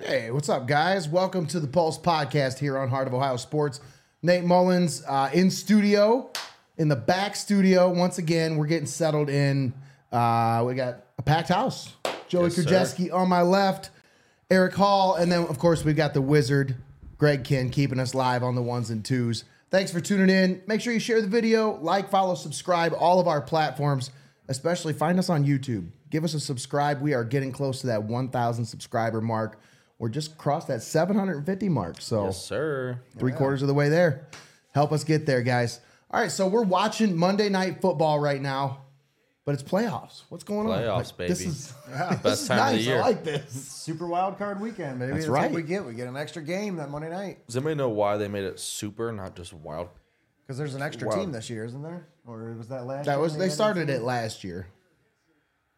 Hey, what's up, guys? Welcome to the Pulse Podcast here on Heart of Ohio Sports. Nate Mullins uh, in studio, in the back studio. Once again, we're getting settled in. Uh, we got a packed house. Joey Yes, sir. Krzyzewski on my left, Eric Hall, and then, of course, we've got the wizard, Greg Ken, keeping us live on the ones and twos. Thanks for tuning in. Make sure you share the video, like, follow, subscribe, all of our platforms, especially find us on YouTube. Give us a subscribe. We are getting close to that 1,000 subscriber mark. We're just crossed that 750 mark. So Yes, sir. Three quarters of the way there. Help us get there, guys. All right, so we're watching Monday Night Football right now, but it's playoffs. What's going on? Playoffs, This baby. is, this Best is time nice. of the year. I like this. Super wild card weekend, baby. That's That's, right. what we get. We get an extra game that Monday night Does anybody know why they made it super, not just wild? because there's an extra Wild. team this year, isn't there? Or was that last? That year was they added? started it last year.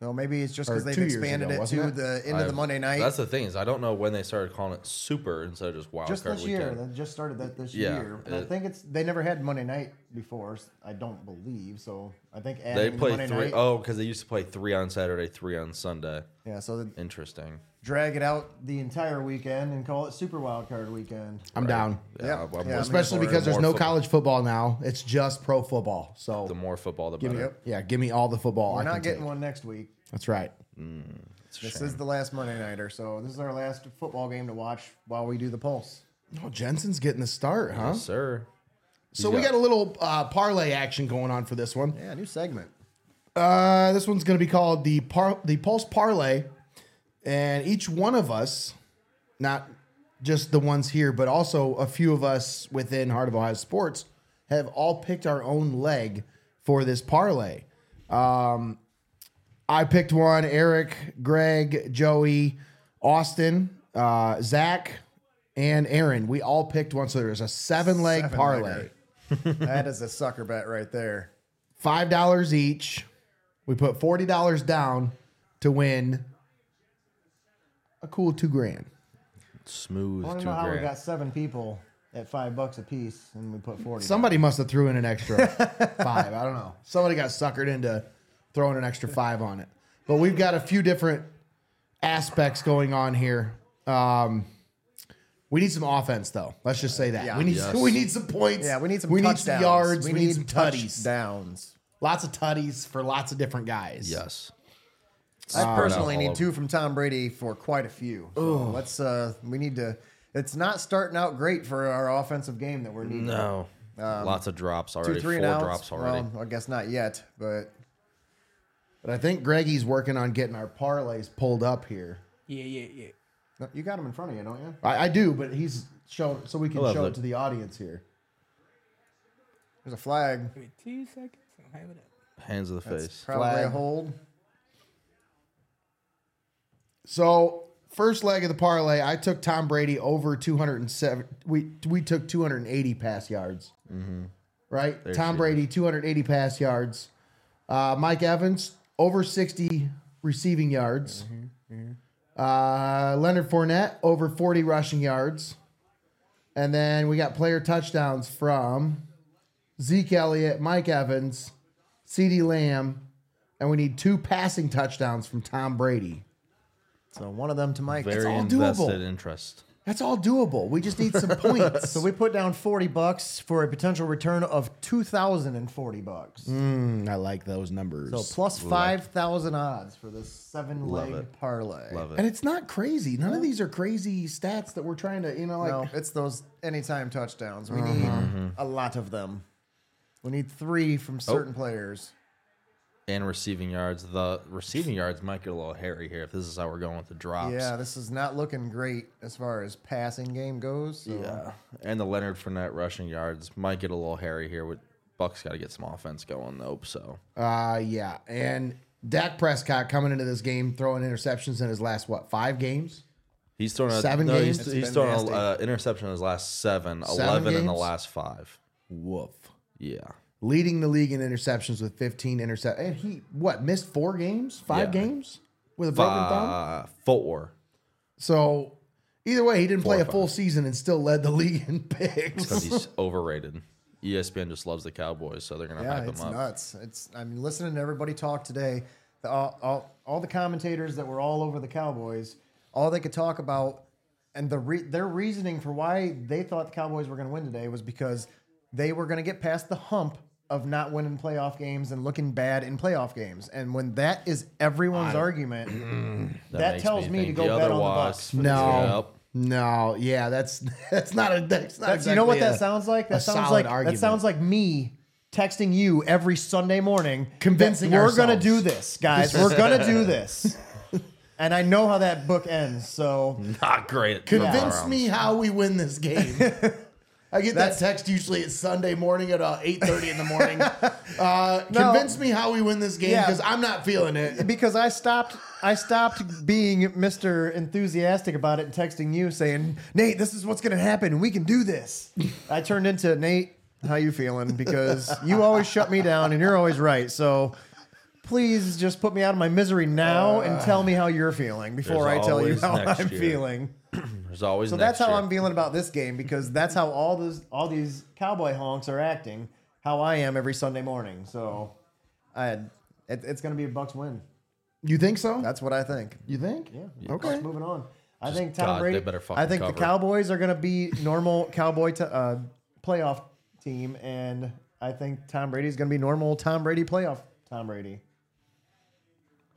No, maybe it's just or because they've two years expanded ago, it wasn't to it? the end of the I- Monday night. That's the thing is I don't know when they started calling it super instead of just wild just card this year. weekend. They just started that this Yeah, year. And I it- think it's they never had Monday night before. s- I don't believe so. I think They adding the play Monday three. night. Oh, because they used to play three on Saturday, three on Sunday. Yeah, so they Interesting. drag it out the entire weekend and call it Super Wild Card Weekend. I'm down. Yeah, I'm yeah, more- Especially more- because there's more no football- college football now. It's just pro football. So The more football, the give me, better. yeah, give me all the football. We're I not can getting take. one next week. That's right. This is the last Monday nighter, so this is our last football game to watch while we do the pulse. Oh, Jensen's getting the start, huh? Yes, sir. So we got- got a little uh, parlay action going on for this one. Yeah, new segment. Uh, this one's going to be called the par- the Pulse Parlay, and each one of us, not just the ones here, but also a few of us within Heart of Ohio Sports, have all picked our own leg for this parlay. Um, I picked one. Eric, Greg, Joey, Austin, uh, Zach, and Aaron. We all picked one. So there's a seven leg Seven parlay. legger. that is a sucker bet right there. five dollars each. We put forty dollars down to win a cool two grand. Smooth I want two to know how we grand. got seven people at five bucks a piece and we put 40. Somebody must have threw in an extra five. I don't know. Somebody got suckered into throwing an extra five on it. But we've got a few different aspects going on here. Um, we need some offense, though. Let's just say that Yeah. we need Yes. we need some points. yeah, we need some we need touchdowns. some yards. We, need, some tutties. touchdowns. Lots of tutties for lots of different guys. Yes. I personally all need over. two from Tom Brady for quite a few. So let's uh we need to it's not starting out great for our offensive game that we're needing. No. Lots of drops um, Two, already. three Four and outs. drops already. Well, I guess not yet, but But I think Greggy's working on getting our parlays pulled up here. Yeah, yeah, yeah. no, you got them in front of you, don't you? I, I do, but he's showing so we can love show it that. to the audience here. There's a flag. Give me two seconds. I'll have it up. Hands of the That's face. probably a Flag. hold. So first leg of the parlay, I took Tom Brady over 207. We we took 280 pass yards. Right, Tom she Brady 280 pass yards. Uh, Mike Evans over 60 receiving yards. Uh, Leonard Fournette over 40 rushing yards. And then we got player touchdowns from Zeke Elliott, Mike Evans, CeeDee Lamb, and we need two passing touchdowns from Tom Brady. So one of them to Mike. Very all doable. invested interest. That's all doable. We just need some points. So we put down 40 bucks for a potential return of 2040 bucks. Mm. I like those numbers. So plus 5,000 odds for this seven leg it. parlay. Love and it. it's not crazy. None of these are crazy stats that we're trying to, you know, like No, it's those anytime touchdowns. Uh-huh. We Mm-hmm. need a lot of them. We need three Oh. from certain players. And receiving yards. The receiving yards might get a little hairy here if this is how we're going with the drops. Yeah, this is not looking great as far as passing game goes. so- Yeah, and the Leonard Fournette rushing yards might get a little hairy here. With Bucks got to get some offense going though. So uh yeah. And Dak Prescott coming into this game throwing interceptions in his last what, 5 games? he's thrown a, Seven no, games? He's, It's he's been thrown an nasty. uh, interception in his last seven, Seven 11 in the games? last five. Woof. Yeah, Leading the league in interceptions with 15 intercept. And he what, missed 4 games? 5 Yeah. games with a broken thumb? uh, four. So either way, he didn't play or a full season and still led the league in picks. Because he's overrated. E ESPN just loves the Cowboys, so they're gonna Yeah, hype him it's up. nuts. It's I'm listening to everybody talk today. The, all, all, all the commentators that were all over the Cowboys, all they could talk about and the re- their reasoning for why they thought the Cowboys were going to win today was because they were going to get past the hump of not winning playoff games and looking bad in playoff games. And when that is everyone's argument, that, makes tells me, to think go the bet on the otherwise- Bucks. No, Yep. no, yeah, that's that's not a that's not. That's, you know what exactly that a- sounds like? a That sounds solid like argument. that sounds like me texting you every Sunday morning, Convincing that we're gonna ourselves. do this, guys. we're gonna do this, and I know how that book ends. So Not great. Convince me how we win this game. I get that That's- text usually it's Sunday morning at uh, eight thirty in the morning. Uh, No. Convince me how we win this game Yeah. because I'm not feeling it. because I stopped, I stopped being Mister enthusiastic about it and texting you saying, Nate, this is what's gonna happen, and we can do this. I turned into Nate. How you feeling? Because you always shut me down, and you're always right. So. Please just put me out of my misery now and tell me how you're feeling before I there's tell you always how next I'm year. feeling. There's always So that's how I'm feeling about this game because that's how all those all these cowboy honks are acting. How I am every Sunday morning. So, I had, it, it's going to be a Bucks win. You think so? That's what I think. you think? Yeah. Okay. Moving on. I think Tom God, they Brady. better fucking I think cover. the Cowboys are going to be normal cowboy t- uh, playoff team, and I think Tom Brady's going to be normal Tom Brady playoff Tom Brady.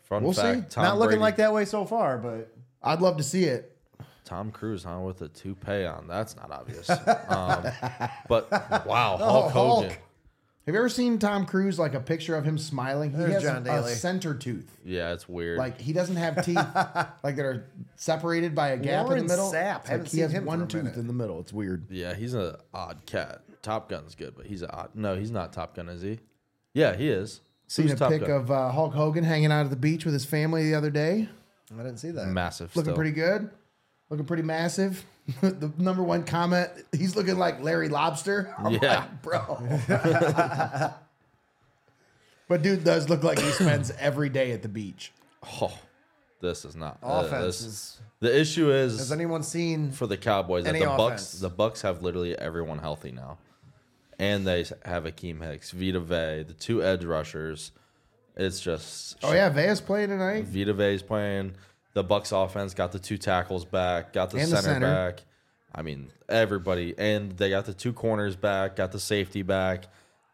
Fun We'll fact, see. Tom Not looking Brady- like that way so far, but I'd love to see it. Tom Cruise, huh? With a toupee on. That's not obvious. um, but wow, Oh, Hulk Hogan. Hulk. Have you ever seen Tom Cruise like a picture of him smiling? He There's has John a Daly. center tooth. Yeah, it's weird. Like he doesn't have teeth like that are separated by a gap Warren in the middle. Sapp. It's Haven't like he seen has him for one a tooth minute. in the middle. It's weird. yeah, he's an odd cat. Top Gun's good, but he's an odd. No, he's not Top Gun, is he? Yeah, he is. Seen Who's a pic of uh, Hulk Hogan hanging out at the beach with his family the other day. I didn't see that. massive. Looking still. pretty good. Looking pretty massive. the number one comment, he's looking like Larry Lobster. I'm Yeah. like, bro. but dude does look like he spends every day at the beach. Oh, this is not uh, Offense this- is- the issue is Has anyone seen for the Cowboys that Any the Bucks offense. the Bucks have literally everyone healthy now, and they have Akeem Hicks, Vita Vey, the two edge rushers. It's just Oh yeah, Vea's playing tonight. Vita Vey's playing. The Bucks offense got the two tackles back, got the, And the center, center. back. I mean, everybody, and they got the two corners back, got the safety back.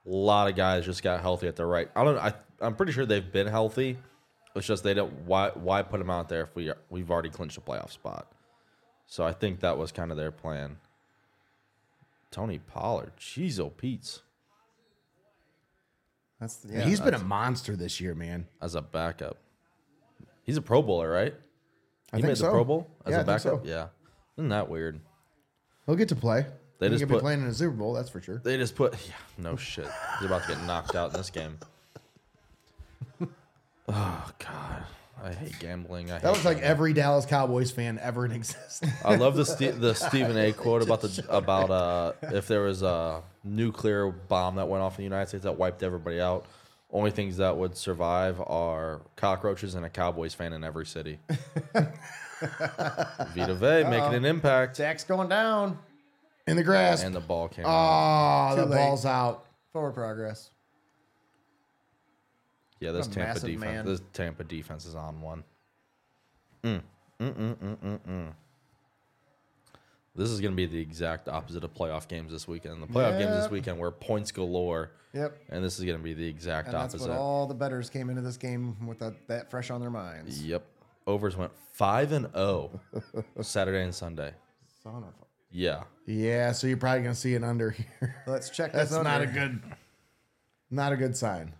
A lot of guys just got healthy at the right. I don't. I I'm pretty sure they've been healthy. It's just they don't. Why why put them out there if we are, we've already clinched a playoff spot? So I think that was kind of their plan. Tony Pollard, jeez, oh Pete's That's the, yeah. Uh, he's been a monster this year, man. as a backup. He's a Pro Bowler, right? I He think made so. the Pro Bowl as Yeah, a I think so. backup. Yeah, isn't that weird? He'll get to play. They He's just gonna be put- playing in a Super Bowl, that's for sure. They just put yeah, no shit. He's about to get knocked out in this game. Oh god, I hate gambling. I hate That looks like gambling. every Dallas Cowboys fan ever in existence. I love the Ste the Stephen A. quote about the about uh if there was a nuclear bomb that went off in the United States that wiped everybody out. Only things that would survive are cockroaches and a Cowboys fan in every city. Vita Vey making an impact, Dak's going down. in the grass. and the ball came. out. Oh, Too the late. ball's out. Forward progress. Yeah, this a Tampa massive defense. man. This Tampa defense is on one. Mm. Mm mm mm mm mm. This is going to be the exact opposite of playoff games this weekend. The playoff games this Yep. weekend were points galore, Yep. and this is going to be the exact And that's opposite. what all the betters came into this game with that, that fresh on their minds. yep. Overs went 5 and 0 Saturday and Sunday. Son of a- Yeah. Yeah, so you're probably gonna see an under here. Let's check this That's under. not a good not a good sign.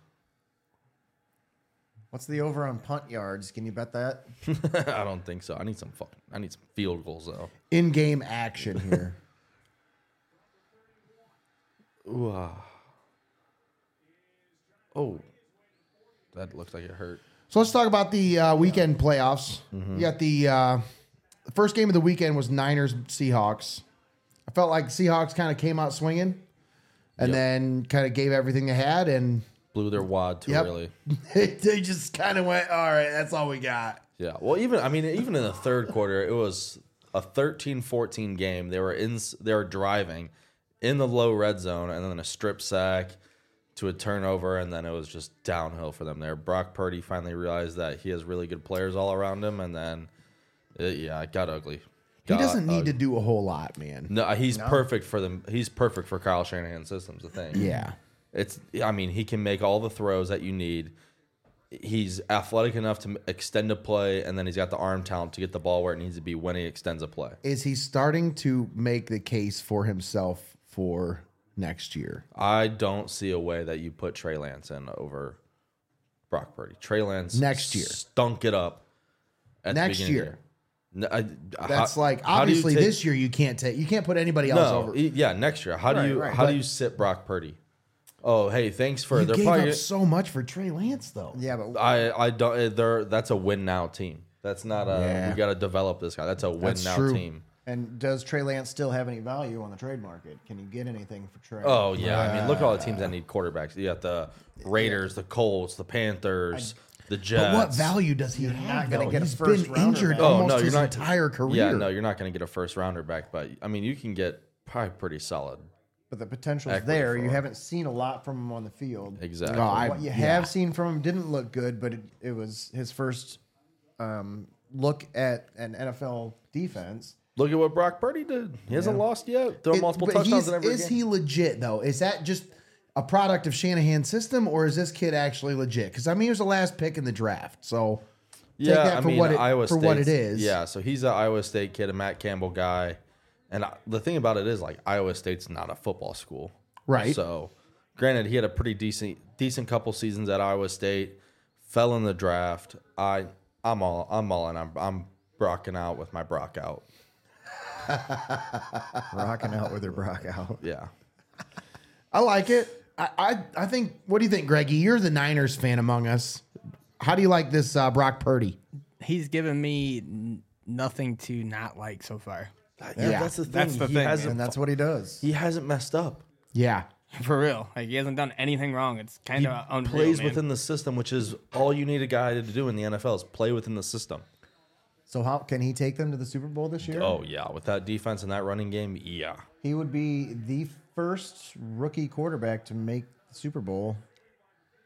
What's the over on punt yards? Can you bet that? I don't think so. I need some fucking I need some field goals though. In game action here. Ooh. ah. Oh. That looked like it hurt. so let's talk about the uh, weekend playoffs. Mm-hmm. You got the uh, the first game of the weekend was Niners Seahawks. I felt like Seahawks kind of came out swinging, and Yep. then kind of gave everything they had, and Blew their wad too Yep. early. they just kind of went, "All right, that's all we got." Yeah. Well, even I mean, even in the third quarter, it was a 13-14 game. They were in they were driving in the low red zone and then a strip sack to a turnover and then it was just downhill for them there. Brock Purdy finally realized that he has really good players all around him and then it, yeah, it got ugly. He got doesn't need to a- do a whole lot, man. No, uh, he's perfect for them. He's perfect for Kyle Shanahan systems. The thing, Yeah. it's. I mean, he can make all the throws that you need. He's athletic enough to m- extend a play, and then he's got the arm talent to get the ball where it needs to be when he extends a play. Is he starting to make the case for himself for next year? I don't see a way that you put Trey Lance in over Brock Purdy. Trey Lance Next year. stunk it up. At Next beginning of year. the year. No, I- That's how- like how do you obviously take- this year you can't take you can't put anybody else No, over. e- yeah, next year. How do Right, you right, how but- do you sit Brock Purdy? Oh, hey, thanks for. You they're gave probably up gonna- so much for Trey Lance though. Yeah, but I I don't. eh, They're that's a win now team. That's not a. Yeah. We got to develop this guy. That's a win That's now true. team. and does Trey Lance still have any value on the trade market? Can you get anything for Trey? Oh yeah, I mean, look at all the teams that need quarterbacks. You got the Raiders, the Colts, the Panthers, the Jets. But what value does he have? not gonna though? get a He's first been rounder injured back. Oh, almost no, his you're not- entire career. Yeah, no, you're not going to get a first rounder back, but I mean, you can get probably pretty solid. But the potential's Equity there. for You him. haven't seen a lot from him on the field. Exactly. Oh, I- what you yeah. have seen from him didn't look good, but it, it was his first um, look at an NFL defense. Look at what Brock Purdy did. He hasn't lost yet. Throw It- multiple but touchdowns he's- in every Is game. he legit though? Is that just a product of Shanahan's system, or is this kid actually legit? Because I mean, he was the last pick in the draft, so yeah, that I for mean, what it- Iowa for what it State's- is. Yeah, so he's an Iowa State kid, a Matt Campbell guy, and I, the thing about it is, like, Iowa State's not a football school, Right. So, granted, he had a pretty decent decent couple seasons at Iowa State, fell in the draft. I I'm all I'm all in. I'm I'm brocking out with my brock out. Rocking out with her Brock out. Yeah. I like it. I, I I think. What do you think, Greggy? You're the Niners fan among us. How do you like this uh, Brock Purdy? He's given me n- nothing to not like so far. Yeah, that's the That's the he thing, Hasn't, And that's what he does. he hasn't messed up. Yeah, For real, like he hasn't done anything wrong. It's kind of unreal. Plays man. within the system, which is all you need a guy to do in the NFL is play within the system. So how can he take them to the Super Bowl this year? Oh yeah, with that defense and that running game, yeah. He would be the first rookie quarterback to make the Super Bowl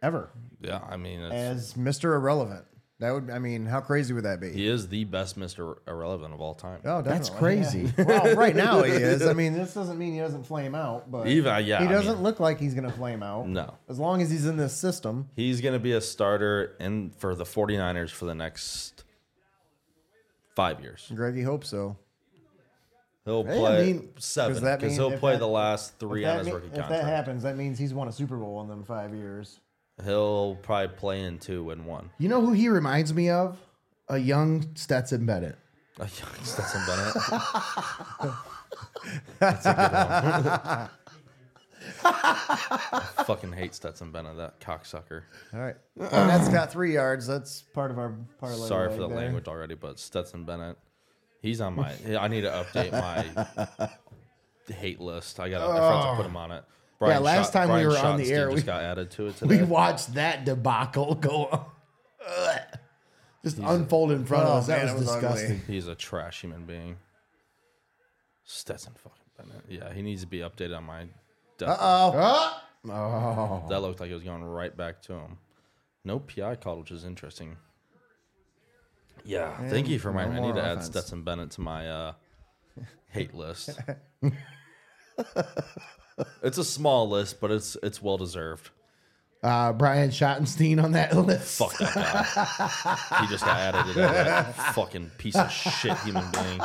ever Yeah, I mean, it's, as Mr. Irrelevant. That would I mean, how crazy would that be? he is the best Mister Irrelevant of all time. Oh, That's definitely, yeah. crazy. well, right now he is. I mean, this doesn't mean he doesn't flame out, but Even- yeah, he I doesn't mean- look like he's going to flame out. No. As long as he's in this system. He's going to be a starter in for the 49ers for the next five years. Greggy hopes so. He'll Hey, I play mean, seven does that because mean he'll if play that- the last If, three on that, his mean- rookie if contract. that happens, that means he's won a Super Bowl in them five years. He'll probably play in two and one. you know who he reminds me of? A young Stetson Bennett. Stetson Bennett. That's a good one. I fucking hate Stetson Bennett, that cocksucker. All right. And that's got three yards. That's part of our parlay. Sorry leg for the there. language already, but Stetson Bennett, he's on my. I need to update my hate list. I got. to I forgot to put him on it. Brian Oh. last Schott- time we Brian were on the Schottenstein air, just we- got added to it We today. watched that debacle go on. Ugh. Just unfold in front of Oh, us. That man, was, it was disgusting. ugly. He's a trash human being. Stetson fucking Bennett. Yeah, he needs to be updated on my. Uh Ah! That looked like it was going right back to him. No PI called, which is interesting. Yeah, thank you for no reminding me. I need more to add offense. Stetson Bennett to my uh, hate list. it's a small list, but it's it's well deserved. Uh, Brian Schottenstein on that list. Fuck that guy. uh, he just got added to that fucking piece of shit human being.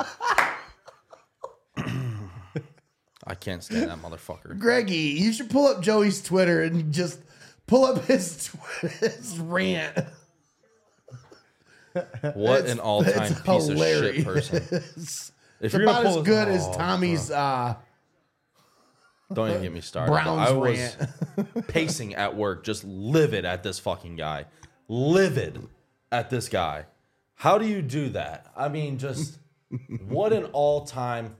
I can't stand that motherfucker. Greggy, you should pull up Joey's Twitter and just pull up his, tw- his rant. What an all-time it's piece of hilarious. shit person. It's If about gonna as pull- good as Oh, Tommy's uh, Don't even get me started. Browns I was pacing at work, just livid at this fucking guy. Livid at this guy. How do you do that? I mean, just what an all-time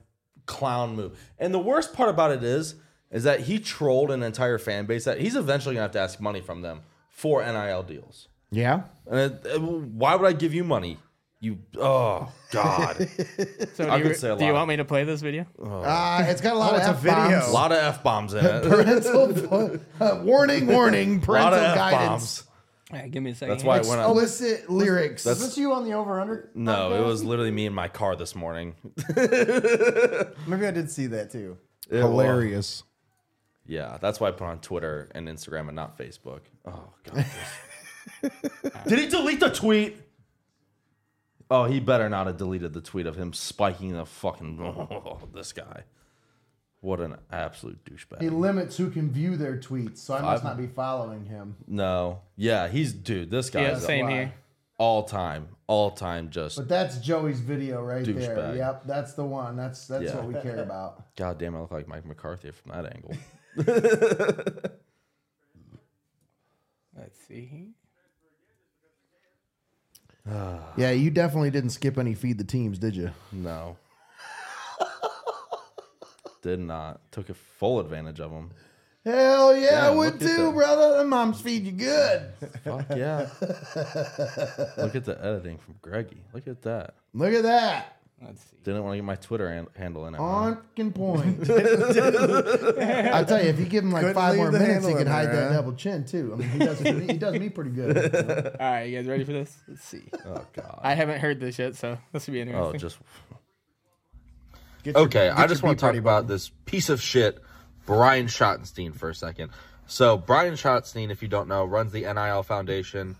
clown move. And the worst part about it is, is that he trolled an entire fan base that he's eventually gonna have to ask money from them for NIL deals. yeah. And it- it- why would I give you money? You oh god, So I do you, could say a do you lot. want me to play this video? Uh, it's got a lot Oh, of it's a F bombs. a video. lot of f bombs in it, a Parental, uh, warning, warning, lot parental of f guidance. bombs. All right, give me a second. That's why when I Explicit lyrics. Is this you on the over under? no, it was literally me in my car this morning. Maybe I did see that too. It was- hilarious. yeah, that's why I put on Twitter and Instagram and not Facebook. Oh god. this- Did he delete the tweet? Oh, he better not have deleted the tweet of him spiking the fucking oh, this guy. What an absolute douchebag. He limits who can view their tweets, so I must I've- not be following him. no. Yeah, he's dude, this guy yeah, is same why. here. all time. All time just But that's Joey's video right there. Douchebag. Yep, that's the one. That's that's Yeah. what we care about. God damn, I look like Mike McCarthy from that angle. Let's see. Yeah, you definitely didn't skip any feed the teams, did you? No. Did not. Took a full advantage of him. Hell yeah, Yeah, I would look at too, that. brother. Them moms feed you good. Fuck yeah. Look at the editing from Greggy. Look at that. Look at that. Let's see. Didn't want to get my Twitter han- handle in it. huh? Honking point. I tell you, if you give him like Couldn't five leave more the minutes, he handle could in hide there, that huh? double chin too. I mean, he does me, he does me pretty good. All right, you guys ready for this? Let's see. Oh god. I haven't heard this yet, so this will be Oh, interesting. just Get your- Okay, get I your just want beat to talk ready, about bud. this piece of shit, Brian Schottenstein, for a second. So, Brian Schottenstein, if you don't know, runs the NIL Foundation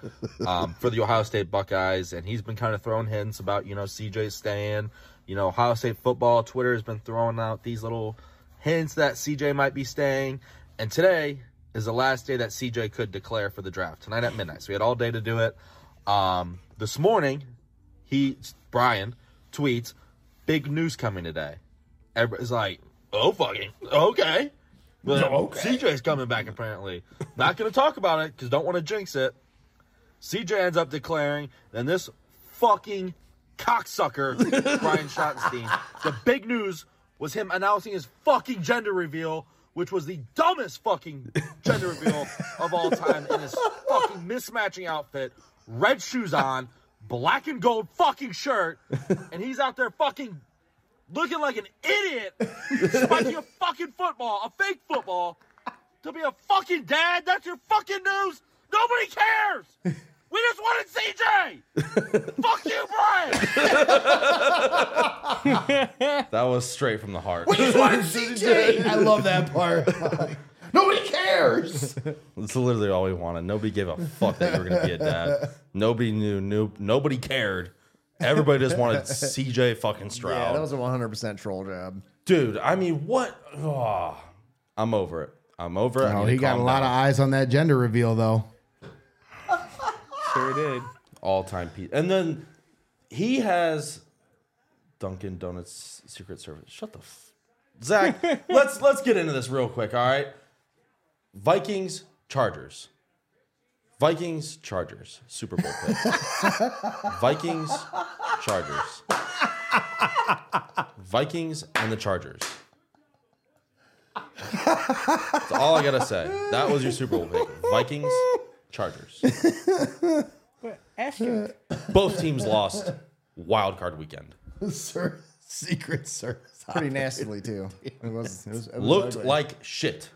um, for the Ohio State Buckeyes, and he's been kind of throwing hints about, you know, CJ staying. You know, Ohio State football, Twitter has been throwing out these little hints that CJ might be staying. And today is the last day that CJ could declare for the draft, tonight at midnight. So, we had all day to do it. Um, this morning, he Brian tweets, "Big news coming today." Everybody's like, "Oh fucking okay." Well, CJ's coming back apparently. Not going to talk about it because don't want to jinx it. CJ ends up declaring, then this fucking cocksucker Brian Schottenstein. The big news was him announcing his fucking gender reveal, which was the dumbest fucking gender reveal of all time in his fucking mismatching outfit, red shoes on, black and gold fucking shirt, and he's out there fucking looking like an idiot, spiking a fucking football, a fake football, to be a fucking dad. That's your fucking news. Nobody cares. We just wanted CJ. Fuck you, Brian. that was straight from the heart. CJ, I love that part. Nobody cares. That's literally all we wanted. Nobody gave a fuck that you were gonna be a dad. Nobody knew, knew nobody cared. Everybody just wanted CJ fucking Stroud. Yeah, that was a 100% troll job. Dude, I mean what oh, I'm over it. I'm over it. I Oh, need to he got a calm lot down. of eyes on that gender reveal though. sure did. all time piece. And then he has Dunkin' Donuts Secret Service. Shut the f- Zach. let's let's get into this real quick. All right, Vikings Chargers. Vikings Chargers Super Bowl pick. Vikings Chargers. Vikings and the Chargers. That's all I gotta say. That was your Super Bowl pick. Vikings Chargers But Astros. both teams lost wild card weekend. Sir, Secret Service. Pretty nastily, too. It was, it was, it was Looked ugly. like shit.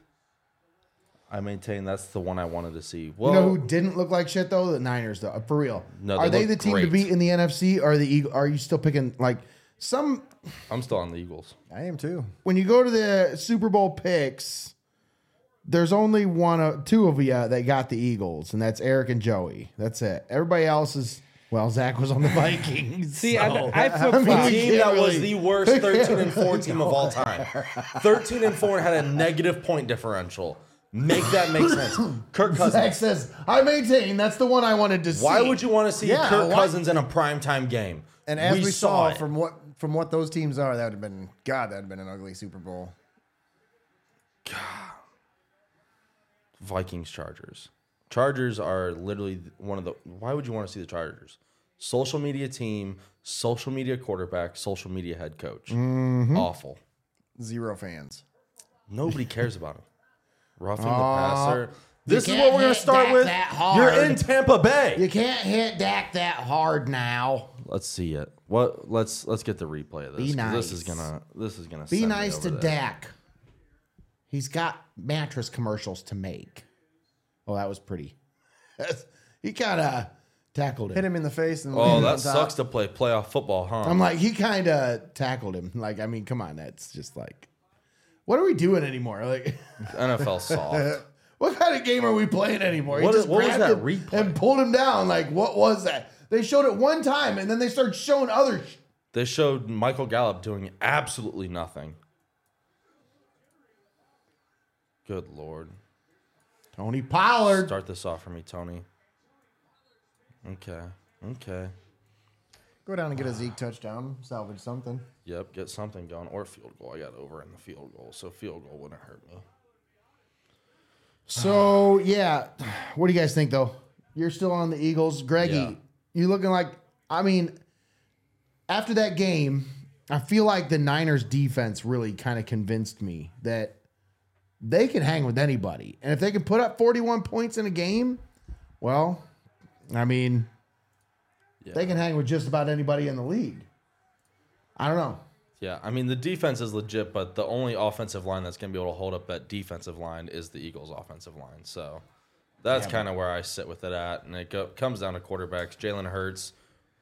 I maintain that's the one I wanted to see. You Well, know who didn't look like shit though? The Niners though. For real. No, they are they the looked team to great. beat in the NFC or the Eagle? Are you still picking like some I'm still on the Eagles. I am, too. when you go to the Super Bowl picks? There's only one, of, two of you that got the Eagles, and that's Eric and Joey. That's it. Everybody else is well. Zach was on the Vikings. See, So- I, I flip mean, The we team can't that was really- the worst 13 and 4 team of all time. 13 and 4 had a negative point differential. Make that make sense. Kirk Zach Cousins. says, "I maintain that's the one I wanted to see." Why would you want to see Yeah, Kirk why- Cousins in a primetime game? And as we, saw, it. from what from what those teams are, that would have been God. That would have been an ugly Super Bowl. Vikings Chargers. Chargers are literally one of the. Why would you want to see the Chargers? Social media team, social media quarterback, social media head coach. Awful. Zero fans. Nobody cares about him. Roughing the passer. This is what we're gonna hit start that- with. that You're hard. in Tampa Bay. You can't hit Dak that hard now. let's see it. What? Let's let's get the replay of this. Be 'cause This is nice. gonna. This is gonna. Be send me nice to over there. Dak. He's got mattress commercials to make. Oh, that was pretty. That's, He kind of tackled Hit him. him in the face and Oh, leave him that on top. sucks to play playoff football, huh? I'm like, he kind of tackled him. Like, I mean, come on, that's just like, what are we doing anymore? Like, NFL soft. what kind of game are we playing anymore? What is- what was grabbed that him replay? and pulled him down. Like, what was that? They showed it one time, and then they started showing other. Sh- They showed Michael Gallup doing absolutely nothing. Good lord. Tony Pollard. Start this off for me, Tony. Okay. Okay. Go down and get a Zeke touchdown. Salvage something. Yep, get something going. Or field goal. I got over in the field goal, so field goal wouldn't hurt me. So yeah, what do you guys think though? You're still on the Eagles, Greggy. Yeah. You looking like I mean, after that game, I feel like the Niners defense really kind of convinced me that they can hang with anybody, and if they can put up 41 points in a game, well, I mean, they can hang with just about anybody in the league. I don't know. Yeah, I mean the defense is legit, but the only offensive line that's gonna be able to hold up that defensive line is the Eagles' offensive line. So that's kind of where I sit with it at, and it go, comes down to quarterbacks: Jalen Hurts,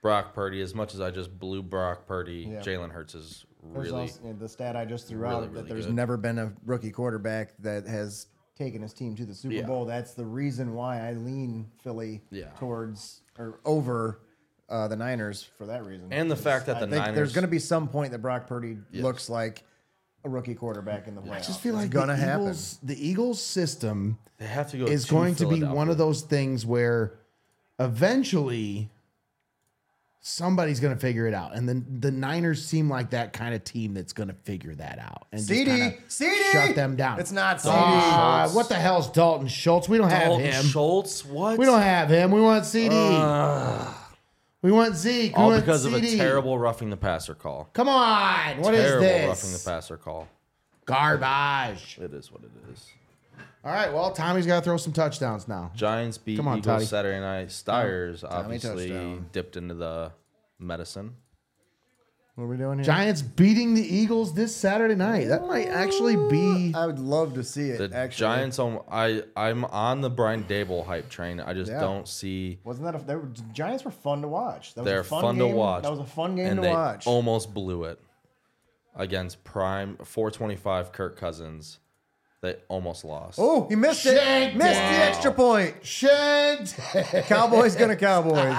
Brock Purdy. As much as I just blew Brock Purdy, Yeah. Jalen Hurts is There's really also- yeah, the stat I just threw out really, that really there's good. never been a rookie quarterback that has taken his team to the Super Yeah. Bowl. That's the reason why I lean Philly Yeah. towards or over uh, the Niners for that reason. And the fact that I the think there's Niners- going to be some point that Brock Purdy looks like a rookie quarterback in the playoffs. I just feel it's like gonna the happen. Eagles, the Eagles system. they have to go. is to going to be one Philadelphia. of those things where eventually somebody's going to figure it out. And then the Niners seem like that kind of team that's going to figure that out and just CD, kinda CD, shut them down. It's not CD. Ah, what the hell's Dalton Schultz? We don't Dalton have him. Schultz. What? We don't have him. We want CD. we want Zeke. we all want because of CD. a terrible roughing the passer call. Come on. What is terrible roughing this? the passer call. Garbage. It is what it is. All right. Well, Tommy's got to throw some touchdowns now. Giants beat Come on, Eagles Toddy. Saturday night. Styers obviously touchdown. dipped into the medicine. What are we doing here? Giants beating the Eagles this Saturday night. That might actually be. I would love to see it. The actually, Giants on I I'm on the Brian Dable hype train. I just Yeah. don't see Wasn't that a, they were, Giants were fun to watch? That was they're a fun, fun, game. to watch. That was a fun game and to they watch. Almost blew it against prime 425 Kirk Cousins. They almost lost. Oh, he missed it. Shit. Missed the extra point. Shit. Cowboys gonna Cowboys.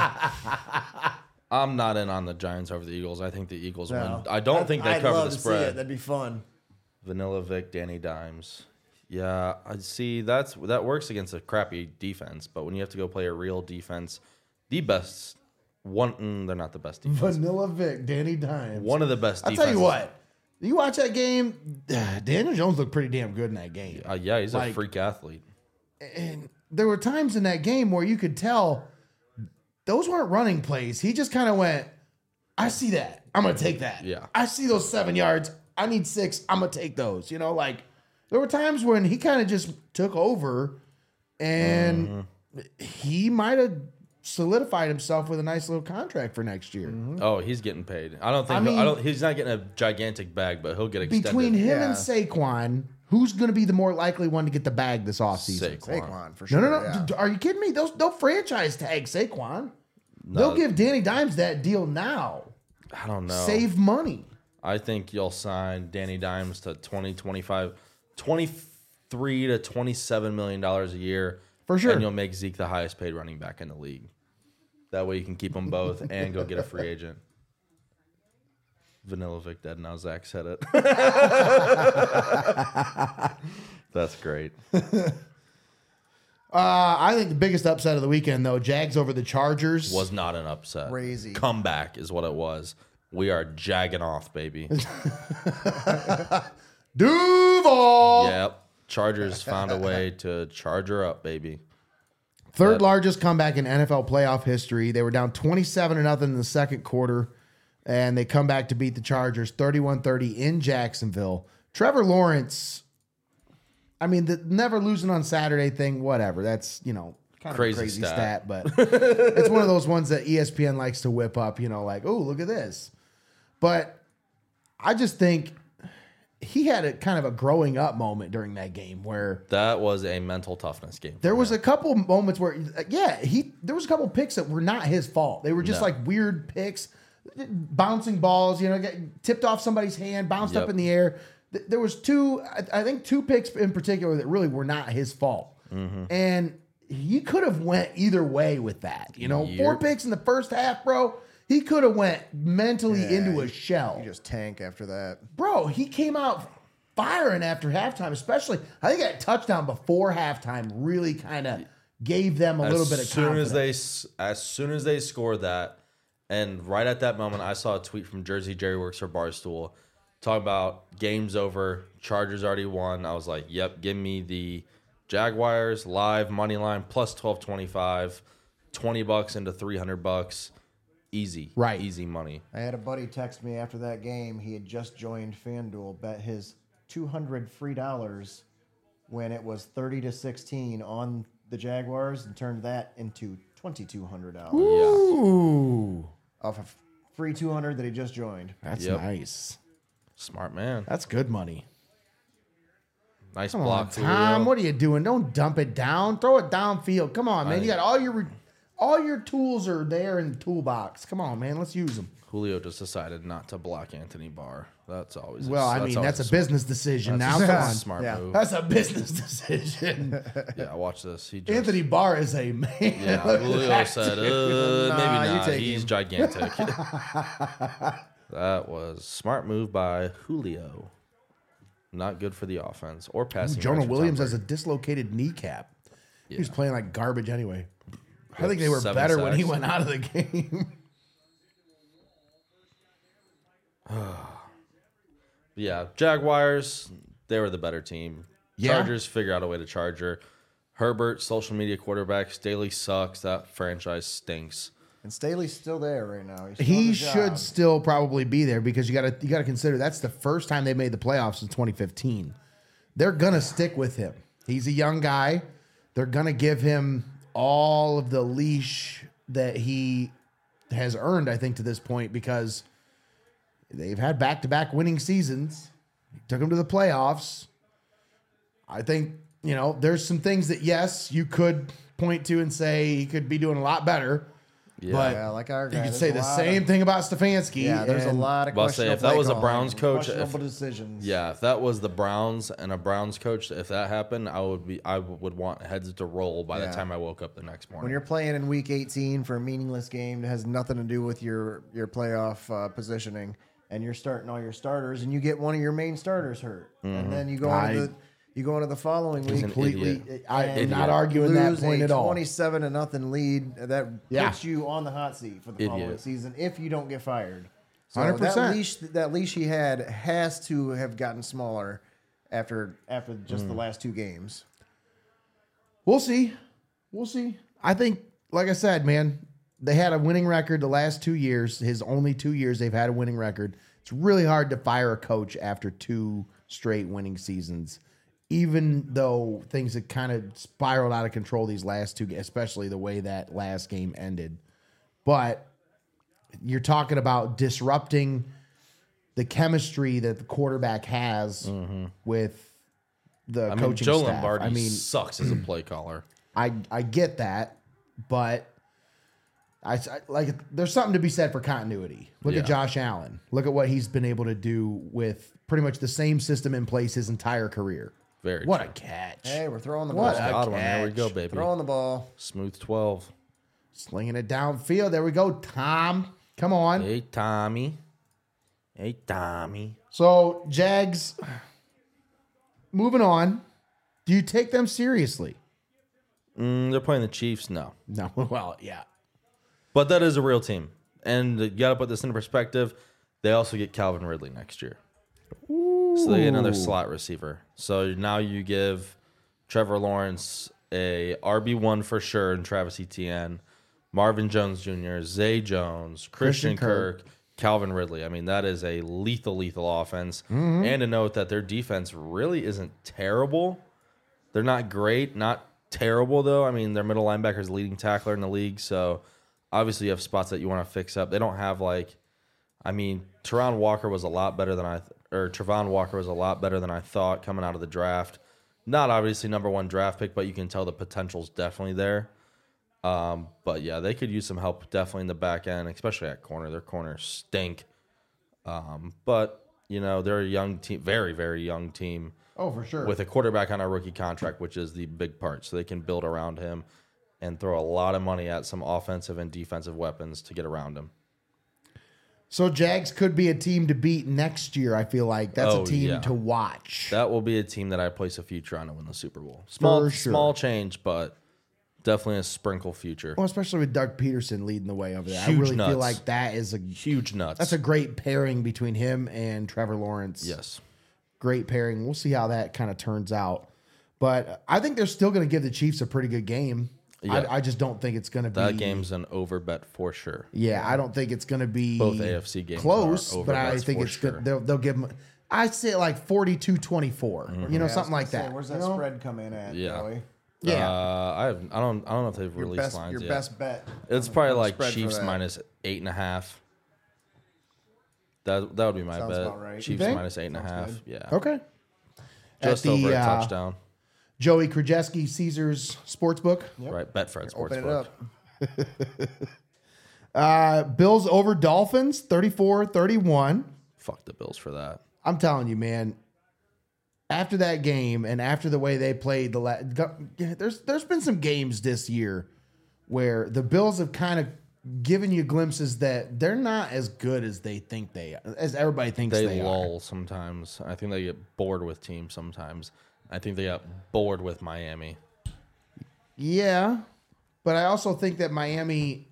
I'm not in on the Giants over the Eagles. I think the Eagles No. win. I don't think they I'd cover love the to see spread. it. That'd be fun. Vanilla Vic, Danny Dimes. Yeah, I see. That's that works against a crappy defense, but when you have to go play a real defense, the best one, mm, they're not the best defense. Vanilla Vic, Danny Dimes. One of the best. I'll Defenses. tell you what. You watch that game, Daniel Jones looked pretty damn good in that game. Uh, yeah, he's Like- a freak athlete. And there were times in that game where you could tell those weren't running plays. He just kind of went, I see that. I'm going to take that. Yeah. I see those seven yards. I need six. I'm going to take those. You know, like there were times when he kind of just took over and Uh-huh. he might have solidified himself with a nice little contract for next year. Oh, he's getting paid. I don't think. hmm? I he'll- I, mean- don't. He's not getting a gigantic bag, but he'll get extended. between him Yeah. and Saquon, who's going to be the more likely one to get the bag this offseason? Saquon. for No, no, no. D- Are you kidding me? Those they'll franchise tag Saquon. They'll give Danny Dimes that deal now. I don't know. Save money. I think you'll sign Danny Dimes to 20, 25, 23 to 27 million dollars a year. For sure. And you'll make Zeke the highest paid running back in the league. That way you can keep them both and go get a free agent. Vanilla Vic dead now Zach said it. That's great. Uh, I think the biggest upset of the weekend, though, Jags over the Chargers. Was not an upset. Crazy. Comeback is what it was. We are jagging off, baby. Duval, yep. Chargers found a way to charge her up, baby. third largest comeback in NFL playoff history. They were down twenty-seven to nothing in the second quarter, and they come back to beat the Chargers 31-30 in Jacksonville. Trevor Lawrence, I mean, the never losing on Saturday thing, whatever. That's you know kind Crazy of a crazy stat. stat. but it's one of those ones that E ESPN likes to whip up, you know, like, oh, look at this. But I just think he had a kind of a growing up moment during that game where That was a mental toughness game. there was a couple moments where yeah he there was a couple picks that were not his fault. They were just No. like weird picks, bouncing balls. You know, get tipped off somebody's hand, bounced up Yep. in the air. Th- There was two, I- I think, two picks in particular that really were not his fault, Mm-hmm. and he could have went either way with that. You know, four Yep. picks in the first half, bro. He could have went mentally into a shell You just tank after that. bro, he came out firing after halftime, especially I think that touchdown before halftime really kind of gave them a little bit of as soon confidence. as they s- as soon as they scored that, and right at that moment, I saw a tweet from Jersey Jerry Works for Barstool talking about games over, Chargers already won. I was like, "Yep, give me the Jaguars live money line plus twelve twenty five, twenty bucks into three hundred bucks, easy, Right. Easy money." I had a buddy text me after that game. He had just joined FanDuel, bet his two hundred free dollars when it was thirty to sixteen on the Jaguars, and turned that into twenty two hundred dollars Yeah, Ooh, off of free two hundred that he just joined. that's Yep. nice. smart man. That's good money. Nice Come on, block, Tom. Julio. What are you doing? Don't dump it down. Throw it downfield. Come on, man. You got all your re- all your tools are there in the toolbox. Come on, man. Let's use them. Julio just decided not to block Anthony Barr. That's always Well, I mean, always that's a smart- business decision that's now. a Come on. smart Yeah. move. That's a business decision. Yeah, watch this. He just, Anthony Barr is a man. Yeah, Look at Julio that. said, uh, Nah, maybe you not. take He's him." gigantic. that was smart move by Julio. Not good for the offense or passing. Jonah yards for Williams Tom has a dislocated kneecap. He was Yeah. playing like garbage anyway. I think they were Seven better when he sacks. went out of the game. Brady. Yeah, Jaguars. They were the better team. Yeah. Chargers figure out a way to Charger. Herbert, social media quarterback. Staley sucks. That franchise stinks. And Staley's still there right now. He's still on he the job. should still probably be there because you got to you got to consider that's the first time they made the playoffs in 2015. They're gonna stick with him. He's a young guy. They're gonna give him all of the leash that he has earned. I think to this point because they've had back to back winning seasons. Took him to the playoffs. I think you know there's some things that yes you could point to and say he could be doing a lot better. But Yeah, like our guy. you could there's say a the lot same Of, thing about Stefanski. yeah, there's a and- lot of. Well, I'll say, questionable if that play was a calling, Browns coach, if- questionable decisions. Yeah, if that was the Browns and a Browns coach, if that happened, I would be I would want heads to roll by Yeah. the time I woke up the next morning. When you're playing in week 18 for a meaningless game that has nothing to do with your your playoff uh, positioning, and you're starting all your starters, and you get one of your main starters hurt, and then you go Mm-hmm. I- into the you go into the following week an completely. idiot. I and am not you arguing that lose point a at all. 27 to nothing lead uh, that Yeah. puts you on the hot seat for the following Idiot. season if you don't get fired. So 100%. that leash that leash he had has to have gotten smaller after after just Mm. the last two games. We'll see. We'll see. I think, like I said, man, they had a winning record the last two years. His only two years they've had a winning record. It's really hard to fire a coach after two straight winning seasons, even though things had kind of spiraled out of control these last two, ga- especially the way that last game ended. But you're talking about disrupting the chemistry that the quarterback has with the Mm-hmm. I mean, coaching Joe staff. Lombardi I mean, sucks as a play caller. I I get that, but I, I- like there's something to be said for continuity. Look at Yeah. Josh Allen. Look at what he's been able to do with pretty much the same system in place his entire career. Very What a true. catch! Hey, we're throwing the What ball. a Godwin, there we catch. go, baby. Throwing the ball. Smooth 12. Slinging it downfield. There we go, Tom. Come on. Hey, Tommy. Hey, Tommy. So Jags. Moving on. Do you take them seriously? Mm, they're playing the Chiefs? No. No. Well, yeah. But that is a real team. And you got to put this into perspective. They also get Calvin Ridley next year. So they get another slot receiver. So now you give Trevor Lawrence a RB1 for sure and Travis Etienne, Marvin Jones Jr., Zay Jones, Christian Christian, Kirk. Kirk, Calvin Ridley. I mean, that is a lethal, lethal offense. And to note that their defense really isn't terrible. They're not great, not terrible though. I mean, their middle linebacker is leading tackler in the league, so obviously you have spots that you want to fix up. They don't have like, I mean, Teron Walker was a lot better than I, th- or Travon Walker was a lot better than I thought coming out of the draft. Not obviously number one draft pick, but you can tell the potential's definitely there. Um, but yeah, they could use some help definitely in the back end, especially at corner. Their corners stink. Um, but you know they're a young team, very very young team Oh, for sure. with a quarterback on a rookie contract, which is the big part. So they can build around him and throw a lot of money at some offensive and defensive weapons to get around him. so Jags could be a team to beat next year. I feel like that's Oh, a team yeah. to watch. That will be a team that I place a future on to win the Super Bowl. Small, For sure. small change, but definitely a sprinkle future. well, especially with Doug Peterson leading the way over there. I Huge really nuts. feel like that is a Huge nuts. that's a great pairing between him and Trevor Lawrence. yes. great pairing. We'll see how that kind of turns out. But I think they're still going to give the Chiefs a pretty good game. Yeah. I, I just don't think it's going to be That game's an over bet for sure. Yeah, I don't think it's going to be Both AFC games close, are over but I bets think for it's sure. good. They'll, theyll give them. I say like 42-24, you Mhm. know, something like that. where's you that know? spread come in at? Yeah. Joey? Yeah, Uh, I have. I don't. I don't know if they've Your released best, lines your yet. best bet. It's probably like spread for Chiefs that. minus eight and a half. That that would be my Sounds bet. about right. You Chiefs think? minus eight and a half. Yeah. okay. Just At the, over a uh, touchdown. Joey Krajewski, Caesars Sportsbook. Right. Betfred Open it Sportsbook. up. Uh, Bills over Dolphins, 34-31. Fuck the Bills for that. I'm telling you, man. After that game and after the way they played the la- there's there's been some games this year where the Bills have kind of given you glimpses that they're not as good as they think they as everybody thinks They, they, are. lull sometimes. I think they get bored with teams sometimes. I think they got bored with Miami. Yeah. But I also think that Miami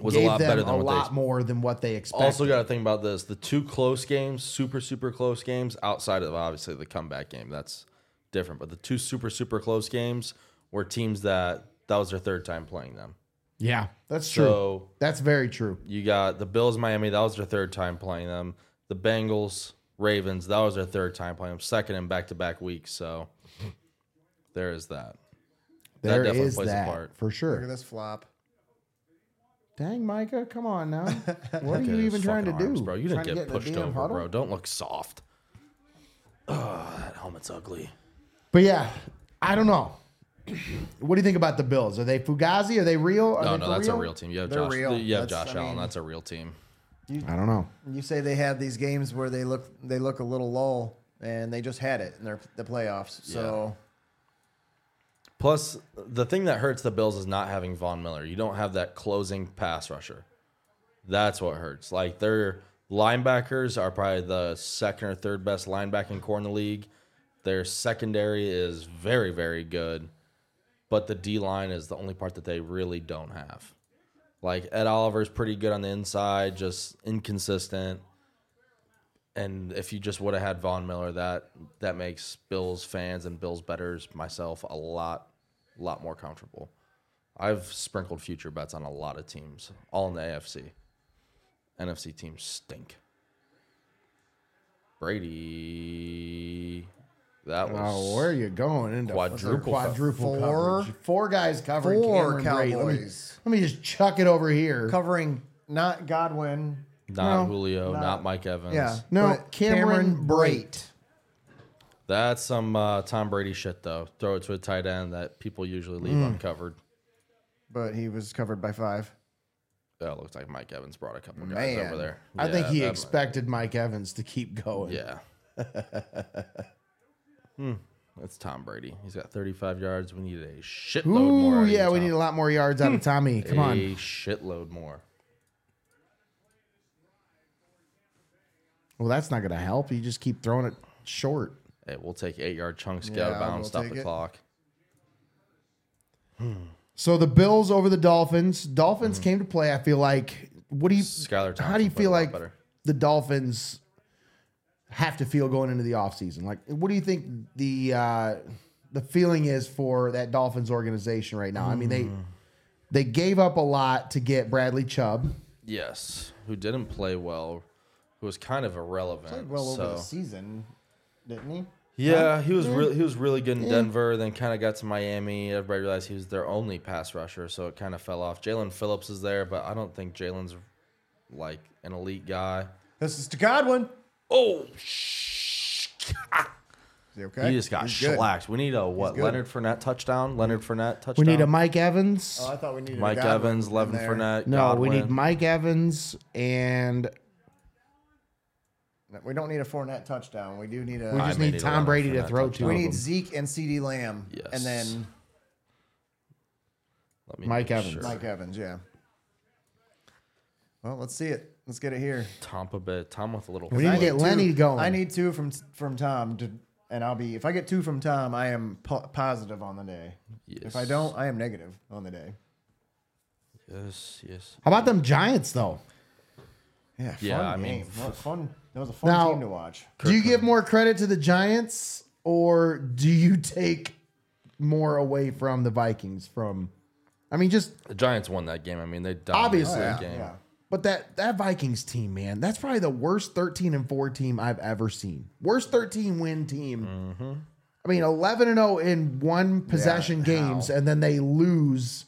Was gave a lot them better than a what lot they more than what they expected. Also, got to think about this: the two close games, super super close games, outside of obviously the comeback game, that's different. But the two super super close games were teams that that was their third time playing them. yeah, that's true. So that's very true. you got the Bills, Miami. That was their third time playing them. The Bengals, Ravens. That was their third time playing them. Second and back to back weeks. So there is that. There definitely is plays a that part. for Look at sure. this flop. Dang, Micah, come on now. What are you Look at his even trying to fucking do, arms, bro? You Trying didn't to get in the pushed damn over, huddle? bro. Don't look soft. Ugh, that helmet's ugly. But yeah, I don't know. What do you think about the Bills? Are they Fugazi? Are they real? Are Oh, No, they no, for that's a real team. You have They're Josh. real. You have That's- Josh I Allen. mean- That's a real team. I don't know. You say they have these games where they look they look a little lull, and they just had it in their the playoffs. So Plus, the thing that hurts the Bills is not having Von Miller. You don't have that closing pass rusher. That's what hurts. Like their linebackers are probably the second or third best linebacking core in the league. Their secondary is very, very good, but the D line is the only part that they really don't have. Like Ed Oliver's pretty good on the inside, just inconsistent. And if you just would have had Von Miller, that that makes Bills fans and Bills betters myself a lot, lot more comfortable. I've sprinkled future bets on a lot of teams, all in the AFC. NFC teams stink. Brady, that was Oh, where are you going into Quadruple quadruple Four- coverage? Four guys covering four Cameron Brate. Let me- Cowboys Let me, just chuck it over here. covering not Godwin. not no, Julio, not, not- Mike Evans. Yeah, No, but Cameron Brate. That's some uh, Tom Brady shit, though. Throw it to a tight end that people usually leave uncovered. but he was covered by five. That looks like Mike Evans brought a couple guys Man. over there. I think Yeah, he that expected Mike Evans to keep going. might- yeah. hmm. It's Tom Brady. He's got 35 yards. We need a shitload more. out Ooh, of you, yeah, we Tom. need a lot more yards out of Tommy. Come on. a shitload more. Well, that's not going to help. You just keep throwing it short. Hey, we'll take eight yard chunks, get out of Yeah, bounds, we'll stop take the it. clock. So the Bills over the Dolphins. Dolphins came to play. I feel like. What do you? Mm-hmm. Skylar Thompson how do you played a feel lot like better. the Dolphins have to feel going into the offseason? Like, what do you think the uh, the feeling is for that Dolphins organization right now? I mean Mm. they they gave up a lot to get Bradley Chubb. Yes. Who didn't play well, who was kind of irrelevant. Played well so. over the season, didn't he? Yeah, he was really he was really good in Denver. Then kind of got to Miami. Everybody realized he was their only pass rusher, so it kind of fell off. Jalen Phillips is there, but I don't think Jalen's like an elite guy. This is to Godwin. Oh shit! Is he okay? He just got He's good. shellacked. We need a what? good. Leonard Fournette touchdown. Leonard Fournette touchdown. We need a Mike Evans. Uh, Oh, I thought we needed a Mike Godwin Evans, in Levin there. Fournette. no, we need Godwin. Mike Evans and We don't need a Fournette touchdown. We do need we a. just may need need Tom Leonard Brady to Fournette throw touchdown. to. We him. need Zeke and C.D. Lamb, Yes. and then Let me Mike make Evans. sure. Mike Evans. Yeah. Well, let's see it. Let's get it here. Tampa Bay. Tom with a little. We need to I get two- Lenny going. I need two from from Tom to, and I'll be if I get two from Tom, I am po- positive on the day. If I Yes. don't, I am negative on the day. Yes, yes. How about them Giants though? Yeah, fun Yeah, I game. mean, that was fun. That was a fun Now- team to watch. Do you give more credit to the Giants or do you take more away from the Vikings from I mean just The Giants won that game. I mean, they dominated Obviously. that Oh, game. Yeah. but that that Vikings team, man, that's probably the worst 13 and 4 team I've ever seen. Worst 13 win team. Mm-hmm. I mean 11 and 0 in one possession games and then they lose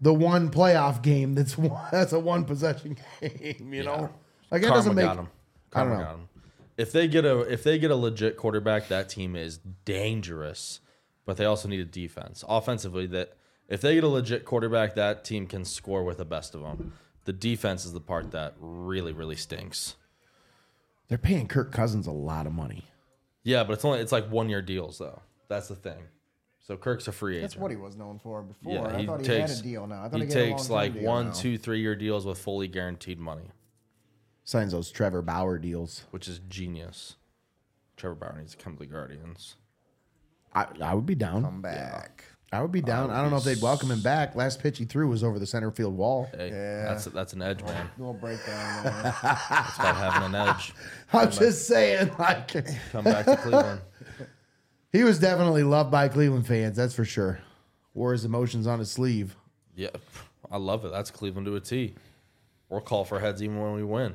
the one playoff game that's one, that's a one possession game, you know. Like that Karma doesn't make got him. I don't Karma know. got him. If they get a if they get a legit quarterback, that team is dangerous. But they also need a defense. Offensively, that if they get a legit quarterback, that team can score with the best of them. The defense is the part that really really stinks. They're paying Kirk Cousins a lot of money. Yeah, but it's only it's like one year deals though. That's the thing. So Kirk's a free agent. That's what he was known for before. yeah, I he thought he takes had a deal now. I thought he, he, had takes a long-term like deal one, now. two, three year deals with fully guaranteed money, Signs those Trevor Bauer deals. which is genius. Trevor Bauer needs to come to the Guardians. I, I would be down. Come back. I would be down. I, don't know if they'd welcome him back. Last pitch he threw was over the center field wall. Hey, Yeah. that's that's an edge, man. Little breakdown. there. It's about having an edge. I'm just saying, like Come back to Cleveland. he was definitely loved by Cleveland fans, that's for sure. Wore his emotions on his sleeve. Yeah, I love it. That's Cleveland to a T. We'll call for heads even when we win.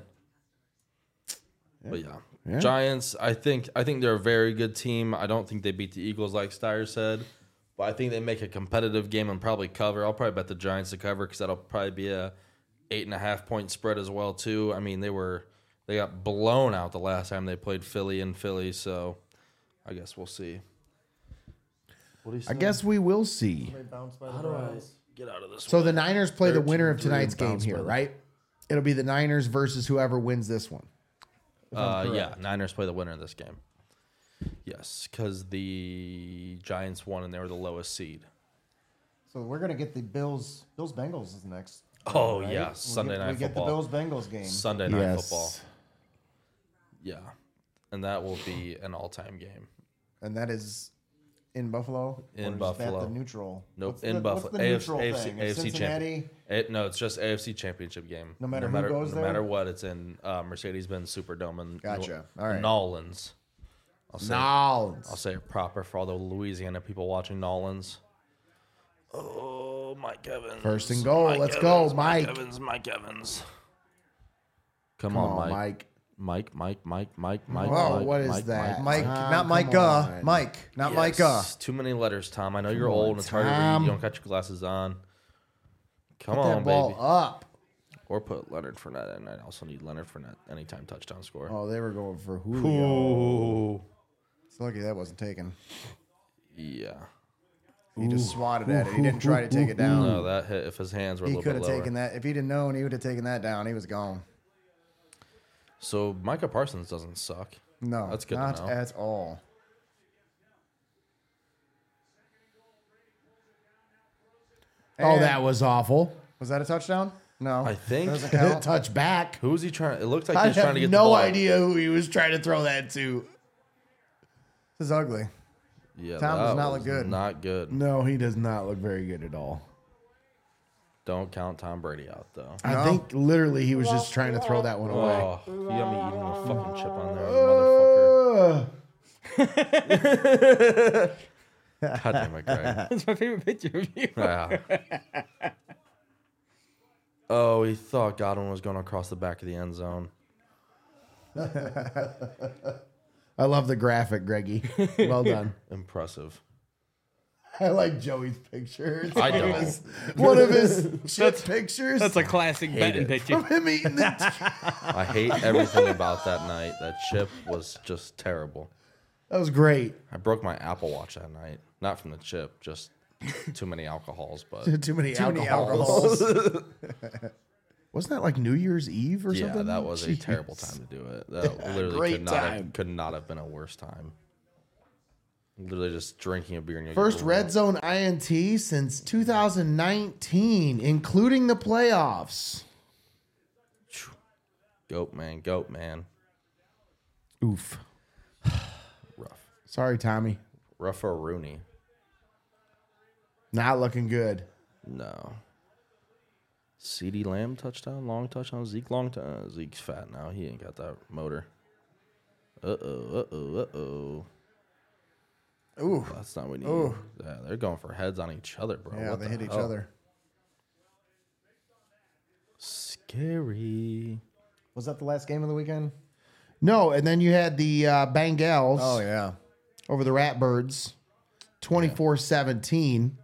But yeah. Giants. I think I think they're a very good team. I don't think they beat the Eagles like Steyer said, but I think they make a competitive game and probably cover. I'll probably bet the Giants to cover because that'll probably be a eight and a half point spread as well too. I mean they were they got blown out the last time they played Philly in Philly, so I guess we'll see. What do you I say? guess we will see. How do I get out of this? So the Niners play the winner of 13-3 tonight's game bounce here, back. right? It'll be the Niners versus whoever wins this one. Uh, yeah, Niners play the winner of this game. Yes, because the Giants won and they were the lowest seed. So we're gonna get the Bills. Bills Bengals is next. Oh right? yeah, We Sunday get, night We get the football. Bills Bengals game. Sunday night Yes. football. Yeah, and that will be an all-time game. And that is in Buffalo. In or is Buffalo. That the neutral. Nope, What's in the, Buffalo. What's the AFC, neutral AFC, thing? Is AFC Cincinnati. champion. It, no, it's just AFC Championship game. No matter who goes no there? matter what, it's in uh, Mercedes-Benz Superdome in Gotcha. New, All right. Nolans. I'll say, Nolans. I'll say it proper for all the Louisiana people watching Nolans. Oh, Mike Evans. First and goal. Let's go, Mike. Evans, Mike Evans. Come, Come on, on, Oh, Mike. Mike. Mike. Mike, Mike, Mike, Mike, Whoa, Mike, what is Mike, that? Mike. Ah, Mike, Tom, not come Micah. on. Mike, not Micah. Yes, Too many letters, Tom. I know you're old and it's hard to read. Tom. You don't got your glasses on. Come Get on, that ball baby. up. Or put Leonard Fournette in. I also need Leonard Fournette anytime touchdown score. Oh, they were going for Julio. Ooh. It's lucky that wasn't taken. Yeah. He just swatted at it. He didn't try to take it down. No, Uh, that hit if his hands were a He little could bit have lower. taken that. If he'd have known, he would have taken that down. He was gone. So Micah Parsons doesn't suck. No, That's good to not know. at all. Oh, And- that was awful. was that a touchdown? No, I think- doesn't count. Touch back. Who was he trying? It looked like I he was trying have to get the no ball. idea who he was trying to throw that to. this is ugly. Yeah, Tom that does not was look good. Not good. No, he does not look very good at all. Don't count Tom Brady out though. I think literally he was just trying to throw that one away. Oh, you got me eating a fucking chip on there, motherfucker. Ugh. God damn it, Ah. Greg. That's my favorite picture of you. Yeah. Oh, he thought Godwin was going to cross the back of the end zone. I love the graphic, Greggy. Well done. Impressive. I like Joey's pictures. I don't. One of his chip pictures. That's a classic betting it. picture. him eating the I hate everything about that night. That chip was just terrible. That was great. I broke my Apple Watch that night. Not from the chip, just too many alcohols. But Too many Too many alcohols. Wasn't that like New Year's Eve or yeah, something? that was a Jeez. terrible time to do it. That literally great could not, time. have, could not have been a worse time. Literally just drinking a beer and you First red zone INT since 2019, including the playoffs. goat man, goat man. Oof. Rough, Sorry, Tommy. rough for Rooney. Not looking good. No. CD Lamb touchdown, long touchdown. Zeke long time. Zeke's fat now. He ain't got that motor. Uh oh, uh oh, uh oh. Ooh, that's not what you need. Yeah, they're going for heads on each other, bro. Yeah, What they the hit each hell? other. Scary. Was that the last game of the weekend? No, and then you had the uh, Bengals Oh yeah. over the Ratbirds, 24 17.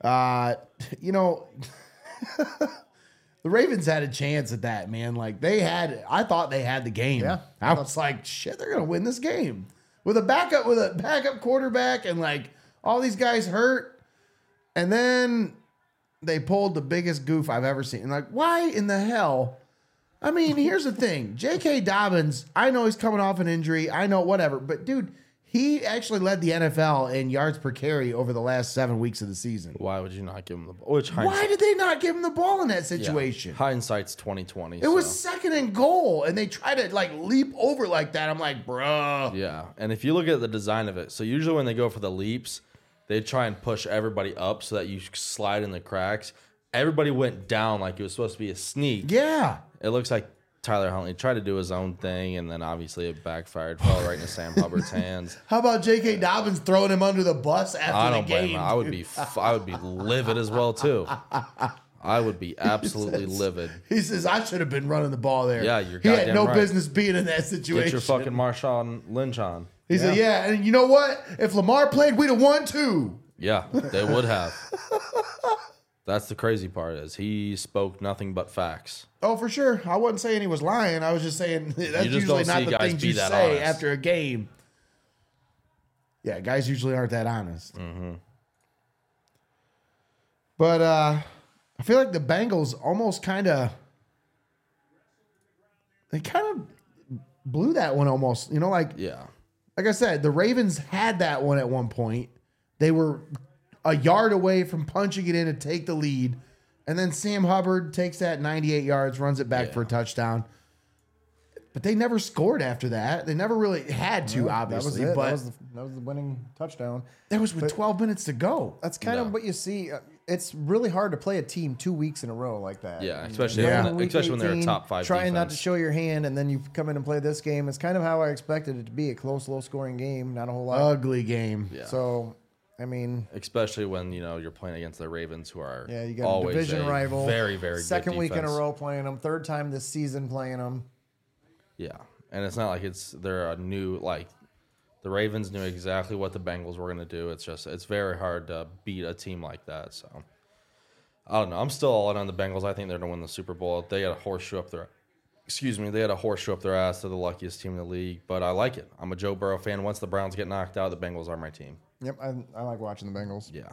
Uh, you know, the Ravens had a chance at that, man. Like, they had, I thought they had the game. Yeah. I was like, shit, they're going to win this game with a backup, with a backup quarterback, and like all these guys hurt. And then they pulled the biggest goof I've ever seen. And like, why in the hell? I mean, here's the thing. J.K. Dobbins, I know he's coming off an injury. I know whatever, but dude, he actually led the NFL in yards per carry over the last seven weeks of the season. Why would you not give him the ball? Which Why hindsight- did they not give him the ball in that yeah, situation? Hindsight's twenty twenty. It was second and goal, and they try to like leap over like that. I'm like, bruh. Yeah, and if you look at the design of it, so usually when they go for the leaps, they try and push everybody up so that you slide in the cracks. Everybody went down like it was supposed to be a sneak. Yeah. It looks like Tyler Huntley tried to do his own thing, and then obviously it backfired, fell right into Sam Hubbard's hands. How about J.K. Dobbins throwing him under the bus after I don't the game? blame him. I would be, f- I would be livid as well too. I would be absolutely livid. He says, I should have been running the ball there. Yeah, you're He had goddamn no right. business being in that situation. Get your fucking Marshawn Lynch on. He said, yeah, and you know what? If Lamar played, we'd have won too. Yeah, they would have. That's the crazy part is he spoke nothing but facts. Oh, for sure. I wasn't saying he was lying. I was just saying that's just usually don't not see the guys things be you that say honest. after a game. Yeah, guys usually aren't that honest. Mm-hmm. But uh, I feel like the Bengals almost kind of they kind of blew that one almost. You know, like Yeah. like I said, the Ravens had that one at one point. They were a yard away from punching it in to take the lead. And then Sam Hubbard takes that 98 yards, runs it back for a touchdown. But they never scored after that. They never really had to, obviously. that was it. But that was, the, that was the winning touchdown. with 12 minutes to go. That's kind of what you see. Uh, It's really hard to play a team two weeks in a row like that. Yeah, And especially you're when- going to week especially when they're a top five Trying not to defense. show your hand, and then you come in and play this game. It's kind of how I expected it to be—a close, low-scoring game, not a whole lot. Ugly game. Oh, Yeah. So, I mean, Especially when, you know, you're playing against the Ravens who are yeah, you got a always division a rival, Very, very second good week in a defense. row playing them, third time this season playing them. Yeah. And it's not like it's they're a new like the Ravens knew exactly what the Bengals were gonna do. It's just it's very hard to beat a team like that. So I don't know. I'm still all in on the Bengals. I think they're gonna win the Super Bowl. They had a horseshoe up their excuse me, they had a horseshoe up their ass. They're the luckiest team in the league. But I like it. I'm a Joe Burrow fan. Once the Browns get knocked out, the Bengals are my team. Yep, I, I like watching the Bengals. Yeah.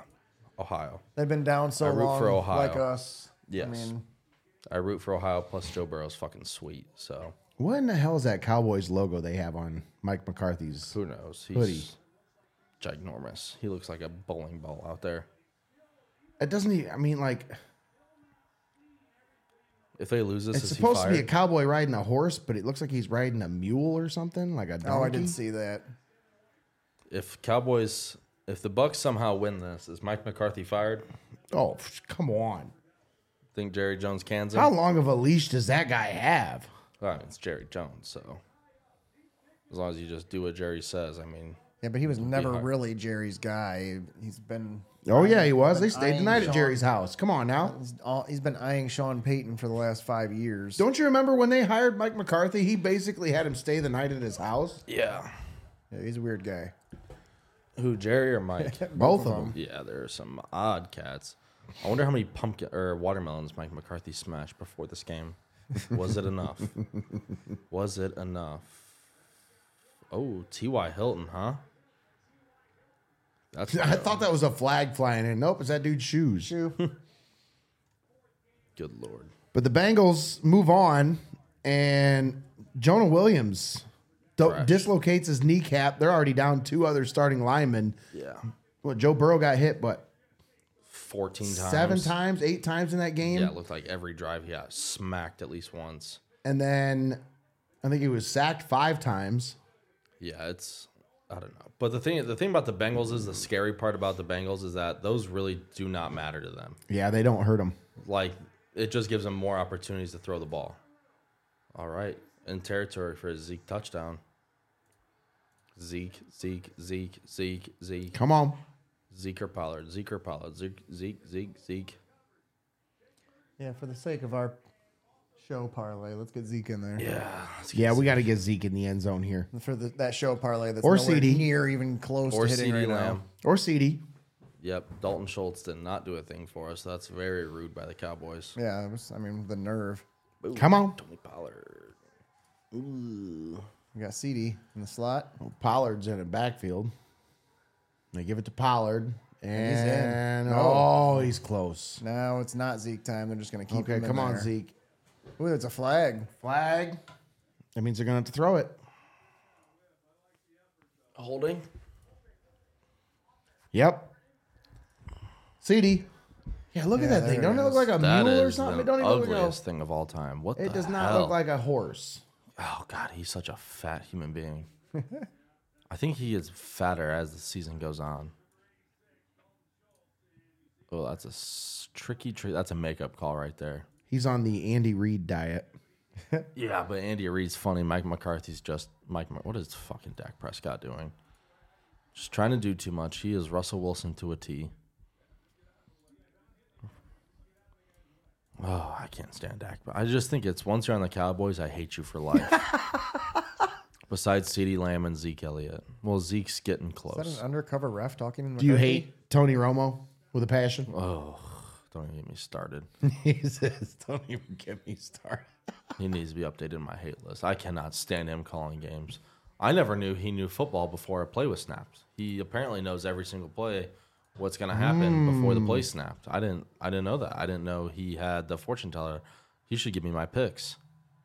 Ohio. They've been down so I root long, for Ohio. like us. Yes. I mean, I root for Ohio plus Joe Burrow's fucking sweet. So What in the hell is that Cowboys logo they have on Mike McCarthy's? Who knows? He's Hoodie. ginormous. He looks like a bowling ball out there. It doesn't even, I mean, like, If they lose this, it's is supposed he to fired? be a cowboy riding a horse, but it looks like he's riding a mule or something, like a donkey. oh, I did see that. if Cowboys, if the Bucks somehow win this, is Mike McCarthy fired? Oh, pff, come on. Think Jerry Jones cans him? How long of a leash does that guy have? I mean, it's Jerry Jones, so as long as you just do what Jerry says, I mean, Yeah, but he was never hard. really Jerry's guy. He's been Oh yeah, he was. They Been stayed the eyeing night at Sean. Jerry's house. Come on now. he's, all, he's been eyeing Sean Payton for the last five years. Don't you remember when they hired Mike McCarthy? He basically had him stay the night at his house. yeah. Yeah, he's a weird guy. Who Jerry or Mike? Both of them. yeah, there are some odd cats. I wonder how many pumpkin or watermelons Mike McCarthy smashed before this game. Was it enough? Was it enough? Oh, T.Y. Hilton, huh? That's I thought that was a flag flying in. Nope, it's that dude's shoes. good lord. But the Bengals move on, and Jonah Williams do- Trash. dislocates his kneecap. They're already down two other starting linemen. Yeah. Well, Joe Burrow got hit, but 14 times. seven times, eight times in that game. Yeah, it looked like every drive he got smacked at least once. And then I think he was sacked five times. Yeah, it's I don't know. But the thing the thing about the Bengals is the scary part about the Bengals is that those really do not matter to them. Yeah, they don't hurt him. Like it just gives them more opportunities to throw the ball. All right. In territory for a Zeke touchdown. Zeke, Zeke, Zeke, Zeke, Zeke, Come on. Zeke or Pollard, Zeke or Pollard, Zeke, Zeke, Zeke, Zeke. Yeah, for the sake of our show parlay, let's get Zeke in there. Yeah. let's get Yeah, we got to get Zeke in the end zone here. For the, that show parlay that's Or nowhere CD. near even close Or to hitting CD right Lamb. now. Or CD. Yep. Dalton Schultz did not do a thing for us. That's very rude by the Cowboys. Yeah, it was, I mean the nerve. Come on. Tony Pollard. We got CD in the slot. Well, Pollard's in the backfield. They give it to Pollard. he's in. And No. oh, he's close. No, it's not Zeke time. They're just gonna keep Okay, him. in come on, there. Zeke. Ooh, it's a flag. Flag. That means they're going to have to throw it. Holding. Yep. CD. Yeah, look at that there thing. it Don't it look is. like a That mule or is something? the It don't even look like ugliest thing of all time. What a, It the does not hell? look like a horse. Oh god, he's such a fat human being. I think he gets fatter as the season goes on. Oh, that's a s- tricky. Tri- that's a makeup call right there. He's on the Andy Reid diet. Yeah, but Andy Reid's funny. Mike McCarthy's just Mike. Mar- what is fucking Dak Prescott doing? Just trying to do too much. He is Russell Wilson to a T. Oh, I can't stand Dak. But I just think it's once you're on the Cowboys, I hate you for life. Besides CeeDee Lamb and Zeke Elliott. Well, Zeke's getting Is that close. an undercover ref talking? in Do you McCarthy? hate Tony Romo with a passion? Oh, don't even get me started. he says, don't even get me started. He needs to be updated in my hate list. I cannot stand him calling games. I never knew he knew football before a play was snapped. He apparently knows every single play what's going to happen before the Hmm. play snapped. I didn't I didn't know that. I didn't know he had the fortune teller. He should give me my picks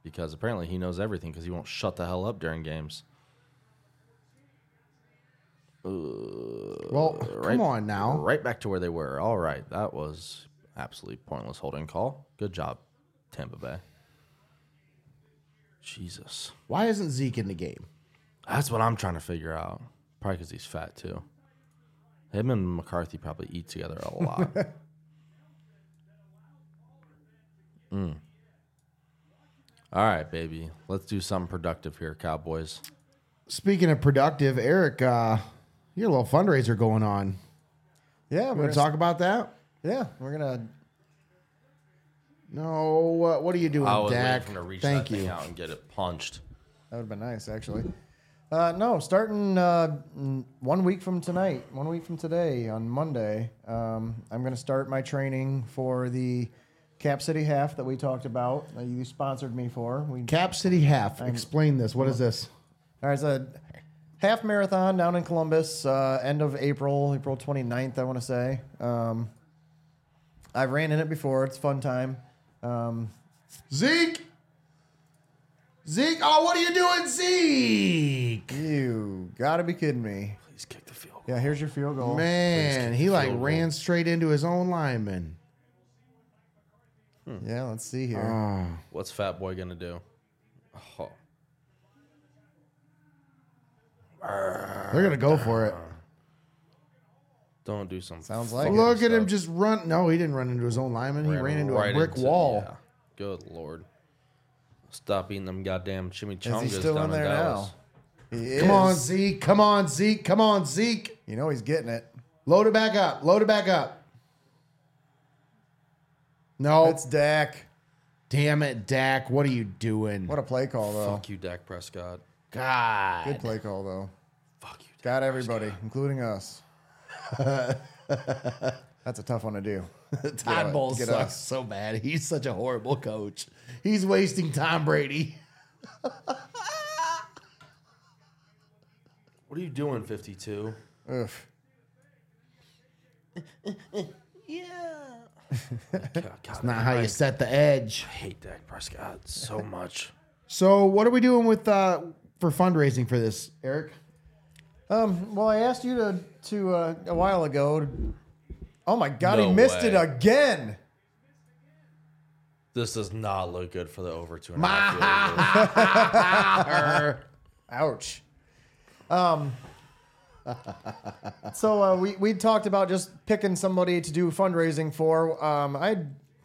because apparently he knows everything cuz he won't shut the hell up during games. Well, Uh, right- come on now. Right back to where they were. All right. That was absolutely pointless holding call. Good job, Tampa Bay. Jesus. Why isn't Zeke in the game? That's what I'm trying to figure out. Probably because he's fat too. Him and McCarthy probably eat together a lot. mm. Mm. All right, baby. Let's do something productive here, Cowboys. Speaking of productive, Eric, uh, you got a little fundraiser going on. Yeah, we're You want gonna to talk about that? Yeah, we're gonna. No. Uh, what are you doing, I was Dak? waiting for him to reach Thank that you. thing out and get it punched. That would have been nice, actually. Uh, no, starting uh, n- one week from tonight, one week from today, on Monday, um, I'm going to start my training for the Cap City Half that we talked about that you sponsored me for. We Cap City Half. Explain this. What is this? There's a half marathon down in Columbus, uh, end of April, April 29th, I want to say. Um, I've ran in it before. It's a fun time. Um, Zeke. Zeke. Oh, what are you doing, Zeke? you got to be kidding me. Please kick the field. Yeah, here's your field goal. Man, he like field goal. ran straight into his own lineman. Yeah, let's see here. Uh, Oh, What's Fat Boy gonna do? Oh, They're gonna go for it. don't do something. Sounds like it. Look at him just run. No, he didn't run into his own lineman. He ran into a right brick into- wall. yeah. Good lord. Stop eating them goddamn chimichangas Is he still down in there in Dallas. now? He Come on, is. Zeke. Come on, Zeke. Come on, Zeke. You know he's getting it. Load it back up. Load it back up. No, It's Dak. damn it, Dak. What are you doing? What a play call, though. Fuck you, Dak Prescott. God. Good play call, though. Fuck you. Dak. Got everybody, including us. That's a tough one to do. Todd Get Bowles us. sucks so bad. He's such a horrible coach. He's wasting Tom Brady. What are you doing, 52? Ugh. God, God, Not how you set the edge. I hate Dak Prescott so much. So, what are we doing with uh, for fundraising for this, Eric? Um, well, I asked you to to uh, a while ago. Oh my God, No he missed it way. again. This does not look good for the over two and a half. yarders. Ouch. Um, so uh, we we talked about just picking somebody to do fundraising for. Um, I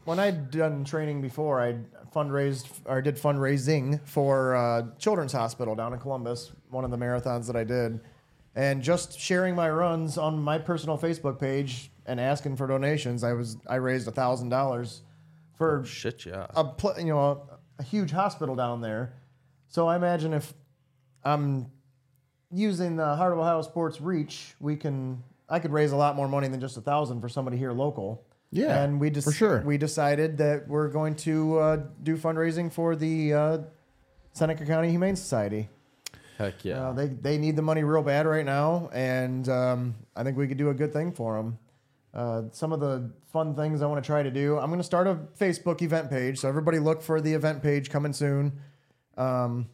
when I'd done training before, I fundraised or did fundraising for uh, Children's Hospital down in Columbus, one of the marathons that I did, and just sharing my runs on my personal Facebook page and asking for donations. I was I raised a thousand dollars for Shit, yeah. a pl- you know a, a huge hospital down there. So I imagine if I'm using the Heart of Ohio Sports reach, we can I could raise a lot more money than just a thousand for somebody here local. Yeah, and we just for sure. we decided that we're going to uh, do fundraising for the uh, Seneca County Humane Society. Heck yeah. Uh, they they need the money real bad right now, and um, I think we could do a good thing for them. Uh, some of the fun things I want to try to do. I'm going to start a Facebook event page, so everybody look for the event page coming soon. Um,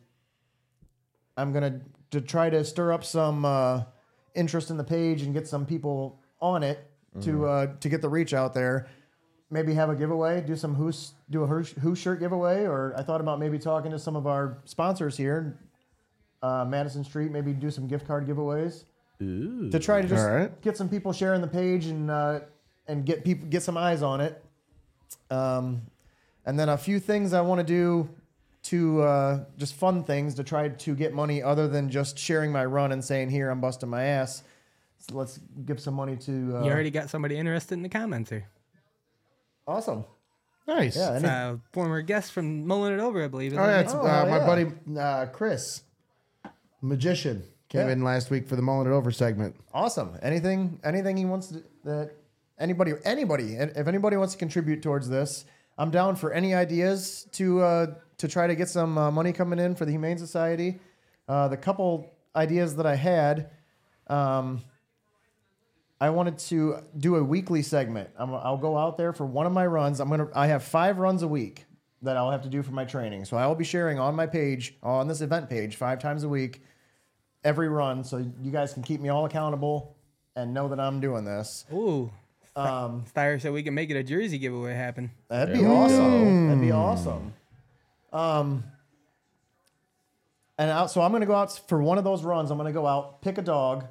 I'm going to to try to stir up some uh, interest in the page and get some people on it to uh, to get the reach out there. Maybe have a giveaway, do some who's do a Who's- who shirt giveaway, or I thought about maybe talking to some of our sponsors here uh, Madison Street, maybe do some gift card giveaways to try to just All right. get some people sharing the page and uh, and get people get some eyes on it. Um, and then a few things I want to do to uh, just fun things to try to get money other than just sharing my run and saying here I'm busting my ass. So let's give some money to uh, You already got somebody interested in the comments here. awesome. Nice. Yeah, It's any- a former guest from Mulling It Over, I believe. Oh, isn't yeah, it? it's, Oh, uh, my yeah. buddy uh, Chris, magician, came Yeah. in last week for the mulling it over segment. awesome. Anything, anything he wants to, that anybody, anybody, and if anybody wants to contribute towards this, I'm down for any ideas to uh, to try to get some uh, money coming in for the Humane Society. Uh, the couple ideas that I had, um, I wanted to do a weekly segment. I'm, I'll go out there for one of my runs. I'm gonna. I have five runs a week that I'll have to do for my training. So I will be sharing on my page, on this event page, five times a week every run so you guys can keep me all accountable and know that I'm doing this. Ooh. Um, Styre said we can make it a jersey giveaway happen. That'd be There we go. awesome. That'd be awesome. Um, and out, so I'm going to go out for one of those runs. I'm going to go out, pick a dog,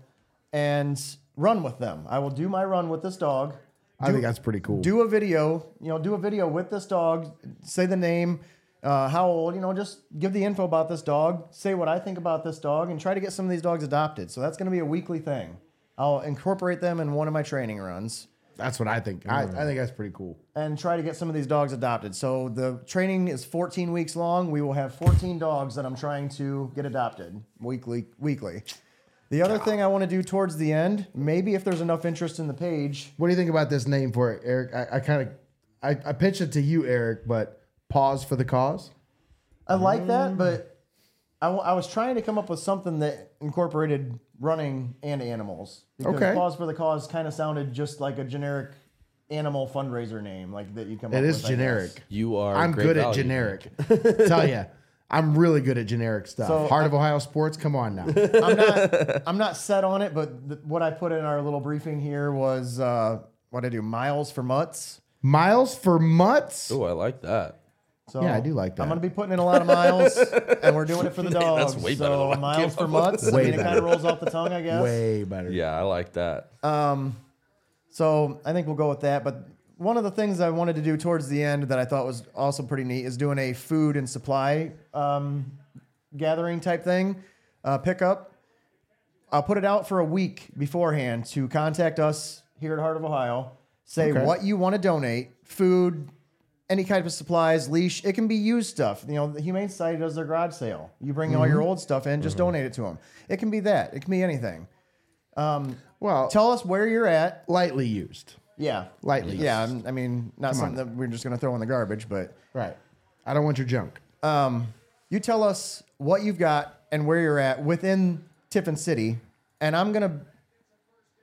and run with them. I will do my run with this dog. I think that's pretty cool. do a video you know do a video with this dog say the name uh, how old you know just give the info about this dog say what i think about this dog and try to get some of these dogs adopted so that's going to be a weekly thing i'll incorporate them in one of my training runs that's what I think. I, I think that's pretty cool. and try to get some of these dogs adopted so the training is 14 weeks long we will have 14 dogs that i'm trying to get adopted weekly weekly the other thing i want to do towards the end maybe if there's enough interest in the page What do you think about this name for it, Eric? I, I kind of I, I pitched it to you, Eric, but pause for the cause. I like Mm. that, but I wa- I was trying to come up with something that incorporated running and animals. Because Okay. Cause for the Cause kind of sounded just like a generic animal fundraiser name, like that you come up It with. is I guess. generic. You are. I'm great good at value. generic. Tell ya, I'm really good at generic stuff. So, Heart of Ohio sports. Come on now. I'm not, I'm not set on it, but th- what I put in our little briefing here was uh, what I do miles for mutts. Miles for mutts. Ooh, I like that. So Yeah, I do like that. I'm going to be putting in a lot of miles, and we're doing it for the dogs. That's way better than so what I came miles for up with. mutts. I Way mean, it kind better. of rolls off the tongue, I guess. Way better. Yeah, I like that. So I think we'll go with that. But one of the things I wanted to do towards the end that I thought was also pretty neat is doing a food and supply um, gathering type thing, uh, pickup. I'll put it out for a week beforehand to contact us here at Heart of Ohio. Say Okay. what you want to donate, food, any kind of supplies, leash. It can be used stuff. You know, the Humane Society does their garage sale. You bring all your old stuff in, just donate it to them. It can be that. It can be anything. Well, Tell us where you're at. lightly used. Yeah, Lightly. Yeah, I'm- I mean, not something that we're just going to throw in the garbage, but Right. I don't want your junk. you tell us what you've got and where you're at within Tiffin City, and I'm gonna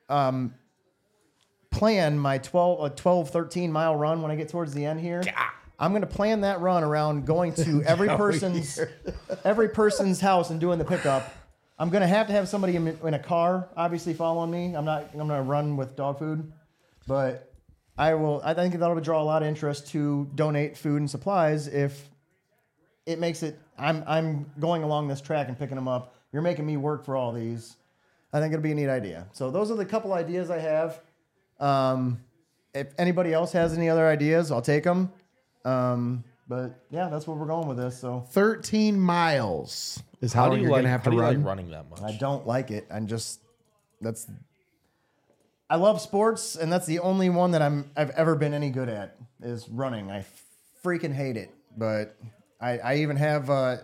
um, plan my 12, uh, 12, 13 mile run when I get towards the end here. I'm gonna plan that run around going to every person's every person's house and doing the pickup. I'm gonna have to have somebody in, in a car, obviously following me. I'm not. I'm gonna run with dog food, but I will. I think that'll draw a lot of interest to donate food and supplies if it makes it. I'm I'm going along this track and picking them up. You're making me work for all these. I think it'll be a neat idea. So those are the couple ideas I have. Um, if anybody else has any other ideas, I'll take them. Um, but yeah, that's where we're going with this. So 13 miles is how, do you're going like, to have how to do you run. like running that much? I don't like it. I'm just that's. I love sports, and that's the only one that I'm I've ever been any good at is running. I freaking hate it, but I I even have uh,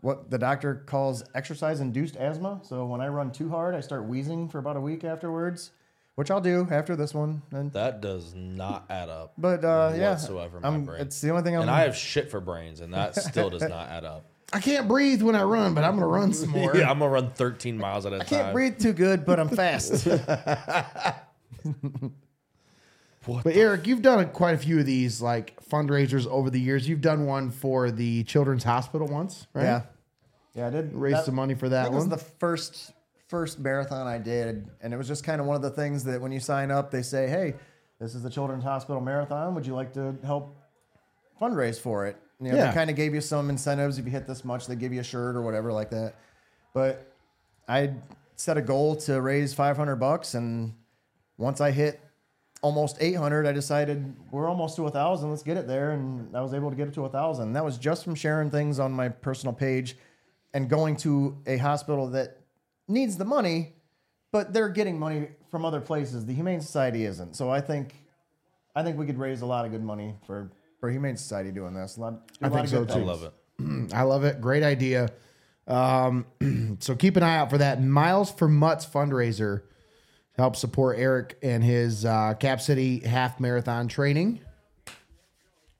what the doctor calls exercise induced asthma. So when I run too hard, I start wheezing for about a week afterwards, which I'll do after this one. And That does not add up. but um, uh, yeah, whatsoever, my I'm- brain. it's the only thing I'm. and I have shit for brains, and that still does not add up. I can't breathe when I run, but I'm going to run some more. Yeah, I'm gonna run 13 miles at a time. can't breathe too good, but I'm fast. But Eric, you've done quite a few of these like fundraisers over the years. You've done one for the Children's Hospital once, right? Yeah. Yeah, I did Raised that- some money for I that think it was one. the first first marathon I did, and it was just kind of one of the things that when you sign up, they say, "Hey, this is the Children's Hospital Marathon. Would you like to help fundraise for it?" You know, Yeah. they kind of gave you some incentives if you hit this much, they give you a shirt or whatever like that. But I set a goal to raise 500 bucks, and once I hit almost 800, I decided we're almost to a thousand. Let's get it there, and I was able to get it to a thousand. That was just from sharing things on my personal page and going to a hospital that needs the money, but they're getting money from other places. The Humane Society isn't. So I think, I think we could raise a lot of good money for for Humane Society doing this. A lot, do a I lot think of so good too. I things. love it. I love it. Great idea. Um, so keep an eye out for that Miles for Mutts fundraiser to help support Eric and his uh, Cap City half marathon training.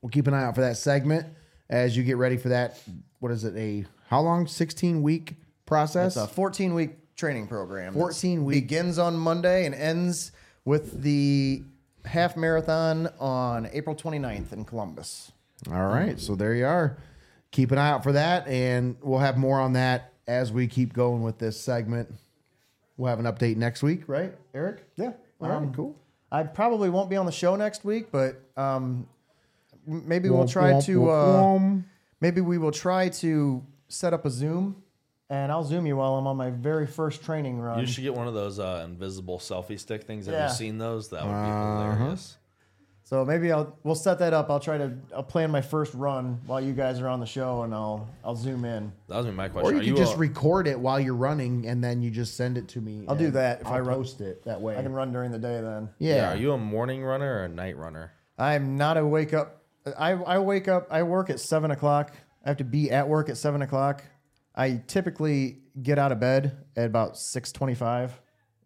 We'll keep an eye out for that segment as you get ready for that. What is it? A how long? Sixteen week process. It's a 14 week training program. that 14 week. begins on Monday and ends with the half marathon on April 29th in Columbus. All right. So there you are. Keep an eye out for that. And we'll have more on that as we keep going with this segment. We'll have an update next week, right, Eric? Um, Yeah. All right. Cool. I probably won't be on the show next week, but um, m- maybe we'll Womp, try womp, to womp, uh, womp. maybe we will try to set up a Zoom, and I'll Zoom you while I'm on my very first training run. You should get one of those uh, invisible selfie stick things. Have Yeah. you seen those? That would be hilarious. So maybe I'll we'll set that up. I'll try to I'll plan my first run while you guys are on the show, and I'll I'll zoom in. That was gonna be my Or question. you can Are just a- record it while you're running, and then you just send it to me. I'll do and that if I I'll run- post it that way. I can run during the day then. yeah. yeah. Are you a morning runner or a night runner? I'm not a wake up. I, I wake up. I work at seven o'clock. I have to be at work at seven o'clock. I typically get out of bed at about six twenty-five.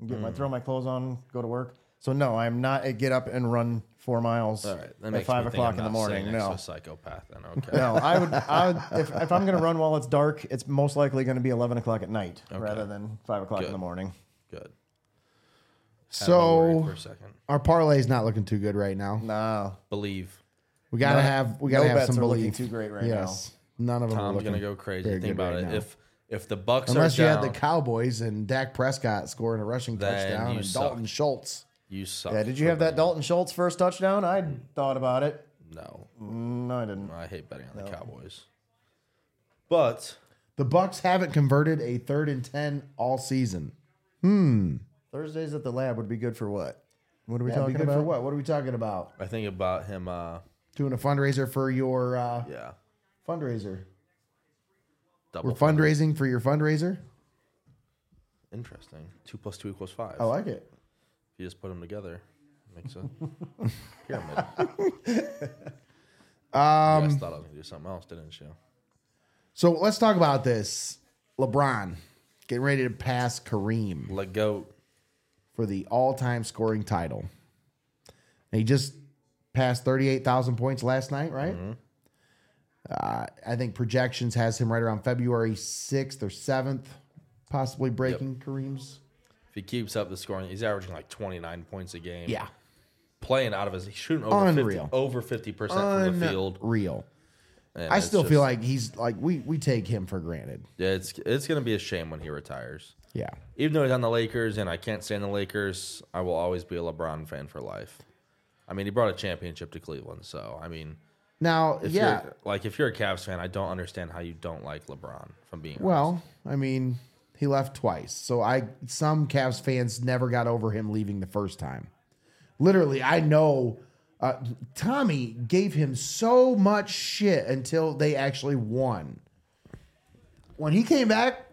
Get Hmm. my throw my clothes on, go to work. So no, I'm not a get up and run four miles All right, that at makes five me think I'm o'clock in the not sitting morning. next to No, a psychopath. Then okay. no, I would. I would if, if I'm going to run while it's dark, it's most likely going to be eleven o'clock at night rather than five o'clock in Good. the morning. Good. Had me So worried for a second, our parlay's not looking too good right now. No, believe We gotta No- have we gotta no have bets some are looking belief. too great right yes. None of them are Tom's looking gonna go crazy. very Think good about right it. now. If if the Bucks Unless are you down, had the Cowboys and Dak Prescott scoring a rushing Then touchdown you and suck. Dalton Schultz. you suck. yeah. Did you have that Dalton Schultz first touchdown? I thought about it. No, No, I didn't. I hate betting on the Cowboys. But The Bucks haven't converted a third and ten all season. Thursdays at the lab would be good for what? What are we That'd be talking good about? for what? What are we talking about? I think about him. Uh, Doing a fundraiser for your uh, yeah, fundraiser. double. We're fundraising for your fundraiser. Interesting. Two plus two equals five. I like it. If you just put them together, makes a pyramid. Um, you guys thought I was gonna do something else, didn't you? So let's talk about this. LeBron getting ready to pass Kareem Let go. for the all-time scoring title. And he just passed 38,000 points last night, right? Uh, I think projections has him right around February 6th or 7th, possibly breaking Kareem's If he keeps up the scoring. He's averaging like 29 points a game. Yeah. Playing out of his, he's shooting over 50, Unreal. over 50% from the field. Real. and I it's still just- feel like he's like we we take him for granted. yeah, it's it's gonna be a shame when he retires. Yeah. Even though he's on the Lakers and I can't stand the Lakers, I will always be a LeBron fan for life. I mean, he brought a championship to Cleveland, so I mean, Now, if yeah. you're, like if you're a Cavs fan, I don't understand how you don't like LeBron. If I'm being Well, I mean, he left twice. So I some Cavs fans never got over him leaving the first time. Literally, I know uh, Tommy gave him so much shit until they actually won. When he came back,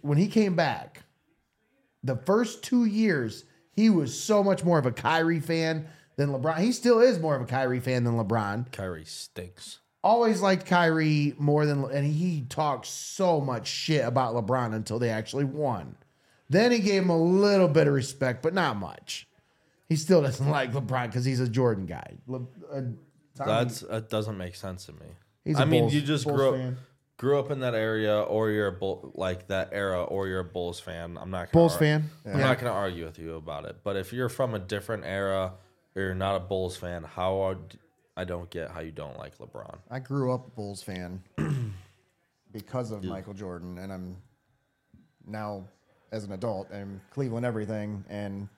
when he came back, the first two years, he was so much more of a Kyrie fan than LeBron. He still is more of a Kyrie fan than LeBron honest, Kyrie stinks. always liked Kyrie more than, and he talked so much shit about LeBron until they actually won. Then he gave him a little bit of respect, but not much. He still doesn't like LeBron because he's a Jordan guy. Le, uh, Tommy- That's that doesn't make sense to me. He's a I mean, Bulls- you just Bulls grew up fan. grew up in that area, or you're a Bull, like that era, or you're a Bulls fan. I'm not gonna Bulls ar- fan. I'm not going to argue with you about it. But if you're from a different era, or you're not a Bulls fan, how are, I don't get how you don't like LeBron. I grew up a Bulls fan because of Michael Jordan, and I'm now as an adult and Cleveland everything, and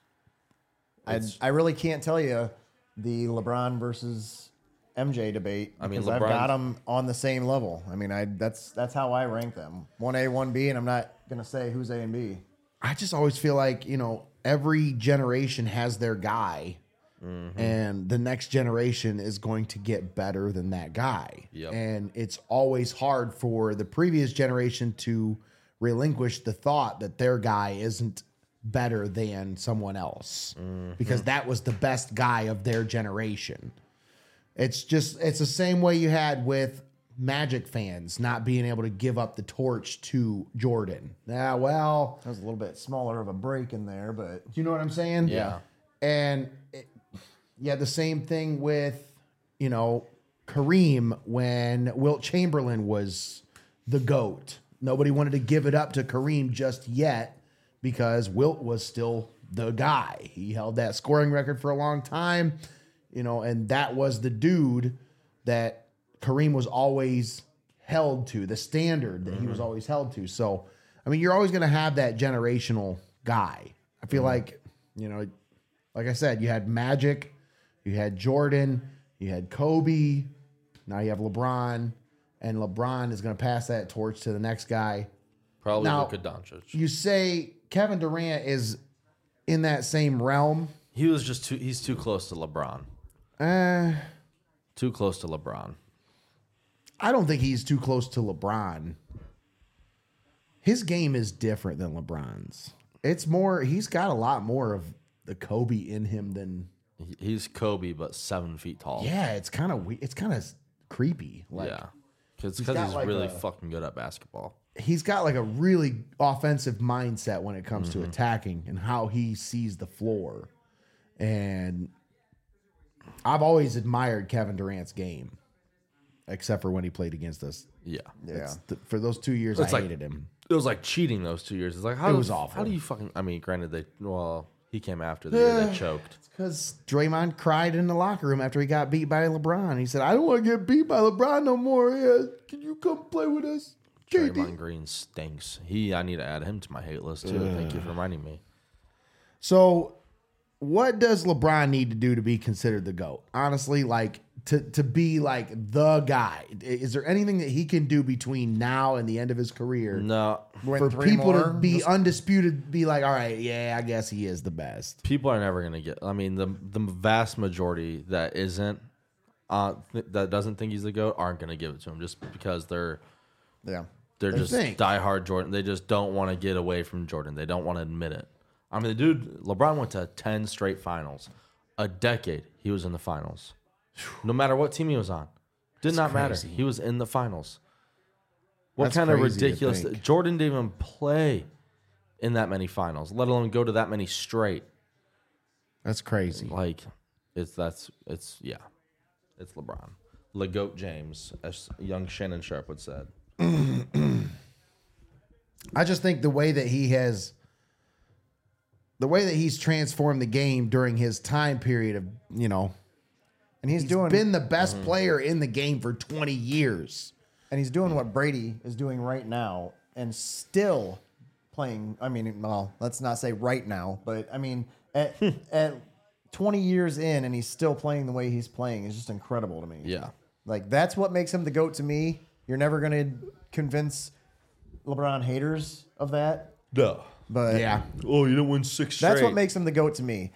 I I really can't tell you the LeBron versus MJ debate. I mean, because I've LeBron's- got them on the same level. I mean, I that's that's how I rank them: one A, one B, and I'm not gonna say who's A and B. I just always feel like, you know, every generation has their guy, Mm-hmm. and the next generation is going to get better than that guy. Yep. And it's always hard for the previous generation to relinquish the thought that their guy isn't better than someone else Mm-hmm. because that was the best guy of their generation. It's just it's the same way you had with Magic fans not being able to give up the torch to Jordan. Yeah, well, That was a little bit smaller of a break in there, but do you know what I'm saying? Yeah. And it, yeah, the same thing with, you know, Kareem when Wilt Chamberlain was the GOAT. Nobody wanted to give it up to Kareem just yet because Wilt was still the guy. He held that scoring record for a long time, you know, and that was the dude that Kareem was always held to, the standard that he was always held to. So, I mean, you're always going to have that generational guy. I feel like, you know, like I said, you had Magic, you had Jordan, you had Kobe, now you have LeBron, and LeBron is going to pass that torch to the next guy. Probably Now- Luka Doncic. You say Kevin Durant is in that same realm. He was just too, he's too close to LeBron. Uh, Too close to LeBron. I don't think he's too close to LeBron. His game is different than LeBron's. It's more, he's got a lot more of the Kobe in him than He- He's Kobe, but seven feet tall. yeah, it's kind of it's kind of creepy. Like yeah. Because got he's like really a- fucking good at basketball. he's got like a really offensive mindset when it comes to Mm-hmm. attacking and how he sees the floor. And I've always admired Kevin Durant's game, except for when he played against us. Yeah. yeah, Th- for those two years, It's I like- hated him. It was like cheating those two years. It's like, how It the was f- awful. How do you fucking, I mean, granted, they, well, he came after the year they choked. Because Draymond cried in the locker room after he got beat by LeBron. He said, "I don't want to get beat by LeBron no more. Yeah, can you come play with us, KD?" Draymond Green stinks. He, I need to add him to my hate list too. Thank you for reminding me. So, what does LeBron need to do to be considered the GOAT? Honestly, like to to be like the guy. I- Is there anything that he can do between now and the end of his career No, for Win three people to more, be undisputed, be like, all right, yeah, I guess he is the best. people are never going to get. I mean, the the vast majority that isn't, uh, th- that doesn't think he's the goat, aren't going to give it to him just because they're yeah. they're just think. diehard Jordan. They just don't want to get away from Jordan. They don't want to admit it. I mean, the dude LeBron went to ten straight finals, a decade. He was in the finals, no matter what team he was on. Did not matter. He was in the finals. What That's kind of crazy to ridiculous? think. Jordan didn't even play in that many finals, let alone go to that many straight. That's crazy. Like, it's that's it's yeah, it's LeBron, LeGoat James, as young Shannon Sharp would said. I just think the way that he has the way that he's transformed the game during his time period of you know and he's, he's doing been the best player in the game for 20 years. and he's doing what Brady is doing right now, and still playing. I mean, well, let's not say right now, but I mean, at, at 20 years in, and he's still playing the way he's playing is just incredible to me. Yeah. like that's what makes him the goat to me. You're never gonna convince LeBron haters of that, No. but Yeah. Oh, you didn't win six that's what makes him the goat to me.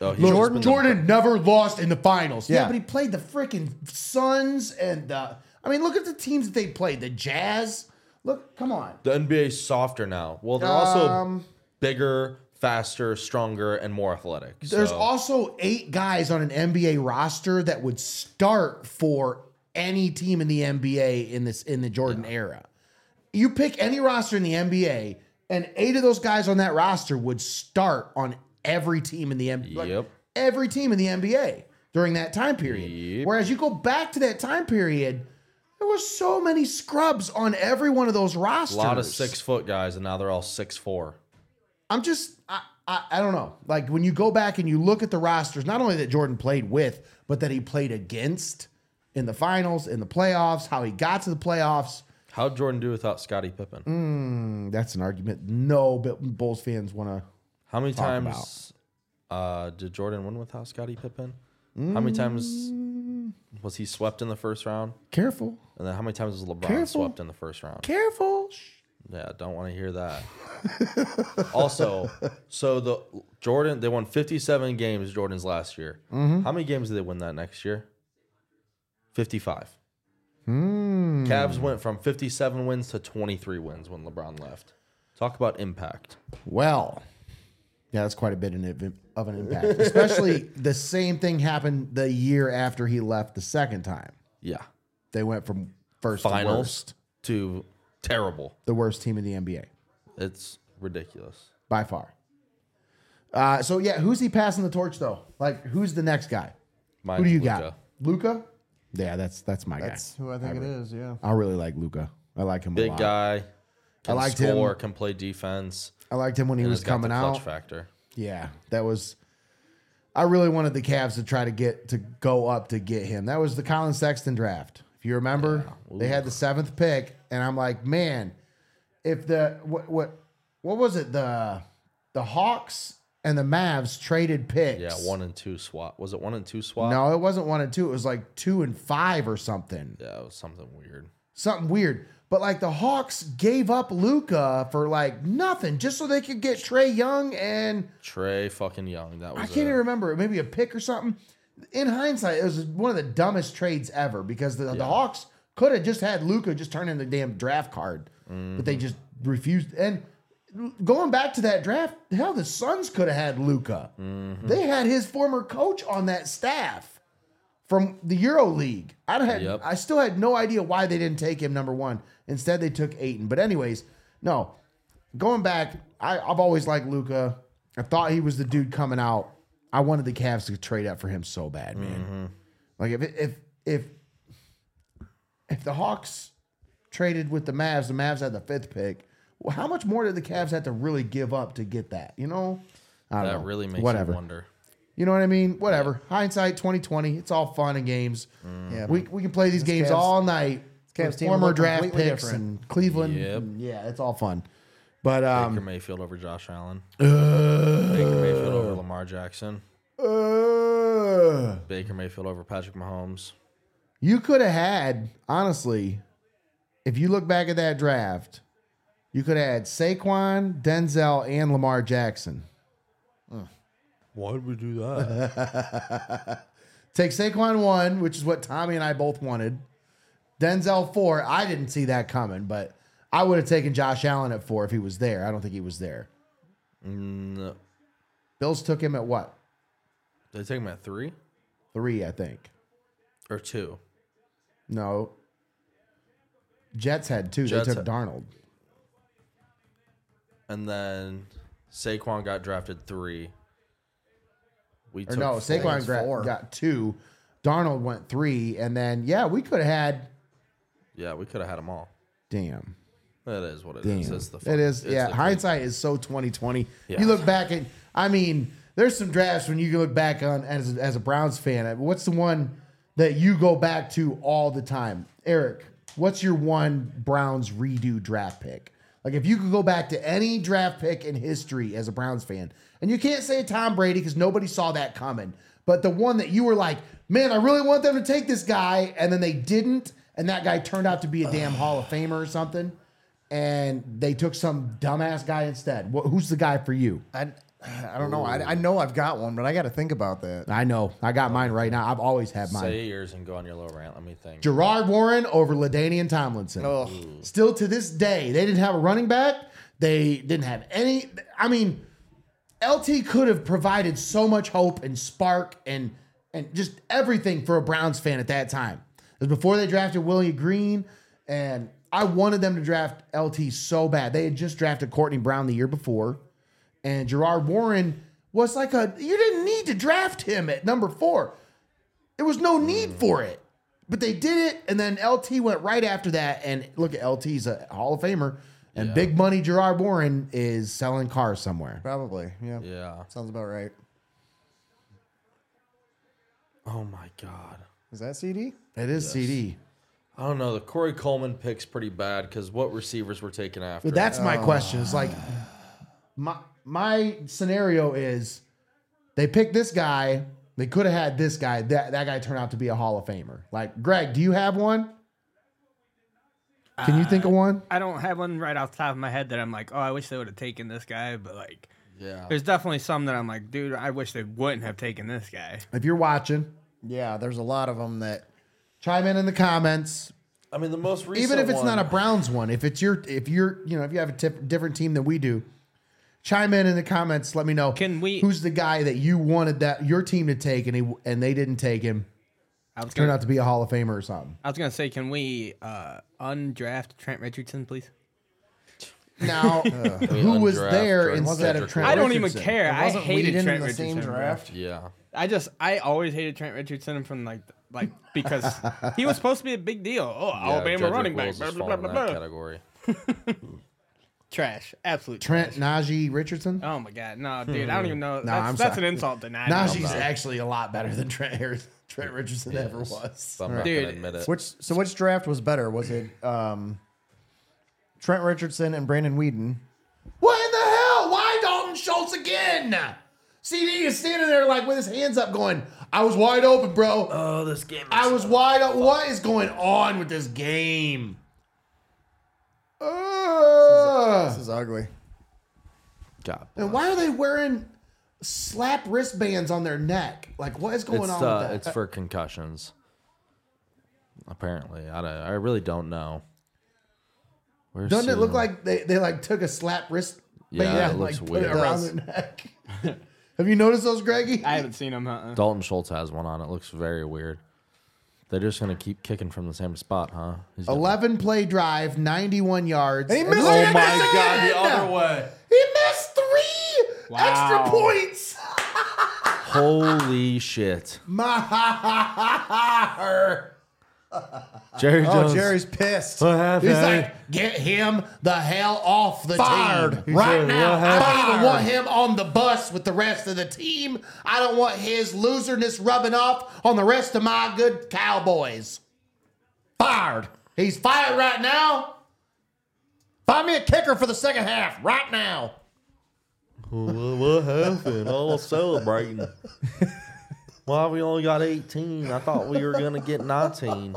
oh, he's just Jordan been Jordan never lost in the finals. Yeah, Yeah. but he played the freaking Suns and the I mean, look at the teams that they played. The Jazz. Look, come on. The, the NBA's softer now. Well, they're also bigger, faster, stronger, and more athletic. There's so- also eight guys on an NBA roster that would start for any team in the NBA in this in the Jordan era. You pick any roster in the NBA, and eight of those guys on that roster would start on every team in the NBA. Yep. every team in the NBA during that time period. Yep. Whereas you go back to that time period, there were so many scrubs on every one of those a rosters. lot of six foot guys, and now they're all six four. I'm just I, I I don't know. Like when you go back and you look at the rosters, not only that Jordan played with, but that he played against in the finals, in the playoffs, how he got to the playoffs. How'd Jordan do without Scottie Pippen? That's an argument. No, but Bulls fans want to. How many times uh, did Jordan win without Scottie Pippen? How many times was he swept in the first round? Careful, And then how many times was LeBron Careful. swept in the first round? careful. Yeah, don't want to hear that. also, so the Jordan they won 57 games Jordan's last year. Mm-hmm. How many games did they win that next year? 55. Hmm. Cavs went from 57 wins to 23 wins when LeBron left. Talk about impact. Well, yeah, that's quite a bit in it- of an impact. Especially the same thing happened the year after he left the second time. Yeah. They went from first to Finals worst, to terrible. the worst team in the NBA. It's ridiculous. by far. Uh, so yeah, who's he passing the torch though? Like, who's the next guy? Mine's Who do you got? Luka. Luca. Yeah, that's that's my That's guy. who I think it is. Yeah, I really like Luca. I like him a Big lot. guy. Can I liked him. score, can play defense. I liked him when he and was has got the coming clutch out. factor. Yeah, that was. I really wanted the Cavs to try to get to go up to get him. That was the Colin Sexton draft. If you remember, they had the seventh pick, and I'm like, man, if the what what what was it the the Hawks and the Mavs traded picks? Yeah, one and two swap. Was it one and two swap? No, it wasn't one and two. It was like two and five or something. Yeah, it was something weird. Something weird. But like the Hawks gave up Luca for like nothing just so they could get Trey Young and Trey fucking Young. That was I can't a- even remember, maybe a pick or something. In hindsight, it was one of the dumbest trades ever because the, the Hawks could have just had Luca just turn in the damn draft card, but they just refused. And going back to that draft, hell, the Suns could have had Luca. They had his former coach on that staff from the Euro League. I had, Yep. I still had no idea why they didn't take him number one. Instead, they took Aiton. But anyways, no, going back, I, I've always liked Luca. I thought he was the dude coming out. I wanted the Cavs to trade up for him so bad, man. Mm-hmm. Like if it- if if if the Hawks traded with the Mavs, the Mavs had the fifth pick. Well, how much more did the Cavs have to really give up to get that? You know, I don't That know. really makes whatever. you wonder. You know what I mean? Whatever. Hindsight, twenty twenty. It's all fun and games. yeah. We, we can play these games Cavs- all night. Cavs with team former looked draft completely picks different. Mm, and Cleveland. Yep. Yeah, it's all fun. But Baker um, Mayfield over Josh Allen. Baker Mayfield over Lamar Jackson. um, uh, Baker Mayfield over Patrick Mahomes. you could have had honestly, if you look back at that draft, you could have had Saquon, Denzel, and Lamar Jackson. Why would we do that? Take Saquon one, which is what Tommy and I both wanted. Denzel four. I didn't see that coming, but I would have taken Josh Allen at four if he was there. I don't think he was there. no. Bills took him at what? Did they take him at three Three, I think. or two? No. Jets had two. Jets they took had- Darnold. And then Saquon got drafted three. We Or took no, four. Saquon gra- four. got two. Darnold went three. And then, yeah, we could have had. Yeah, we could have had them all. Damn. That is what it is. Damn. It's the It is. it's yeah. the- Hindsight is so 2020. Yeah. You look back at, I mean, there's some drafts when you can look back on as, as a Browns fan. uh, What's the one that you go back to all the time? Eric, what's your one Browns redo draft pick? Like, if you could go back to any draft pick in history as a Browns fan, and you can't say Tom Brady because nobody saw that coming, but the one that you were like, man, I really want them to take this guy, and then they didn't, and that guy turned out to be a damn Hall of Famer or something and they took some dumbass guy instead. Wh- Who's the guy for you? I, I don't know. I, I know I've got one, but I got to think about that. I know. I got mine right now. I've always had mine. Say yours and go on your little rant. Let me think. Gerard Warren over Ladanian Tomlinson. Ugh. Still to this day, they didn't have a running back. They didn't have any. I mean, LT could have provided so much hope and spark and and just everything for a Browns fan at that time. It was before they drafted William Green, and I wanted them to draft LT so bad. They had just drafted Courtney Brown the year before, and Gerard Warren was like a you didn't need to draft him at number four. There was no need for it. But they did it, and then LT went right after that. And look at LT's a Hall of Famer, and big money Gerard Warren is selling cars somewhere. Probably. Yeah. Yeah. Sounds about right. Oh my god. Is that CD? It is CD. I don't know. The Corey Coleman pick's pretty bad because what receivers were taken after? But that's my question. It's like my my scenario is they picked this guy. They could have had this guy. That that guy turned out to be a Hall of Famer. Like Greg, do you have one? Can you think of one? I don't have one right off the top of my head that I'm like, oh, I wish they would have taken this guy, but like, yeah. there's definitely some that I'm like, dude, I wish they wouldn't have taken this guy. If you're watching, Yeah. There's a lot of them that. chime in in the comments. I mean, the most recent even if it's one- not a Browns one, if it's your, if you're, you know, if you have a tip, different team than we do, chime in in the comments. Let me know. Can we- Who's the guy that you wanted that your team to take and he and they didn't take him? I was Turned gonna, out to be a Hall of Famer or something. I was gonna say, can we uh, undraft Trent Richardson, please? Now, who was undraft there Jordan instead of Cedric Trent? I don't Richardson? even care. I Wasn't hated Whedon Trent in the Richardson. same bro. draft. Yeah. I just I always hated Trent Richardson from like like because he was supposed to be a big deal. Oh, Yeah, Alabama Jedrick running back, Wills blah is blah blah falling in blah. that blah. Category. Trash, absolute Trent trash. Najee Richardson. Oh my god, no, dude, I don't even know. that's, Hmm. I'm that's an sorry. insult to Najee. Najee's actually a lot better than Trent Harris, Trent Richardson ever Yes. was. So I'm not Dude, gonna admit it. Which so which draft was better? Was it um, Trent Richardson and Brandon Whedon? What in the hell? Why Dalton Schultz again? CD is standing there like with his hands up, going, "I was wide open, bro. Oh, this game. I was wide up. What is going on with this game? This Ugh. is ugly. God. and why are they wearing slap wristbands on their neck? Like, what is going It's on uh, with it's that? for concussions. Apparently, I don't, I really don't know. Where's Doesn't it look Susan? like they, they like took a slap wrist? Yeah, band it and, looks like, put weird. it around their neck. Have you noticed those, Greggy? I haven't seen him. Uh-uh. Dalton Schultz has one on? It looks very weird. They're just gonna keep kicking from the same spot, huh? He's gonna- Eleven play drive, ninety-one yards. He and missed look it at again! this again! way! He missed three Wow. extra points. Holy shit! Oh, My. Jerry Oh, Jones. Jerry's pissed. What happened? He's like, get him the hell off the Fired. team right said, now. "What I don't even happened?" want him on the bus with the rest of the team. I don't want his loserness rubbing off on the rest of my good Cowboys. Fired. He's fired right now. Find me a kicker for the second half right now. Well, what happened? I was celebrating. Why we only got 18? I thought we were gonna get 19.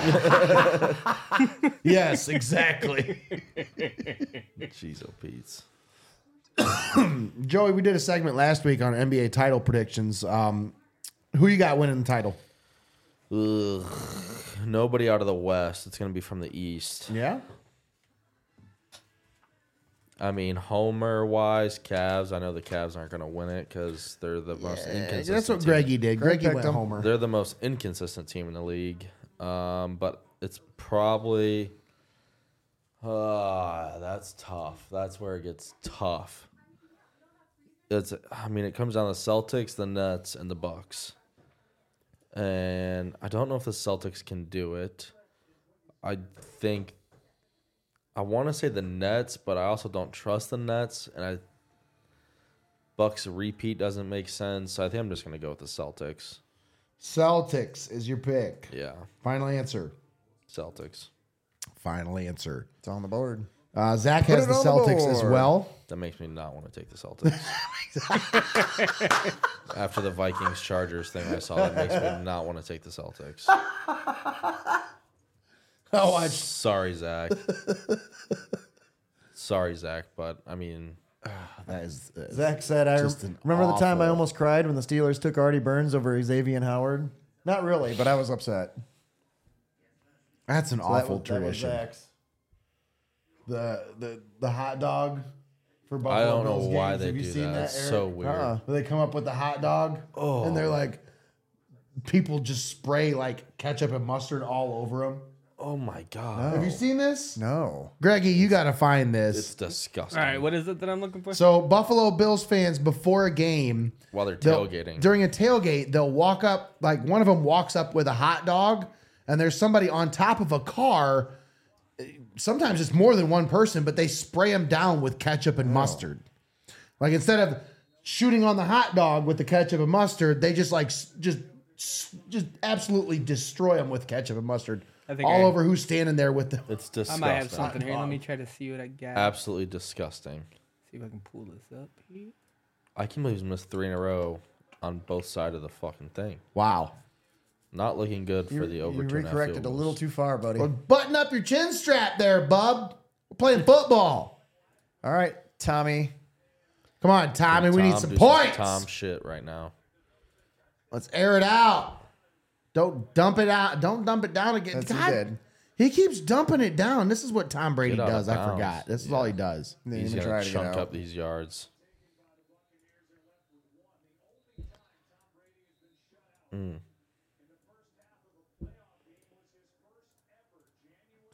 Yes, exactly. Jeez, oh Pete's. Joey, we did a segment last week on NBA title predictions. Um, who you got winning the title? Ugh. Nobody out of the West. It's gonna be from the East. Yeah. I mean, Homer wise, Cavs. I know the Cavs aren't gonna win it because they're the most inconsistent. That's what team. Greggy did. Greg Greggy picked went him. homer. They're the most inconsistent team in the league. Um, but it's probably. Uh, that's tough. That's where it gets tough. It's. I mean, it comes down to Celtics, the Nets, and the Bucks. And I don't know if the Celtics can do it. I think I want to say the Nets, but I also don't trust the Nets, and I Bucks repeat doesn't make sense. So I think I'm just gonna go with the Celtics. Celtics is your pick. Yeah, Final answer. Celtics. Final answer. It's on the board. Uh, Zach has it the on the Celtics as board. well. That makes me not want to take the Celtics. After the Vikings Chargers thing I saw, that makes me not want to take the Celtics. Oh, I Sorry, Zach. Sorry, Zach, but I mean, that is uh, Zach said, "I Just an remember the time I awful- almost cried when the Steelers took Artie Burns over Xavier Howard. Not really, but I was upset. that's an That awful was- that was tradition. Zach's. the the the hot dog for Buffalo I don't know Bills why games. they Have you do seen that. that? It's Eric? so weird. Uh-uh. Where they come up with the hot dog, and they're like, people just spray like ketchup and mustard all over them. Oh my god, Have you seen this, No, Greggy? You got to find it's this. disgusting. All right, what is it that I'm looking for? So Buffalo Bills fans before a game, While they're they'll- tailgating, during a tailgate, they'll walk up like one of them walks up with a hot dog, and there's somebody on top of a car. Sometimes it's more than one person, but they spray them down with ketchup and mustard. Like instead of shooting on the hot dog with the ketchup and mustard, they just like s- just s- just absolutely destroy them with ketchup and mustard I think all I- over who's standing there with the it's I disgusting. might have something here. Let me try to see what I got. Absolutely disgusting. See if I can pull this up. here. I can believe he's missed three in a row on both sides of the fucking thing. wow. Not looking good for you, the you overturn. at recorrected field a little goals. too far, buddy. Button up your chin strap there, bub. We're playing football. All right, Tommy. Come on, Tommy. we need Tom some do some points. Tom shit right now. Let's air it out. Don't dump it out. Don't dump it down again. That's what he did. He keeps dumping it down. This is what Tom Brady Get out of does. I bounds. forgot. This is all he does. Didn't He's even try gonna to get chunk out. up these yards. Hmm. Mm.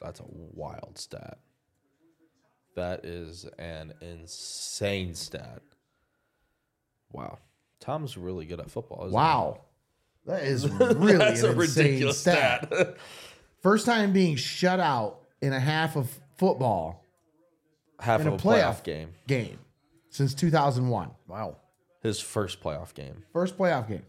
That's a wild stat. That is an insane stat. Wow, Tom's really good at football. Isn't Wow. That is really That's an a insane ridiculous stat. stat. First time being shut out in a half of football he? Half in of a a playoff playoff game. game since 2001. Wow. His first playoff game. First playoff game.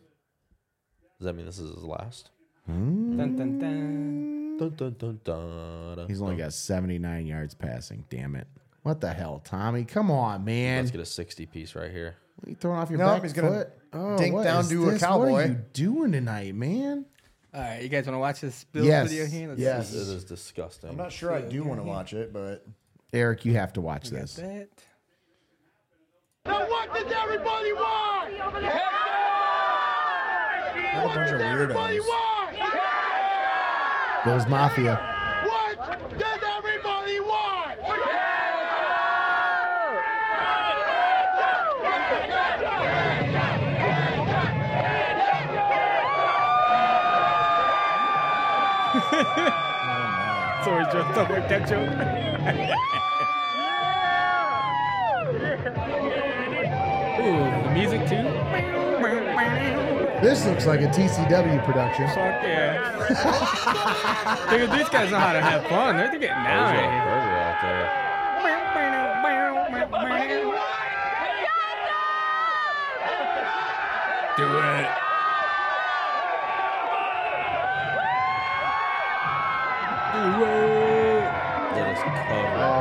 Does that mean this is his last? Dun, dun, dun. Dun, dun, dun, dun, dun. He's only got 79 yards passing. Damn it. What the hell, Tommy? Come on, man. Let's get a 60 piece right here. You throwing off your Nope, back he's gonna foot? Oh, dink what down is to a this? What cowboy. are you doing tonight, man? All right, you guys want to watch this Bills Yes. video here? Let's Yes. This is disgusting. I'm not sure I do want to watch it, but Eric, you have to watch this. see that. Now what does everybody want? what a bunch of Everybody weirdos. want? Bills Mafia. What does everybody want? So we dressed up like that joke. Ooh, the music too. This looks like a TCW production. Fuck yeah. Dude, these guys know how to have fun. They're getting There's a burger out out. there. Do it. Do it. That is covered. Oh,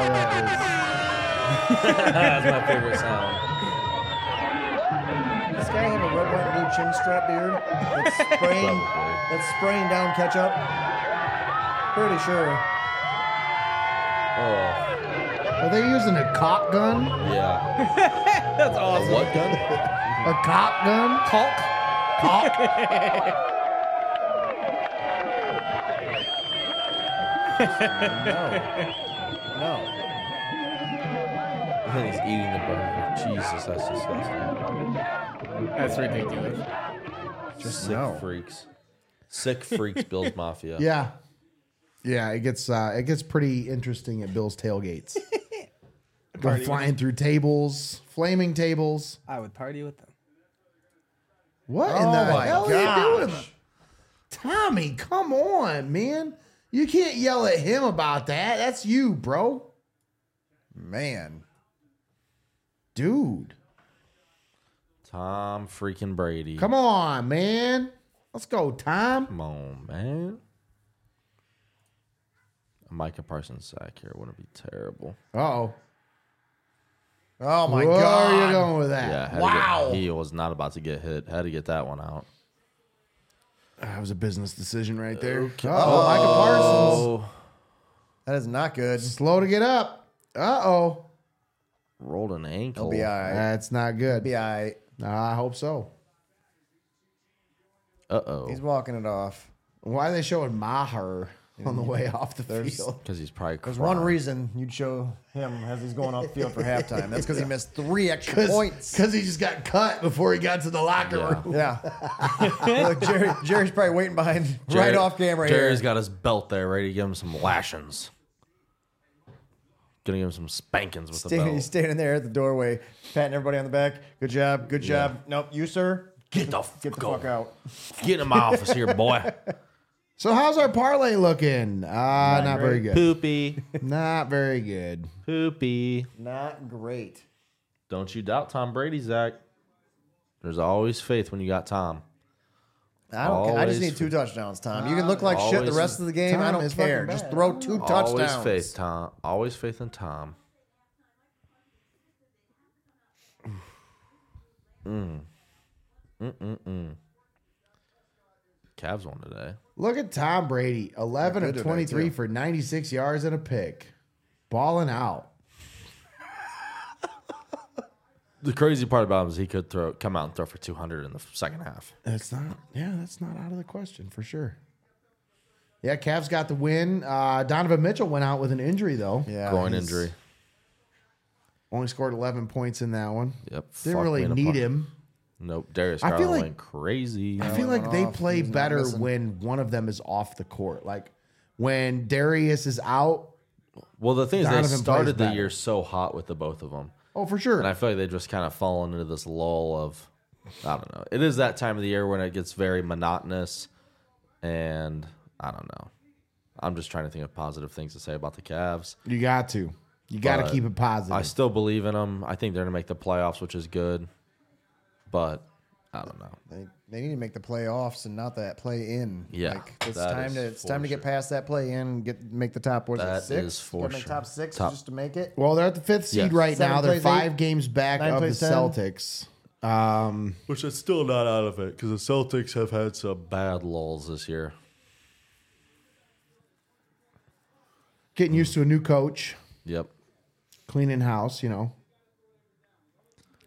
that That's my favorite sound. Does this guy have a red, white, and blue chin strap beard that's spraying, Probably. that's spraying down ketchup? Pretty sure. Oh, is- Are they using a cop gun? yeah. That's A awesome. what gun? A cop gun? Hulk? Cop? No. No. I think he's eating the burger. Jesus, that's disgusting. That's ridiculous. Just sick freaks. Sick freaks build mafia. Yeah. Yeah, it gets uh, it gets pretty interesting at Bills tailgates. They're flying through tables, flaming tables. I would party with them. What Oh in the my hell are you doing? gosh. Tommy, come on, man. You can't yell at him about that. That's you, bro. Man. Dude. Tom freaking Brady. Come on, man. Let's go, Tom. Come on, man. A Micah Parsons sack here wouldn't be terrible. Uh-oh. Oh my Where are god. you going with Yeah, that? had to get- wow. he was not about to get hit. Had to get that one out. That was a business decision right there. Oh, Okay. Uh-oh, Micah Parsons. Oh, That is not good. Slow to get up. Uh-oh. Uh, rolled an ankle. He'll be all right. That's not good. Be all right. I hope so. Uh oh. He's walking it off. Mm. Why are they showing Maher on the way off the field? Because he's probably There's crying. one reason you'd show him as he's going off the field for halftime. That's because he missed three extra points. Because he just got cut before he got to the locker Yeah. room. Yeah. Look, Jerry, Jerry's probably waiting behind right Jerry- off camera Jerry's here. got his belt there ready to give him some lashings. Gonna give him some spankings with the Standing, belt. he's standing there at the doorway, patting everybody on the back. Good job. Good job. Nope. You, sir. Get the, Get the out. fuck out. Get in my office here, boy. So how's our parlay looking? Uh, not, very good. Poopy. Not very good. Poopy. Not great. Don't you doubt Tom Brady, Zach. There's always faith when you got Tom. I don't. Care. I just Always need two touchdowns, Tom. You can look like shit the Always- rest of the game. I Tom don't is fucking care. Just bad. throw two Always touchdowns. faith, Tom. Always faith in Tom. Mm. Mm mm mm. Cavs won today. Look at Tom Brady, 11 of 23 for 96 yards and a pick. Balling out. The crazy part about him is he could throw come out and throw for two hundred in the second half. That's not, yeah, that's not out of the question for sure. Yeah, Cavs got the win. Uh, Donovan Mitchell went out with an injury, though. Yeah, Groin he's- injury. Only scored 11 points in that one. Yep. Didn't fuck really me in a need bunch. him. Nope. Darius I feel Garland like- went crazy. I feel went like they off. play He's not better missing. when one of them is off the court. Like when Darius is out. Well, the thing is, they Donovan plays started the better. year so hot with the both of them. Oh, for sure. And I feel like they just kind of fallen into this lull of, I don't know. It is that time of the year when it gets very monotonous, and I don't know. I'm just trying to think of positive things to say about the Cavs. you got to. You got to But keep it I positive. still believe in them. I think they're gonna make the playoffs, which is good, but I don't know. They, they need to make the playoffs and not that play in. Yeah, like, it's that time is to it's for time to get sure. past that play in. And get make the top. What is That it? Six. is for Gotta make sure. top six Top- just to make it. well, they're at the fifth seed Yes. right Seven now. They're plays five eight, games back nine of the plays ten. Celtics. Um, Which is still not out of it because the Celtics have had some bad lulls this year. getting used to a new coach, Yep. cleaning house. You know,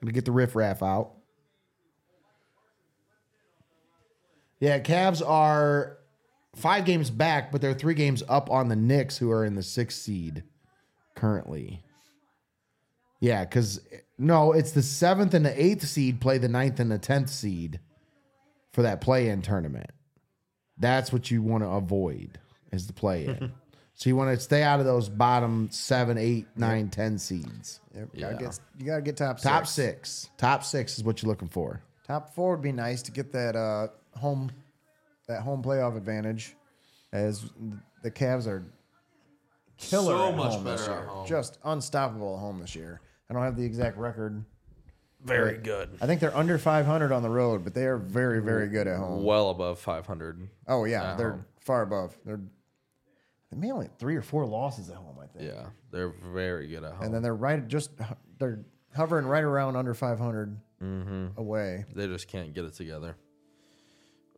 gonna get the riffraff out. Yeah, Cavs are five games back, but they're three games up on the Knicks, who are in the sixth seed currently. Yeah, because no, it's the seventh and the eighth seed play the ninth and the tenth seed for that play-in tournament. That's what you want to avoid is the play-in. so you want to stay out of those bottom seven, eight, nine, ten seeds. Yep, Yeah. gotta get, you gotta get top Top six. six, top six is what you're looking for. Top four would be nice to get that uh, home that home playoff advantage, as the Cavs are killer So at much home this better at year. home. just unstoppable at home this year. I don't have the exact record. Very good. I think they're under 500 on the road, but they are very, very good at home. Well above 500. Oh yeah, At they're home. far above. They're they may only have three or four losses at home, I think. Yeah, they're very good at home. And then they're right, just they're hovering right around under 500 away. They just can't get it together.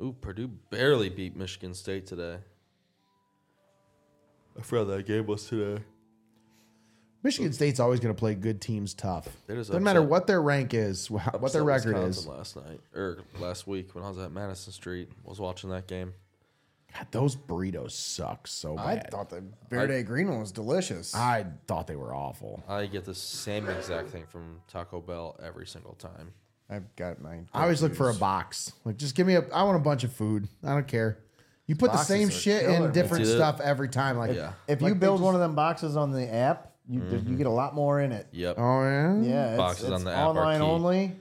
Ooh, Purdue barely beat Michigan State today. I forgot that game was today. Michigan State's always going to play good teams tough. They just Doesn't matter upset- what their rank is, wh- what their record Upset Wisconsin is. Last night or last week when I was at Madison Street, was watching that game. God, those burritos suck so I bad. thought the Verde Green one was delicious. I thought they were awful. I get the same exact thing from Taco Bell every single time. I've got mine. I always look for a box. Like, just give me a. I want a bunch of food. I don't care. You put the Boxes same are shit killer, in man. different It's either- stuff every time. Like, Yeah. If Like you they build one just- of them boxes on the app, you you get a lot more in it. Yep. oh yeah, Yeah, it's, Mm-hmm. Boxes it's on the app are online key. only.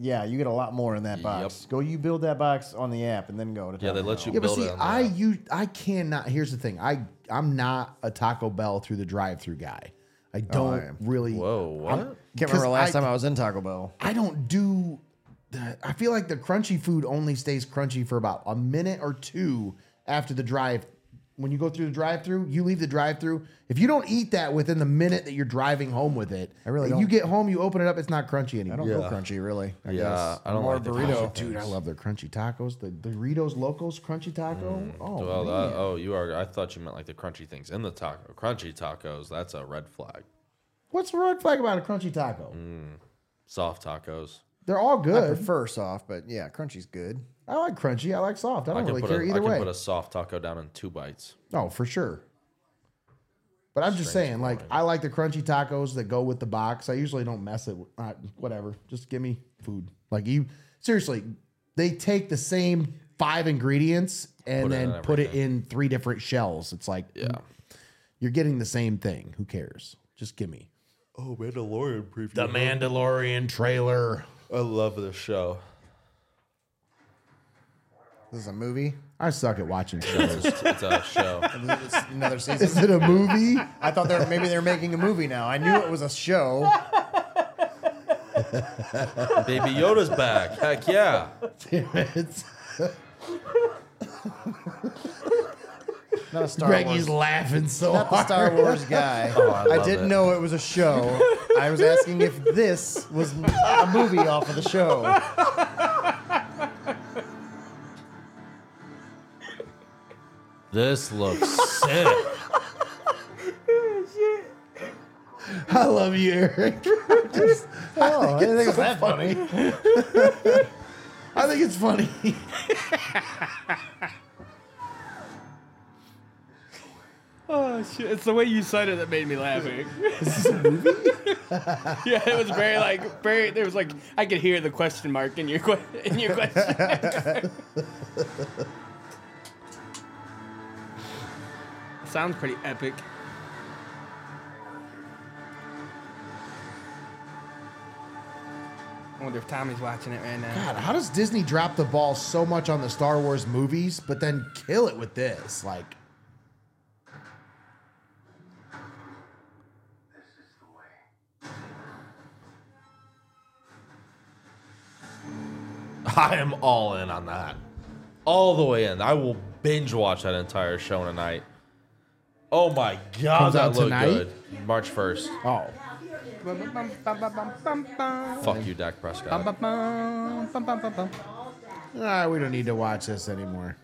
yeah, you get a lot more in that box. Go, you build that box on the app and then go to. Yeah, they Taco let Bell. you Yeah, but build see, it. On I I you I cannot. Here's the thing. I I'm not a Taco Bell through the drive-through guy. I don't am. really. whoa what? I'm- Can't remember 'cause last I, time I was in Taco Bell. I don't do. The, I feel like the crunchy food only stays crunchy for about a minute or two after the drive. When you go through the drive-through, you leave the drive-through. If you don't eat that within the minute that you're driving home with it, I really You don't. get home, you open it up, it's not crunchy anymore. Oh, I don't go crunchy really. I yeah, guess. I don't More like the burrito. Dude, I love their crunchy tacos. The Doritos Locos crunchy taco. oh, Well, man. that, oh, you are. I thought you meant like the crunchy things in the taco. Crunchy tacos. That's a red flag. What's the red flag about a crunchy taco? Mm. Soft tacos. They're all I good. prefer soft, but yeah, crunchy's good. I like crunchy. I like soft. I I don't can really put care a, I either can way. put a soft taco down in two bites. no, for sure. But I'm just saying, like, I like the crunchy tacos that go with the box. I usually don't mess it. With, uh, whatever. Just give me food. Like you, seriously, they take the same five ingredients and Put it then in put it everything. in three different shells. It's like, yeah, you're getting the same thing. Who cares? Just give me. Oh, Mandalorian preview. The Mandalorian trailer. I love this show. This is a movie. I suck at watching shows. It's, it's a show. It's another season. Is it a movie? I thought they're maybe they're making a movie now. I knew it was a show. Baby Yoda's back. Heck yeah. Damn it. Not a Star Greg Wars. is laughing so Not the hard. Star Wars guy. Oh, I I, love didn't it. know it was a show. I was asking if this was a movie off of the show. This looks sick. I love you, Eric. Oh, I didn't think it was that funny. I think it's funny. Oh shit! It's the way you said it that made me laugh. Is yeah, it was very like very. There was like I could hear the question mark in your que- in your question. Sounds pretty epic. I wonder if Tommy's watching it right now. God, how does Disney drop the ball so much on the Star Wars movies, but then kill it with this? Like, I am all in on that. All the way in. I will binge watch that entire show tonight. Oh my Comes god, that out looked tonight? good. March 1st. oh, Fuck you, Dak Prescott. nah, Ah, we don't need to watch this anymore.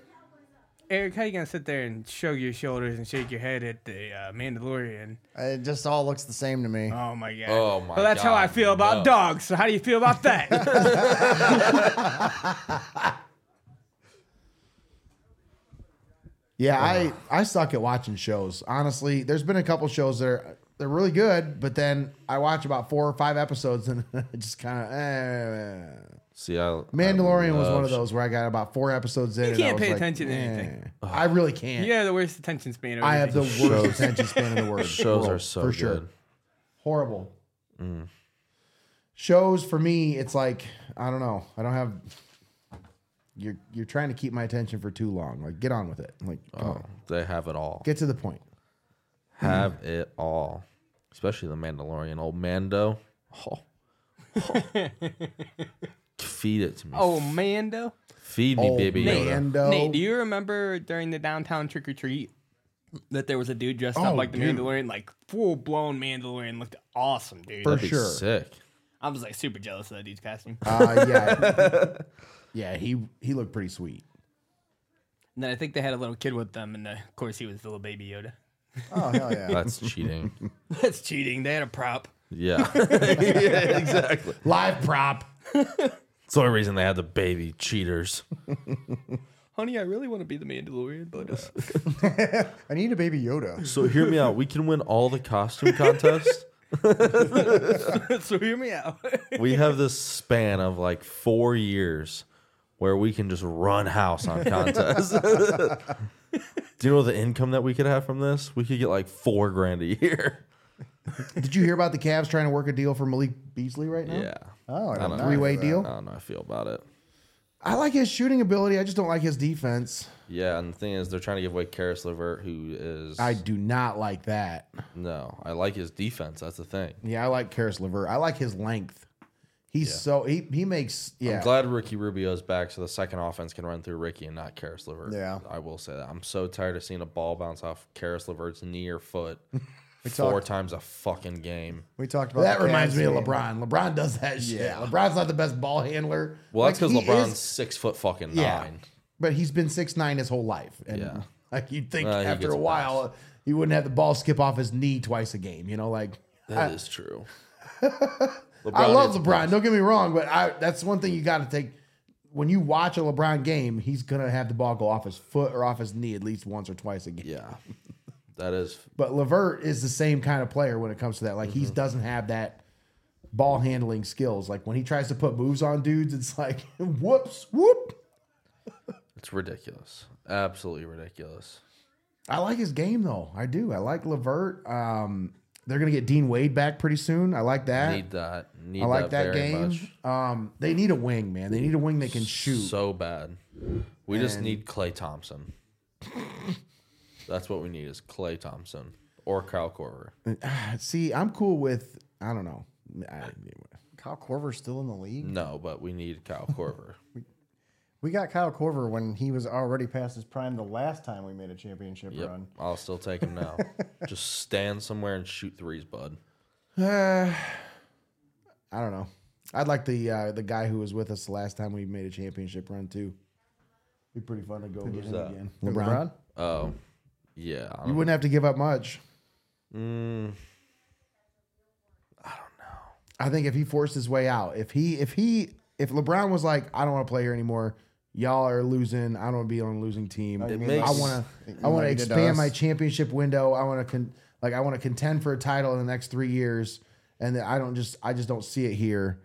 Eric, how you gonna sit there and shrug your shoulders and shake your head at the uh, Mandalorian? It just all looks the same to me. Oh my god. Oh my Well, that's how I God, feel about no. dogs. So how do you feel about that? Yeah, I I suck at watching shows. Honestly, there's been a couple shows that are they're really good, but then I watch about four or five episodes and I just kind of. Eh. See, I, Mandalorian I was one love of those where I got about four episodes in. You and I can't was pay like, attention to eh. anything. I really can't. you have the worst attention span. of I have the everything. worst attention span in the world. Shows are world, so for good. Mm. sure horrible. Shows for me, it's like I don't know. I don't have. You're you're trying to keep my attention for too long. Like get on with it. Like Oh. come on, They have it all. get to the point. have it all. Especially the Mandalorian. Old Mando. Oh. Feed it to me. Oh, Mando. Feed me, baby Yoda. Mando. Nate, do you remember during the downtown trick or treat that there was a dude dressed Oh, up like the dude. Mandalorian, like full blown Mandalorian, looked awesome, dude. For That'd be sure. sick. I was like super jealous of that dude's costume. Uh, yeah, yeah. He he looked pretty sweet. and then I think they had a little kid with them, and uh, of course he was the little baby Yoda. Oh hell yeah! That's cheating. That's cheating. They had a prop. Yeah. yeah, exactly. Live prop. It's the only reason they had the baby cheaters. Honey, I really want to be the Mandalorian, but uh, I need a baby Yoda. So hear me out. We can win all the costume contests. so hear me out. We have this span of like four years where we can just run house on contests. Do you know the income that we could have from this? We could get like four grand a year. Did you hear about the Cavs trying to work a deal for Malik Beasley right now? Yeah. Oh, I I don't don't know. know. Three-way deal? I don't know. how I feel about it. I like his shooting ability. I just don't like his defense. Yeah, and the thing is, they're trying to give away Karis Levert, who is I do not like that. no. I like his defense. That's the thing. Yeah, I like Karis Levert. I like his length. He's so he he makes yeah. I'm glad Ricky Rubio's back, so the second offense can run through Ricky and not Karis Levert. Yeah. I will say that. I'm so tired of seeing a ball bounce off Karis Levert's knee or foot four talked- times a fucking game. We talked about that the reminds Cavs me of game. LeBron. LeBron does that shit. Yeah. LeBron's not the best ball handler. Well, that's Like, because he LeBron's is- six foot fucking Yeah. nine. but he's been six nine his whole life. And Yeah. like you'd think Uh, he after gets a a while he wouldn't have the ball skip off his knee twice a game. You know, like That is true. LeBron I love is- LeBron. Don't get me wrong, but I, that's one thing you got to take when you watch a LeBron game. He's gonna have the ball go off his foot or off his knee at least once or twice a game. Yeah, that is. But Lavert is the same kind of player when it comes to that. Like Mm-hmm. he doesn't have that ball handling skills. Like when he tries to put moves on dudes, it's like whoops, whoop. It's ridiculous. Absolutely ridiculous. I like his game though. I do. I like Lavert. Um, they're gonna get Dean Wade back pretty soon. I like that. Need that. Need I like that, that, very game. much. Um, they need a wing, man. They need a wing that can shoot. So bad. We just need Clay Thompson. That's what we need is Clay Thompson or Kyle Corver. See, I'm cool with I don't know. I, Kyle Corver's still in the league. No, but we need Kyle Corver. We got Kyle Corver when he was already past his prime the last time we made a championship Yep, run. I'll still take him now. just stand somewhere and shoot threes, bud. uh, I don't know. I'd like the uh, the guy who was with us the last time we made a championship run too. Be pretty fun to go get him that? again. LeBron? LeBron. Oh, yeah. I You don't- wouldn't have to give up much. I don't know. I think if he forced his way out, if he if he if LeBron was like, I don't want to play here anymore. Y'all are losing. I don't want to be on a losing team. It makes- I want to. You I want to mean to expand us? my championship window. I want to con- like I want to contend for a title in the next three years, and that I don't just I just don't see it here.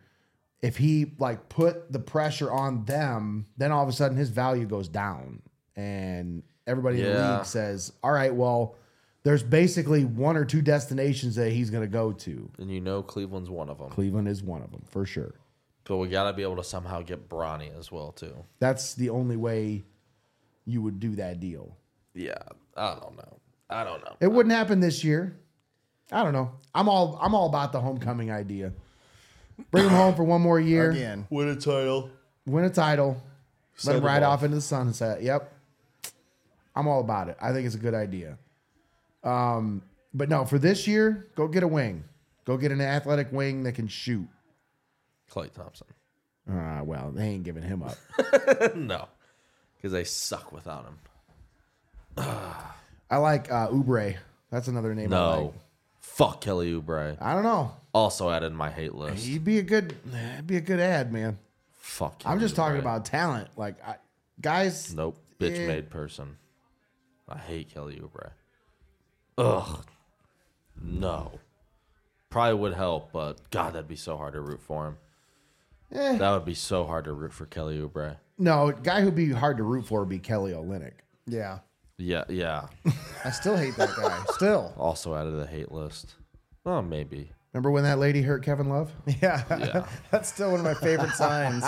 If he like put the pressure on them, then all of a sudden his value goes down, and everybody in the Yeah. league says, "All right, well, there's basically one or two destinations that he's going to go to. And you know Cleveland's one of them. Cleveland is one of them for sure. But we got to be able to somehow get Bronny as well, too. That's the only way you would do that deal. Yeah, I don't know. I don't know. It wouldn't happen this year. I don't know. I'm all I'm all about the homecoming idea. Bring him home for one more year, Again, Win a title. win a title, let him them ride off. off into the sunset. Yep, I'm all about it. I think it's a good idea. Um, but no, for this year, go get a wing. Go get an athletic wing that can shoot. Clay Thompson. Ah, well, they ain't giving him up. No, because they suck without him. I like uh, Ubre. That's another name. I, like. No. Fuck Kelly Oubre. I don't know. Also added in my hate list. He'd be a good, he'd be a good ad, man. Fuck. I'm Kelly just talking Oubre. about talent. Like, I, guys, Nope. Bitch Yeah. made person. I hate Kelly Oubre. Ugh. No. Probably would help, but God, that'd be so hard to root for him. Eh. That would be so hard to root for Kelly Oubre. no guy who'd be hard to root for would be Kelly Olynyk. yeah. Yeah, yeah. I still hate that guy. Still. Also added to the hate list. Well, maybe. Remember when that lady hurt Kevin Love? Yeah. Yeah. That's still one of my favorite signs.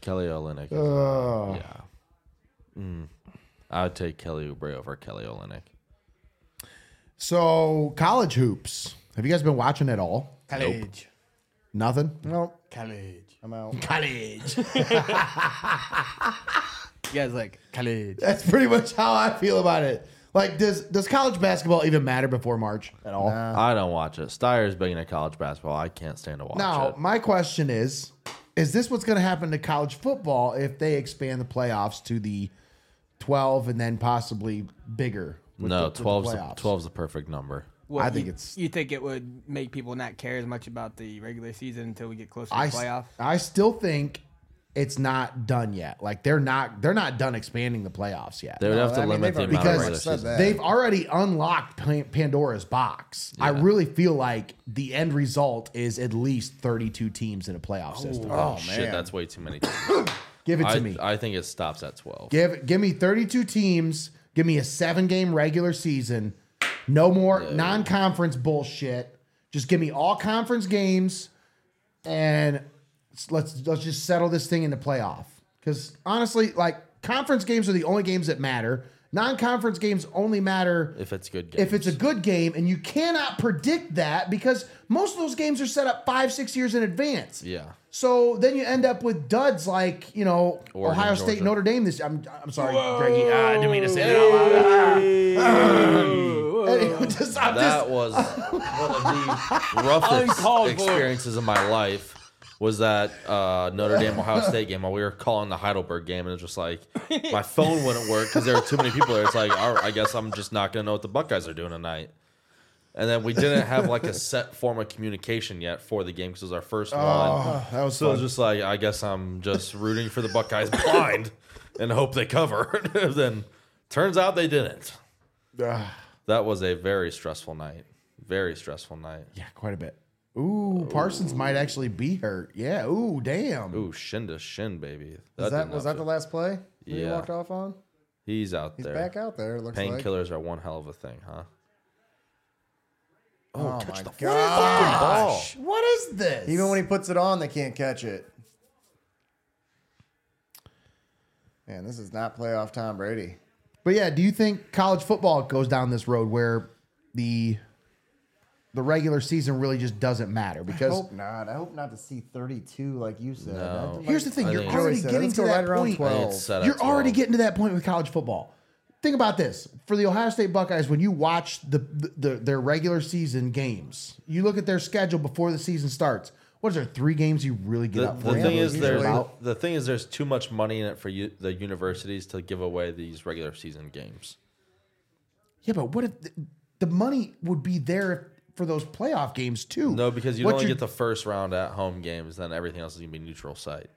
Kelly Olynyk. is- Yeah. Mm. I would take Kelly Oubre over Kelly Olynyk. So college hoops. Have you guys been watching at all? College. Nothing. Nope. College. I'm out. College. You guys like college. That's pretty much how I feel about it. Like, does does college basketball even matter before March at all? I don't watch it. Steyer's big into college basketball. I can't stand to watch Now, it. my question is Is this what's going to happen to college football if they expand the playoffs to the 12 and then possibly bigger? with the- No, with the 12's the, playoffs? 12's the perfect number. Well, I think you- it's- You think it would make people not care as much about the regular season until we get closer to I, s- playoff? I still think it's not done yet. Like they're not they're not done expanding the playoffs yet. They would have to I mean, limit the they've amount already of regular said season. that. They've already unlocked Pan- Pandora's box. I really feel like the end result is at least 32 teams in a playoff system. Oh, shit, that's way too many. teams. Give it to I, me. I think it stops at 12. Give give me 32 teams. Give me a seven game regular season. No more non conference bullshit. Just give me all conference games, and let's let's just settle this thing in the playoff. Because honestly, like conference games are the only games that matter. Non-conference games only matter if it's good. Games. if it's a good game, and you cannot predict that because most of those games are set up five, six years in advance. yeah, So then you end up with duds like you know Oregon, Ohio State, Georgia. Notre Dame. This I'm I'm sorry, Greggy. Ah, I didn't mean to say that. Anyway, just- I'm just- that was one of the roughest Uncalled for. experiences of my life. Was that uh, Notre Dame Ohio State game? While we were calling the Heidelberg game, and it's just like my phone wouldn't work because there were too many people there. It's like, all right, I guess I'm just not gonna know what the Buckeyes are doing tonight. And then we didn't have like a set form of communication yet for the game because it was our first one. that was So it's just like I guess I'm just rooting for the Buckeyes blind and hope they cover. then turns out they didn't. Ah. That was a very stressful night. Very stressful night. yeah, quite a bit. Ooh, Parsons might actually be hurt. Yeah. Ooh, damn. Ooh, shin to shin, baby. Was that did was not that the feel- last play? that He Yeah. walked off on. He's out He's there. back out there. It looks like. Painkillers are one hell of a thing, huh? Oh, my Fucking god! ball. What is this? Even when he puts it on, they can't catch it. Man, this is not playoff Tom Brady. But yeah, do you think college football goes down this road where the the regular season really just doesn't matter? I Because hope not. I hope not to see 32 like you said. No. here's the thing: I you're think- already Joey said, getting let's to go that right around point. 12. It's set up You're to already all- getting to that point with college football. Think about this for the Ohio State Buckeyes when you watch the, the their regular season games. You look at their schedule before the season starts. What is there three games you really get The, up the for? thing is, usually- there's about? the thing is, there's too much money in it for you, the universities to give away these regular season games. Yeah, but what if the, the money would be there for those playoff games too? No, because you What only you're- get the first round at home games, then everything else is gonna be neutral site.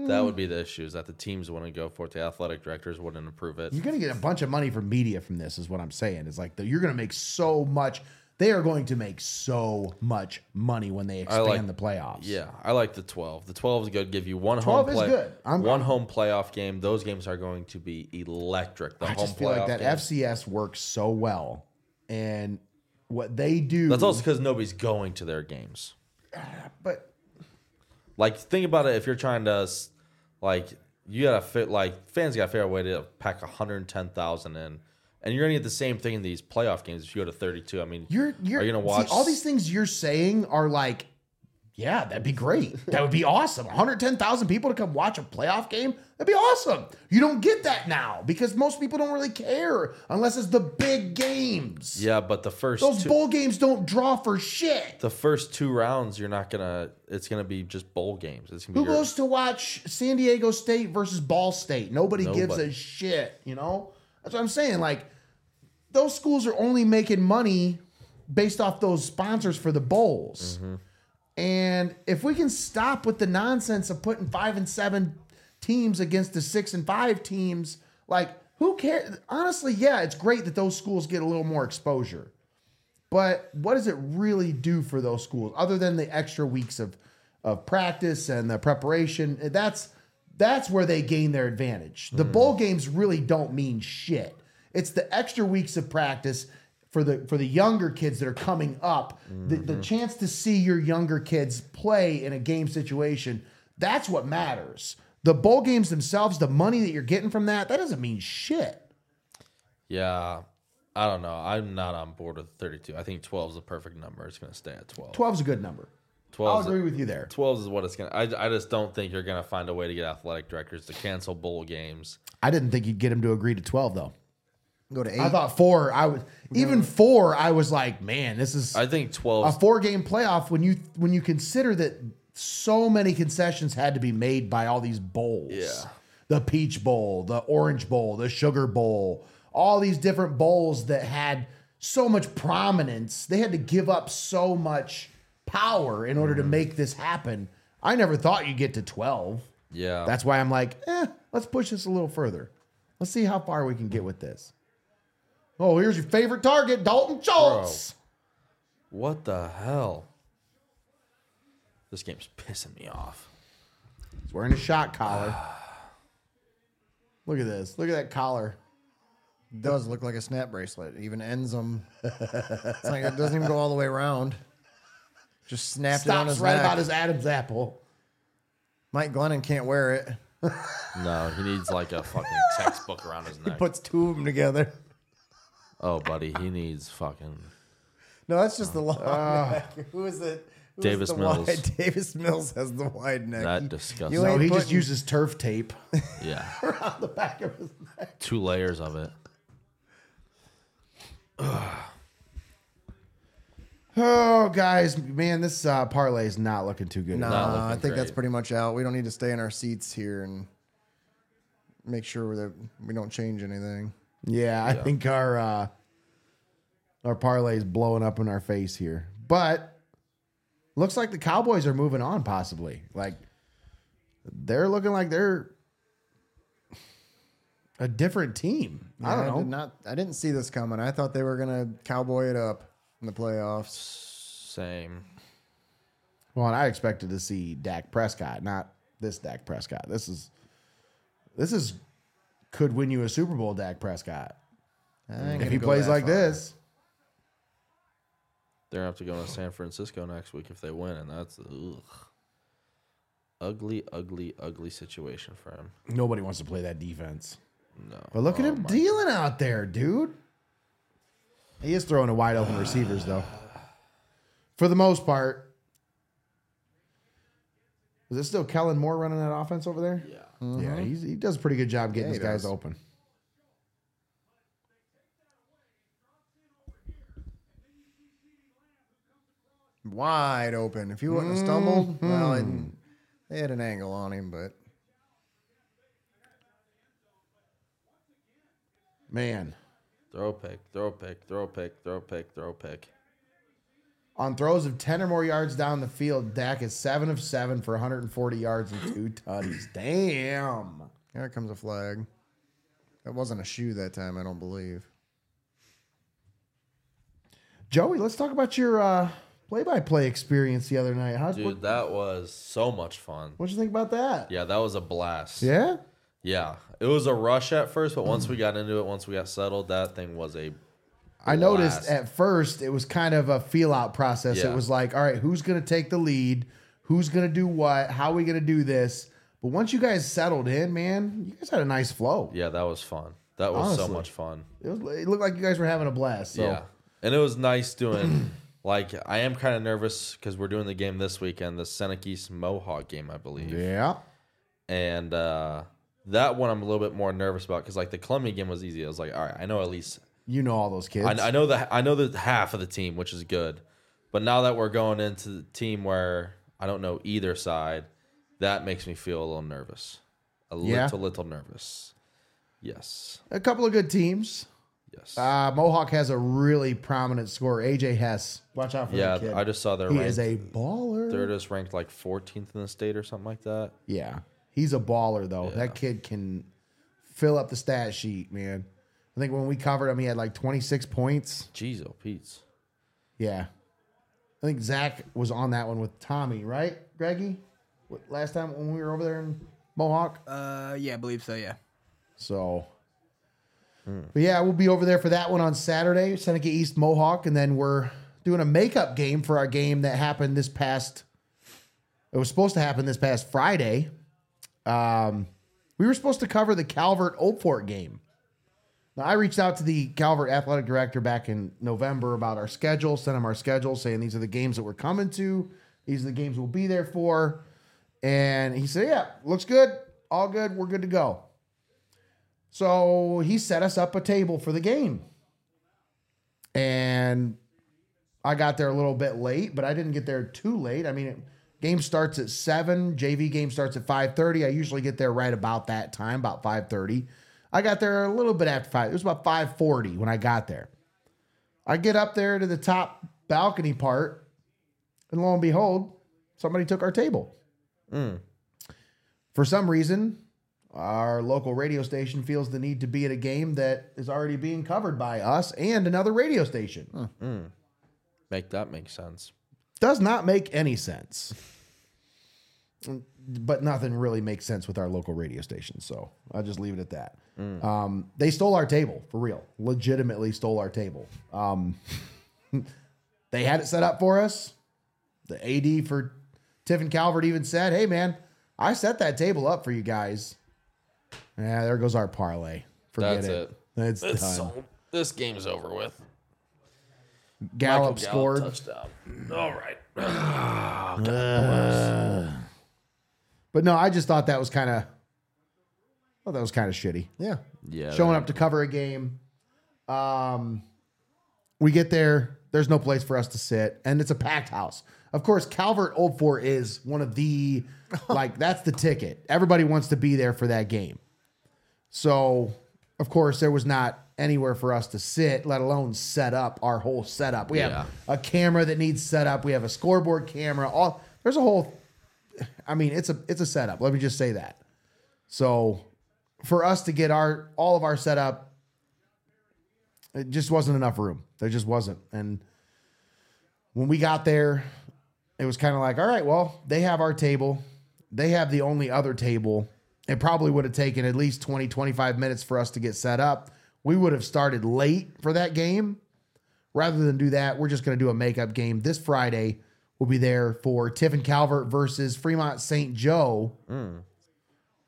That would be the issue is that the teams wouldn't go for it. The athletic directors wouldn't approve it. You're going to get a bunch of money from media from this, is what I'm saying. It's like the, you're going to make so much. They are going to make so much money when they expand like- the playoffs. Yeah, I like the 12. The 12 is good. Give you one 12 home is play, good. I'm- one home playoff game. Those games are going to be electric. The I home just feel like playoff that games. FCS works so well, and what they do. That's also because nobody's going to their games. but Like, think about it. If you're trying to, s- like, you gotta fit. Like, fans gotta figure out a way to pack 110,000 in, and you're gonna get the same thing in these playoff games. If you go to 32, I mean, you're you're are you gonna see, watch all these things you're saying are like, yeah, that'd be great. that would be awesome. 110,000 people to come watch a playoff game. That'd be awesome. You don't get that now because most people don't really care unless it's the big games. Yeah, but the first Those two, bowl games don't draw for shit. the first two rounds, you're not gonna. It's gonna be just bowl games. It's gonna Who be your- goes to watch San Diego State versus Ball State? Nobody, gives a Nobody. shit, you know? That's what I'm saying. Like, those schools are only making money based off those sponsors for the bowls. And if we can stop with the nonsense of putting five and seven teams against the six and five teams, like, who cares? Honestly, yeah, it's great that those schools get a little more exposure. But what does it really do for those schools other than the extra weeks of of practice and the preparation? That's that's where they gain their advantage. The bowl games really don't mean shit. It's the extra weeks of practice for the for the younger kids that are coming up. The, the chance to see your younger kids play in a game situation, that's what matters. The bowl games themselves, the money that you're getting from that, that doesn't mean shit. Yeah, I don't know. I'm not on board with 32. I think 12 is the perfect number. It's going to stay at 12. 12's a good number. 12 I'll is- agree with you there. 12 is what it's going to. I I just don't think you're going to find a way to get athletic directors to cancel bowl games. I didn't think you'd get him to agree to 12 though. Go to eight. I thought four. I was even four. I was like, man, this is I think 12. a four-game playoff. When you when you consider that so many concessions had to be made by all these bowls. Yeah. the Peach Bowl, the Orange Bowl, the Sugar Bowl, all these different bowls that had so much prominence. They had to give up so much power in order to make this happen. I never thought you'd get to twelve. yeah. That's why I'm like, eh, let's push this a little further. Let's see how far we can get with this. Oh, here's your favorite target, Dalton Schultz. what the hell? This game's pissing me off. He's wearing a shot collar. Look at this. Look at that collar. does look like a snap bracelet. It even ends them. It's like it doesn't even go all the way around. Just snapped it on Stops his right neck. about his Adam's apple. Mike Glennon can't wear it. No, he needs like a fucking textbook around his neck. Puts two of them together. oh, buddy, he needs fucking. No, that's just the long neck. Who is it? Who is Ah. Davis the Mills. Wide? Davis Mills has the wide neck. That You- disgusts you me. No, ain't Oh, he just putting- uses turf tape Yeah, on the back of his neck. two layers of it. Oh, guys, man, this uh, parlay is not looking too good. Nah, not I looking think that's great. pretty much out. We don't need to stay in our seats here and make sure that we don't change anything. Yeah, I think our uh, our parlay is blowing up in our face here. But looks like the Cowboys are moving on, possibly. Like they're looking like they're a different team. I Yeah, don't know. did not, I didn't see this coming. I thought they were gonna cowboy it up in the playoffs. Same. Well, and I expected to see Dak Prescott, not this Dak Prescott. This is this is could win you a Super Bowl, Dak Prescott, I ain't if gonna he go plays that like far. this. They're gonna have to go to San Francisco next week if they win, and that's ugh. ugly, ugly, ugly situation for him. Nobody wants to play that defense. No, But look at him dealing out there, dude. He is throwing to wide open receivers, though. For the most part. Is it still Kellen Moore running that offense over there? Yeah. Yeah, he's, he does a pretty good job getting Yeah, he these guys does. open. wide open. If he wouldn't have stumbled, well, and they had an angle on him, but Man. throw a pick, throw a pick, throw a pick, throw a pick, throw a pick. On throws of 10 or more yards down the field, Dak is 7 of 7 for 140 yards and two tutties. Damn. there comes a flag. That wasn't a shoe that time, I don't believe. Joey, let's talk about your uh, play-by-play experience the other night. How'd, Dude, what, that was so much fun. what'd you think about that? Yeah, that was a blast. Yeah? Yeah. It was a rush at first, but once we got into it, once we got settled, that thing was a I noticed Blast. at first it was kind of a feel out process. Yeah. It was like, all right, who's going to take the lead? Who's going to do what? How are we going to do this? But once you guys settled in, man, you guys had a nice flow. yeah, that was fun. That was so Honestly. much fun. It, was, it looked like you guys were having a blast. So Yeah. And it was nice doing like I am kind of nervous because we're doing the game this weekend, the Seneca East Mohawk game, I believe. yeah. And uh that one I'm a little bit more nervous about because like the Columbia game was easy. I was like, all right, I know at least you know all those kids. I, I know the I know the half of the team, which is good. But now that we're going into the team where I don't know either side, that makes me feel a little nervous. A Yeah? little little nervous. Yes. a couple of good teams. Yes. Uh, Mohawk has a really prominent scorer, AJ Hess. Watch out for yeah, that kid. I just saw they're he ranked, is a baller. they're just ranked like 14th in the state or something like that. Yeah. He's a baller though. That kid can fill up the stat sheet, man. I think when we covered him, he had like 26 points. Jeez, oh Pete's. Yeah. I think Zach was on that one with Tommy, right, Greggy? What, last time when we were over there in Mohawk. Uh, yeah, I believe so. Yeah. So, but yeah, we'll be over there for that one on Saturday, Seneca East Mohawk, and then we're doing a makeup game for our game that happened this past. It was supposed to happen this past Friday. Um, we were supposed to cover the Calvert Old Fort game. Now, I reached out to the Calvert athletic director back in November about our schedule, sent him our schedule, saying these are the games that we're coming to, these are the games we'll be there for, and he said, "Yeah, looks good, all good, we're good to go." So he set us up a table for the game. And I got there a little bit late, but I didn't get there too late. I mean, it, game starts at 7, JV game starts at 5:30. I usually get there right about that time, about 5:30. I got there a little bit after 5. It was about 5:40 when I got there. I get up there to the top balcony part, and lo and behold, somebody took our table. For some reason, our local radio station feels the need to be at a game that is already being covered by us and another radio station. Make that make sense. Does not make any sense. but nothing really makes sense with our local radio station. So I'll just leave it at that. Mm. Um, they stole our table for real, legitimately stole our table. Um, they had it set up for us. The AD for Tiffin Calvert even said, Hey, man, I set that table up for you guys. Yeah, there goes our parlay. Forget That's it. it. That's done. This game's over with. Gallup scored. touchdown. All right. But no, I just thought that was kind of, well, that was kind of shitty. Yeah. Yeah. showing up to cover a game. Um, we get there. There's no place for us to sit, and it's a packed house. Of course, Calvert Old Fort is one of the like that's the ticket. Everybody wants to be there for that game. So, of course, there was not anywhere for us to sit, let alone set up our whole setup. We Yeah. have a camera that needs set up. We have a scoreboard camera. All there's a whole. I mean, it's a it's a setup. Let me just say that. So for us to get our all of our setup, it just wasn't enough room. There just wasn't. And when we got there, it was kind of like, all right, well, they have our table. They have the only other table. It probably would have taken at least 20, 25 minutes for us to get set up. We would have started late for that game. Rather than do that, we're just going to do a makeup game this Friday. We'll be there for Tiffin Calvert versus Fremont St. Joe. Mm.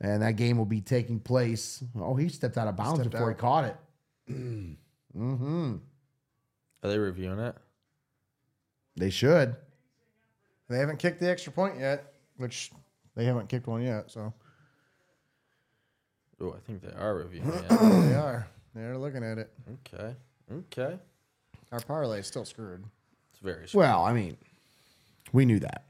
And that game will be taking place. Oh, he stepped out of bounds Stepped before out. he caught it. Are they reviewing it? They should. They haven't kicked the extra point yet, which they haven't kicked one yet. So Oh, I think they are reviewing it. they are. They're looking at it. okay. Okay. Our parlay is still screwed. It's very. Well, Well, I mean, we knew that.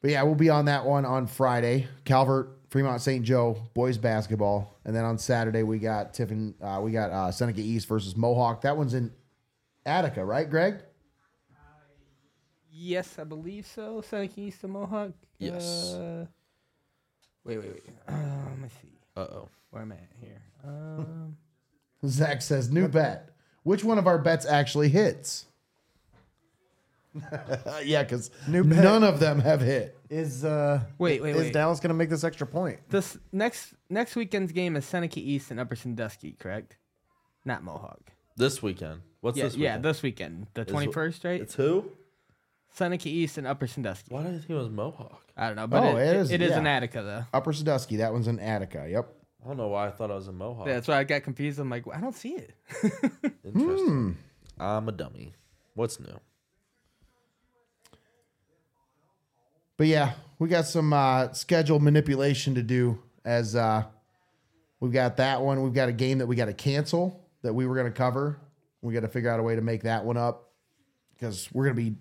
But yeah, we'll be on that one on Friday. Calvert, Fremont St. Joe, boys basketball, and then on Saturday we got Tiffin, uh, we got uh, Seneca East versus Mohawk. That one's in Attica, right, Greg? Yes, I believe so. Seneca East and Mohawk. Yes. Uh, wait, wait, wait. Um, let me see. uh oh. Where am I at here? Um, Zach says new bet. Which one of our bets actually hits? yeah, because New bet. none of them have hit. Is uh Wait, wait, is wait. Dallas gonna make this extra point? this next next weekend's game is Seneca East and Upper Sandusky, correct? Not Mohawk. This weekend. What's Yeah, this yeah, weekend? this weekend, the twenty first, right? It's who? Seneca East and Upper Sandusky. Why did I think it was Mohawk? I don't know, but Oh, it, it it is- is, yeah. in Attica though. Upper Sandusky, that one's in Attica. Yep. I don't know why I thought I was a Mohawk. That's why I got confused. I'm like, I don't see it. Interesting. I'm a dummy. What's new? But yeah, we got some uh, schedule manipulation to do as uh, we've got that one. We've got a game that we got to cancel that we were going to cover. We got to figure out a way to make that one up because we're going to be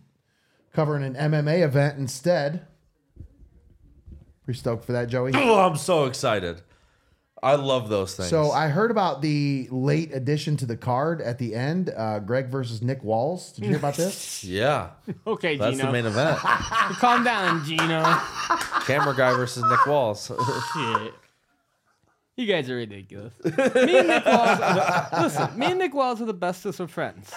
covering an MMA event instead. Pretty stoked for that, Joey. Oh, I'm so excited. I love those things. So I heard about the late addition to the card at the end, uh, Greg versus Nick Walls. Did you hear about this? yeah, Okay, that's the Gino, main event. calm down, Gino. Camera guy versus Nick Walls. Uh, Shit. You guys are ridiculous. Me and Nick Walls, are the- listen. Me and Nick Walls are the bestest of friends.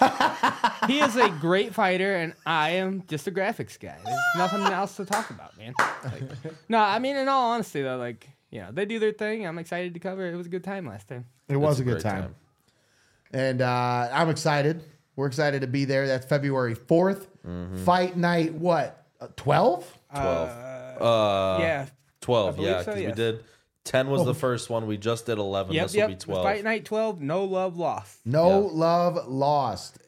He is a great fighter, and I am just a graphics guy. There's nothing else to talk about, man. Like, no, I mean, in all honesty, though, like you know, they do their thing. I'm excited to cover. It It was a good time last time. It was It's a good great time. and uh, I'm excited. We're excited to be there. That's February 4th. Mm-hmm. Fight night, what, uh, 12? Twelve. Uh, yeah. I Twelve. believe Yeah, so, because we yes. did. Ten was the first one. We just did eleven. Yep. this will be Yep. twelve. Fight night twelve. No love lost. No Yeah. love lost.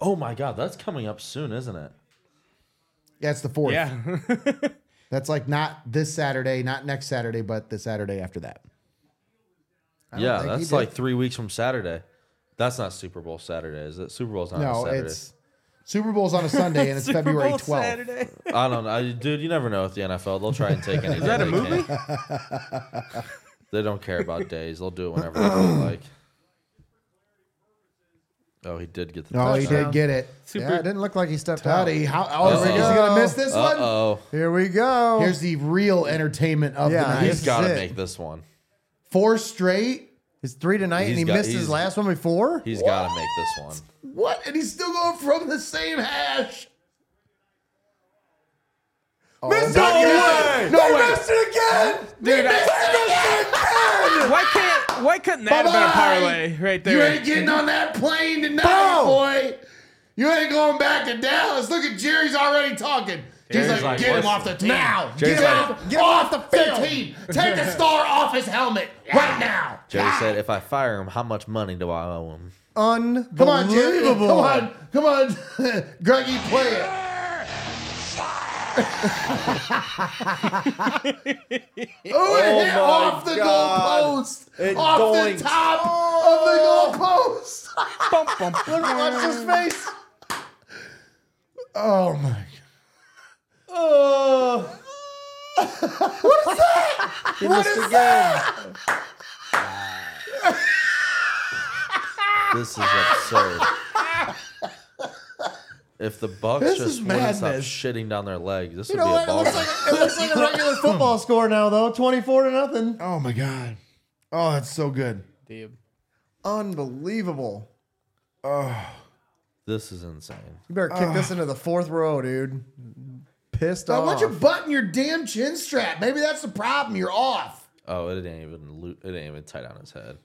Oh my god, that's coming up soon, isn't it? That's the 4th. Yeah. That's like not this Saturday, not next Saturday, but the Saturday after that. Yeah, think he that's did. like three weeks from Saturday. That's not Super Bowl Saturday, is it? Super Bowl's not on No, Saturday. it's Super Bowl's on a Sunday and it's Super February Bowl 12th. Saturday. I don't know, I, dude. You never know with the NFL. They'll try and take any. Is that a movie? they don't care about days. They'll do it whenever they feel like. Oh, he did get the. No, he Touchdown. did get it. Super. yeah, it didn't look like he stepped Buddy, how, out. oh, Here we he's going go. to miss this Uh one? oh, Here we go. Here's the real entertainment of Yeah, the night. he's- he's got to it. make this one. Four straight. It's three tonight, and He's he got- missed his he's- last one before. He's got to make this one. What? And he's still going from the same hash. Oh, way! No they way! missed it again! They Dude, I- missed it again! Why can't? Why couldn't that have been a parlay Bye-bye. right You there? ain't getting on that plane tonight, Boom. boy. You ain't going back to Dallas. Look at Jerry's already talking. He's Jerry's like, like, get him listen. off the team. Now. Jerry's get, like- him, off, the field. team. Take the star off his helmet right now. Jerry said, if I fire him, how much money do I owe him? Unbelievable. Come on, Jerry. Come on. Come on. Greggy, play it. oh, it hit my off the God. goal post. It off doinked. the top of the goal post. Bum, bum, bum. Watch his face. Oh my god. He missed again. This is absurd. if the Bucks This is just wouldn't stop madness. shitting down their legs, this You would know be a what? It ball. looks, game. like, it looks like a regular football score now, though. 24 to nothing. Oh my god. Oh, that's so good. Damn. Unbelievable. this is insane. You better kick this into the fourth row, dude. Pissed Now, off. what's your Uh, button your damn chin strap? Maybe that's the problem. You're off. Oh, it ain't even lo- it ain't even tight on his head.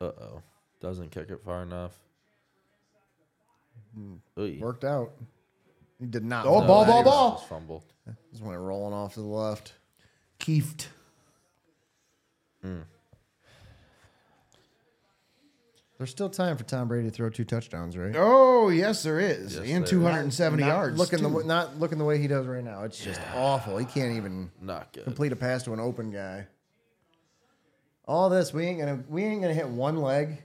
Uh oh, doesn't kick it far enough. Ooh. Worked out. You did not. Oh, know Hmm. ball, that. ball, He was ball. just Fumble. Just went rolling off to the left. Keefed. Hmm. There's still time for Tom Brady to throw two touchdowns, right? Oh, yes, there is. and there 270 Not yards. Looking the too. wa- not looking the way he does right now. It's just awful. He can't even Not good. complete a pass to an open guy. All this we ain't gonna we ain't gonna hit one leg,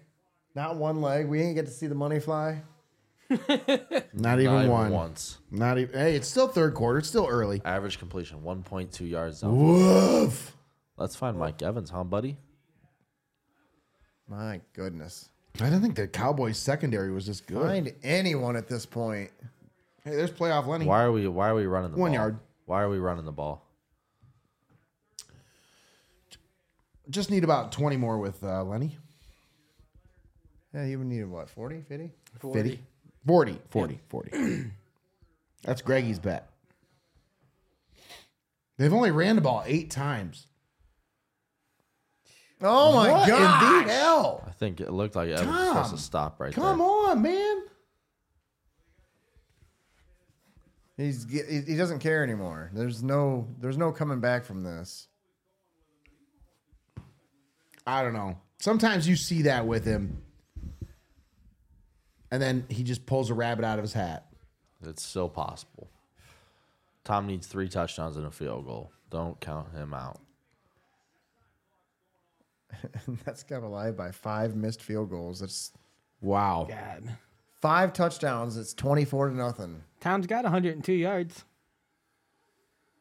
not one leg. We ain't get to see the money fly. Not Not even even one. once. Not even. Hey, it's still third quarter. It's still early. Average completion 1.2 yards down. Woof. Let's find Mike Evans, huh, buddy? My goodness, I didn't think the Cowboys secondary was this good. find anyone at this point. Hey, there's playoff Lenny. Why are we why are we running the One ball? yard. Why are we running the ball? Just need about 20 more with uh, Lenny. Yeah, you would need what 40, 50? 50. 40. 40. 40. That's Greggy's bet. They've only ran the ball eight times. Oh my what god! in the hell? I think it looked like Evans was supposed Tom, to stop right Come there. on, man. He's ge- he he doesn't care anymore. There's no there's no coming back from this. I don't know. Sometimes you see that with him. And then he just pulls a rabbit out of his hat. It's still possible. Tom needs three touchdowns and a field goal. Don't count him out. That's kept alive by five missed field goals. That's Wow. God. five touchdowns. It's twenty four to nothing. Tom's got 102 yards.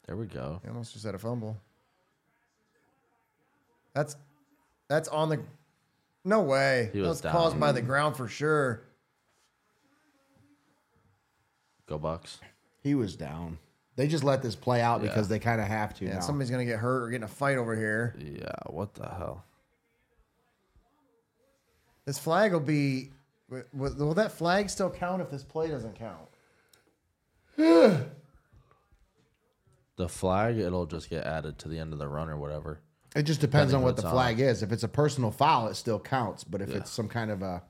There we go. He almost just had a fumble. That's that's on the. No way. He was that's caused down. by the ground for sure. Go Bucks. He was down. They just let this play out because they kind of have to. Yeah, now. somebody's gonna get hurt or get in a fight over here. Yeah, what the hell? This flag will be. wi- wi- Will that flag still count if this play doesn't count? The flag, it'll just get added to the end of the run or whatever. It just depends Depending on who what the it's on. flag is. If it's a personal foul, it still counts. But if Yeah. it's some kind of a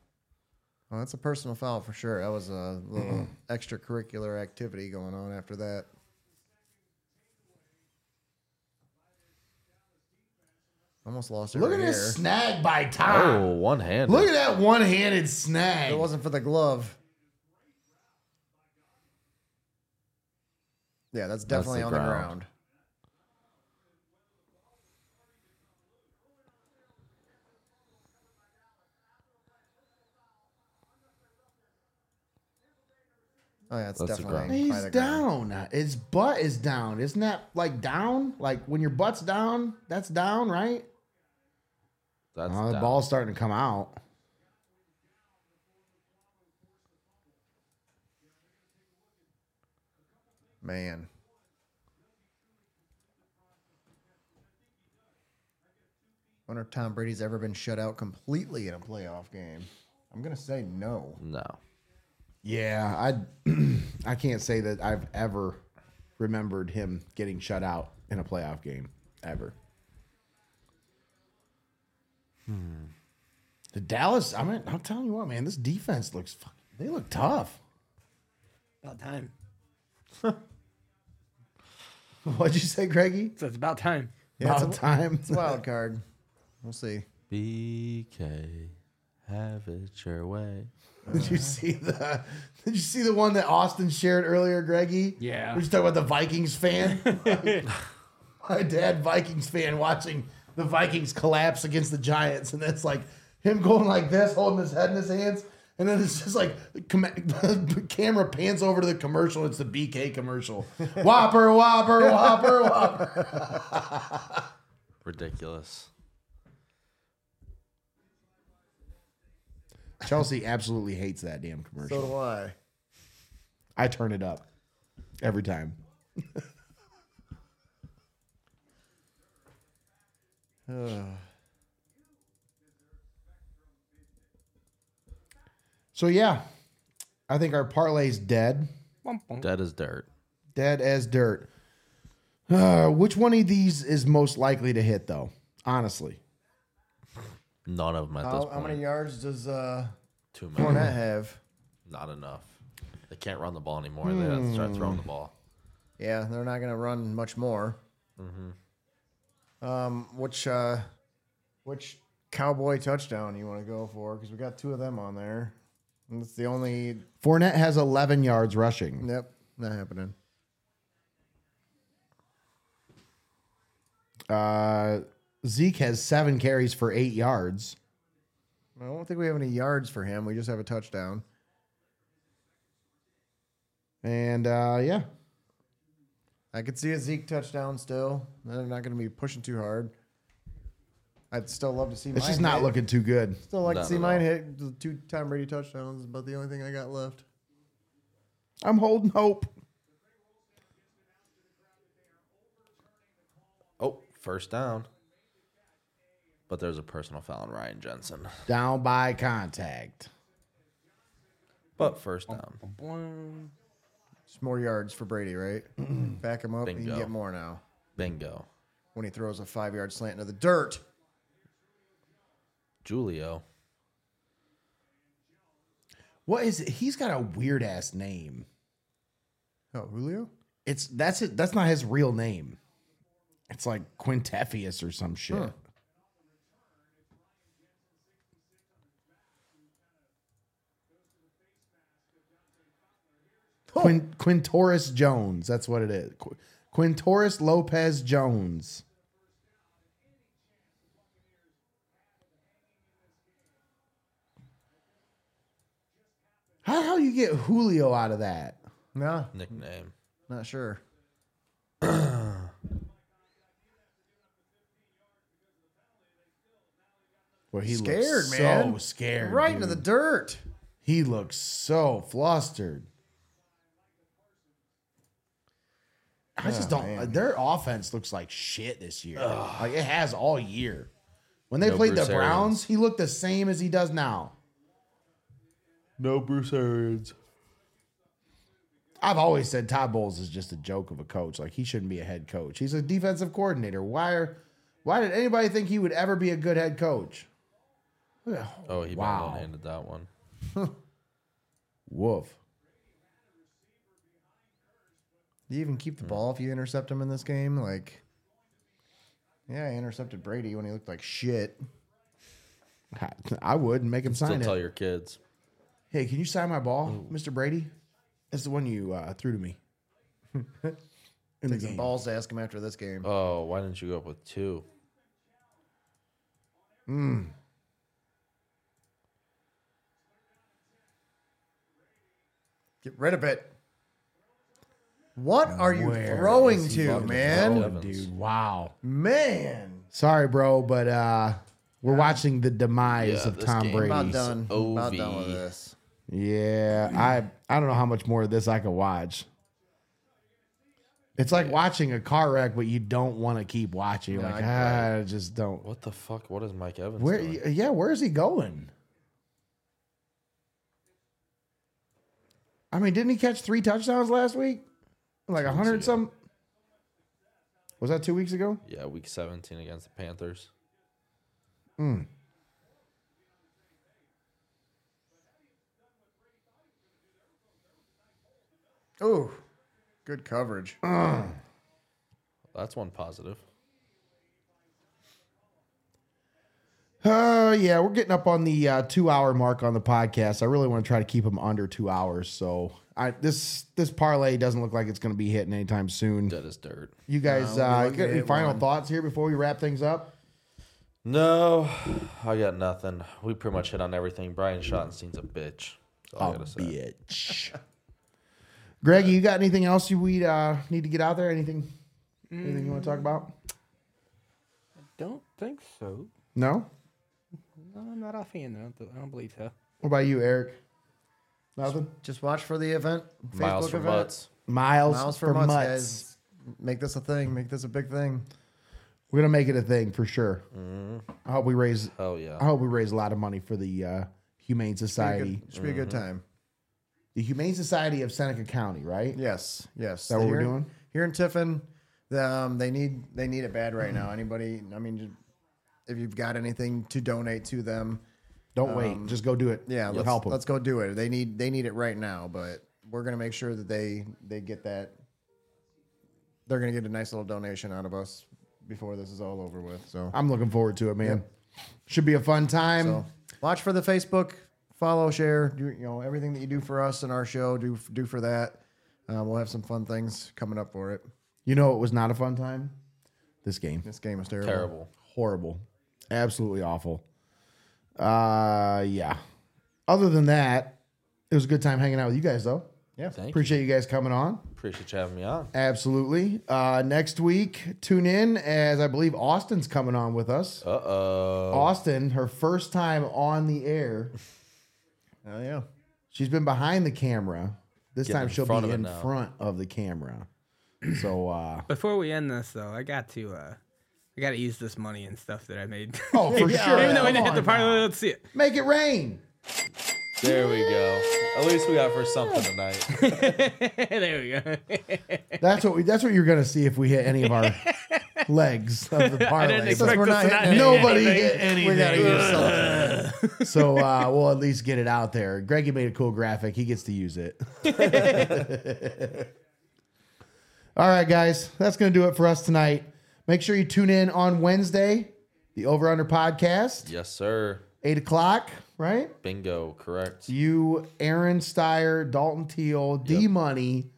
Well, that's a personal foul for sure. That was a little extracurricular activity going on after that. Almost lost it. Look right at this here. snag by Tom. Oh, one hand. Ah. Look at that one-handed snag. If It wasn't for the glove. Yeah, That's that's definitely the on the ground. ground. Oh yeah, it's That's the ground. definitely by He's the ground. down. His butt is down. Isn't that like down? Like when your butt's down, that's down, right? That's Oh, the down. ball's starting to come out. Man. wonder if Tom Brady's ever been shut out completely in a playoff game. I'm gonna say no. No. Yeah, I I can't say that I've ever remembered him getting shut out in a playoff game ever. Hmm. The Dallas, I mean, I'm telling you what, man, this defense looks fucking, they look tough. About time. What'd you say, Greggy? So it's about time. Yeah, it's About a- time. It's a wild card. We'll see. BK, have it your way. Did you see the Did you see the one that Austin shared earlier, Greggy? Yeah. We just talking about the Vikings fan. My dad, Vikings fan, watching the Vikings collapse against the Giants, and that's like him going like this, holding his head in his hands, and then it's just like the com- the camera pans over to the commercial. It's the BK commercial. Whopper, whopper, whopper, whopper. Ridiculous. Chelsea absolutely hates that damn So commercial. do I. I turn it up every time. so yeah, I think our parlay's dead, Bum, bum. Dead as dirt. dead as dirt. Uh, which one of these is most likely to hit, though? Honestly, None of them at this How, point. how many yards does uh, Too many. Fournette have? Not enough. They can't run the ball anymore. They have to start throwing the ball. Yeah, they're not going to run much more. Mm-hmm. Um, which uh, which cowboy touchdown you want to go for? Because we got two of them on there. And it's the only. Fournette has 11 yards rushing. Yep, not happening. Uh, Zeke has seven carries for eight yards. I don't think we have any yards for him. We just have a touchdown. And uh, yeah, I could see a Zeke touchdown still. They're not going to be pushing too hard. I'd still love to see. it's mine just not hit. looking too good. Still like to Not see at mine all. hit the two Tom Brady touchdowns. is About the only thing I got left. I'm holding hope. Oh, first down. But there's a personal foul on Ryan Jensen. Down by contact. But first down. Boing. It's more yards for Brady, right? Back him up. He can Bingo. get more now Bingo. when he throws a five yard slant into the dirt. Julio. What is it? He's got a weird ass name. Oh, Julio? It's that's it. That's not his real name. It's like Quintefius or some shit. Huh. Quin, Quintoris Jones. That's what it is. Qu- Quintoris Lopez Jones. How how you get Julio out of that? Nah, Nickname. not sure. Where he Scared, looks man. So scared. Right dude. into the dirt. He looks so flustered. I just don't. Their offense looks like shit this year. Like it has all year. When they No played Bruce the Arians. Browns, he looked the same as he does now. No Bruce Arians. I've always said Todd Bowles is just a joke of a coach. Like he shouldn't be a head coach. He's a defensive coordinator. Why are? Why did anybody think he would ever be a good head coach? Look at- Oh, he Wow. wow. handed that one. Woof. Do you even keep Hmm. the ball if you intercept him in this game? Like, yeah, I intercepted Brady when he looked like shit. I, I would and make him Still sign it. tell your kids. Hey, can you sign my ball, Mr. Brady? That's the one you uh, threw to me. In the Takes some game. balls to ask him after this game. Oh, why didn't you go up with two? Get rid of it. What are you throwing to, man? Oh, dude, wow. Man. Sorry, bro, but uh, we're watching the demise Yeah, of this Tom game. Brady. About done. About OV. done with this. Yeah, I I don't know how much more of this I could watch. It's like watching a car wreck, but you don't want to keep watching. You're like, ah, I just don't. What the fuck? What is Mike Evans Where? doing? Yeah, where is he going? I mean, didn't he catch three touchdowns last week? Like a hundred some. Was that two weeks ago? Yeah, week 17 against the Panthers. Oh, good coverage. That's one positive. Uh, yeah, we're getting up on the uh, two-hour mark on the podcast. I really want to try to keep them under two hours. So I this this parlay doesn't look like it's going to be hitting anytime soon. Dead as dirt. You guys, we'll be uh, looking got at any it final one. thoughts here before we wrap things up? No, I got nothing. We pretty much hit on everything. Brian Schottenstein's a bitch. That's Oh, all I gotta say. bitch. Greg, you got anything else you we uh, need to get out there? Anything? Anything you want to talk about? Mm. Don't think so. No. No, I'm not offhand. I don't, th- I don't believe so. What about you, Eric? Nothing. Just watch for the event. Facebook Miles for event. Mutz. Miles, Miles for, months, guys. Make this a thing. Make this a big thing. We're gonna make it a thing for sure. Mm-hmm. I hope we raise. Hell yeah. I hope we raise a lot of money for the uh, Humane Be a Society. good- should be a Mm-hmm. good time. The Humane Society of Seneca County, right? Yes, yes. that what we're Here- doing? here in Tiffin? the, um, they need they need it bad right Mm. now. Anybody? I mean, if you've got anything to donate to them, Don't wait. Just go do it. Um, yeah, We'll let's help 'em. let's go do it. They need they need it right now, but we're gonna make sure that they they get that. They're gonna get a nice little donation out of us before this is all over with. So, I'm looking forward to it, man. Should be a fun time. so watch for the Facebook, follow, share, do you know everything that you do for us and our show. Do do for that. Uh, we'll have some fun things coming up for it. You know, it was not a fun time. This game. This game is Terrible. horrible, absolutely awful. Uh, yeah. Other than that, it was a good time hanging out with you guys, though. Yeah. Thank you. Appreciate you guys coming on. Appreciate you having me on. Absolutely. Uh, next week, tune in as I believe Austin's coming on with us. Uh oh. Austin, her first time on the air. Oh yeah. She's been behind the camera. This Getting time in she'll front be of it in now. front of the camera. So, uh, Before we end this, though, I got to, uh, I got to use this money and stuff that I made. oh, for sure. Even though we didn't Come hit the on parlay, now. let's see it. Make it rain. There we go. At least we got for something tonight. there we go. That's what we, that's what you're gonna see if we hit any of our legs of the I didn't parlay. expect we're this not to not hitting be Nobody anything. hit anything. We gotta use something. so uh, we'll at least get it out there. Greggy made a cool graphic. He gets to use it. All right, guys, that's gonna do it for us tonight. Make sure you tune in on Wednesday, the Over Under podcast, yes, sir. eight o'clock. Right? Bingo. Correct. You, Aaron Steyer, Dalton Teal, D Money.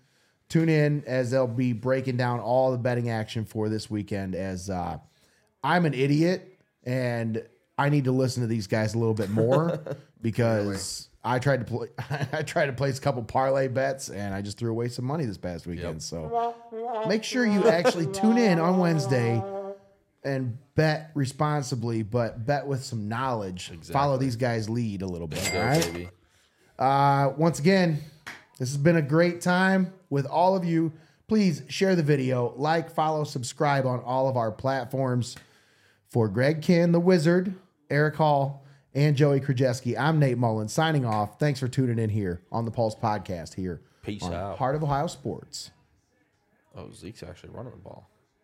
Tune in as they'll be breaking down all the betting action for this weekend. As uh, I'm an idiot and I need to listen to these guys a little bit more because I tried to play. I tried to place a couple parlay bets and I just threw away some money this past weekend. So make sure you actually tune in on Wednesday and bet responsibly, but bet with some knowledge. Follow these guys' lead a little bit. Go, all right. baby. Uh, once again, this has been a great time with all of you. Please share the video, like, follow, subscribe on all of our platforms. For Greg Kin, the Wizard, Eric Hall, and Joey Krajewski, I'm Nate Mullen signing off. Thanks for tuning in here on the Pulse Podcast here Peace on out. Heart of Ohio Sports. Oh, Zeke's actually running the ball.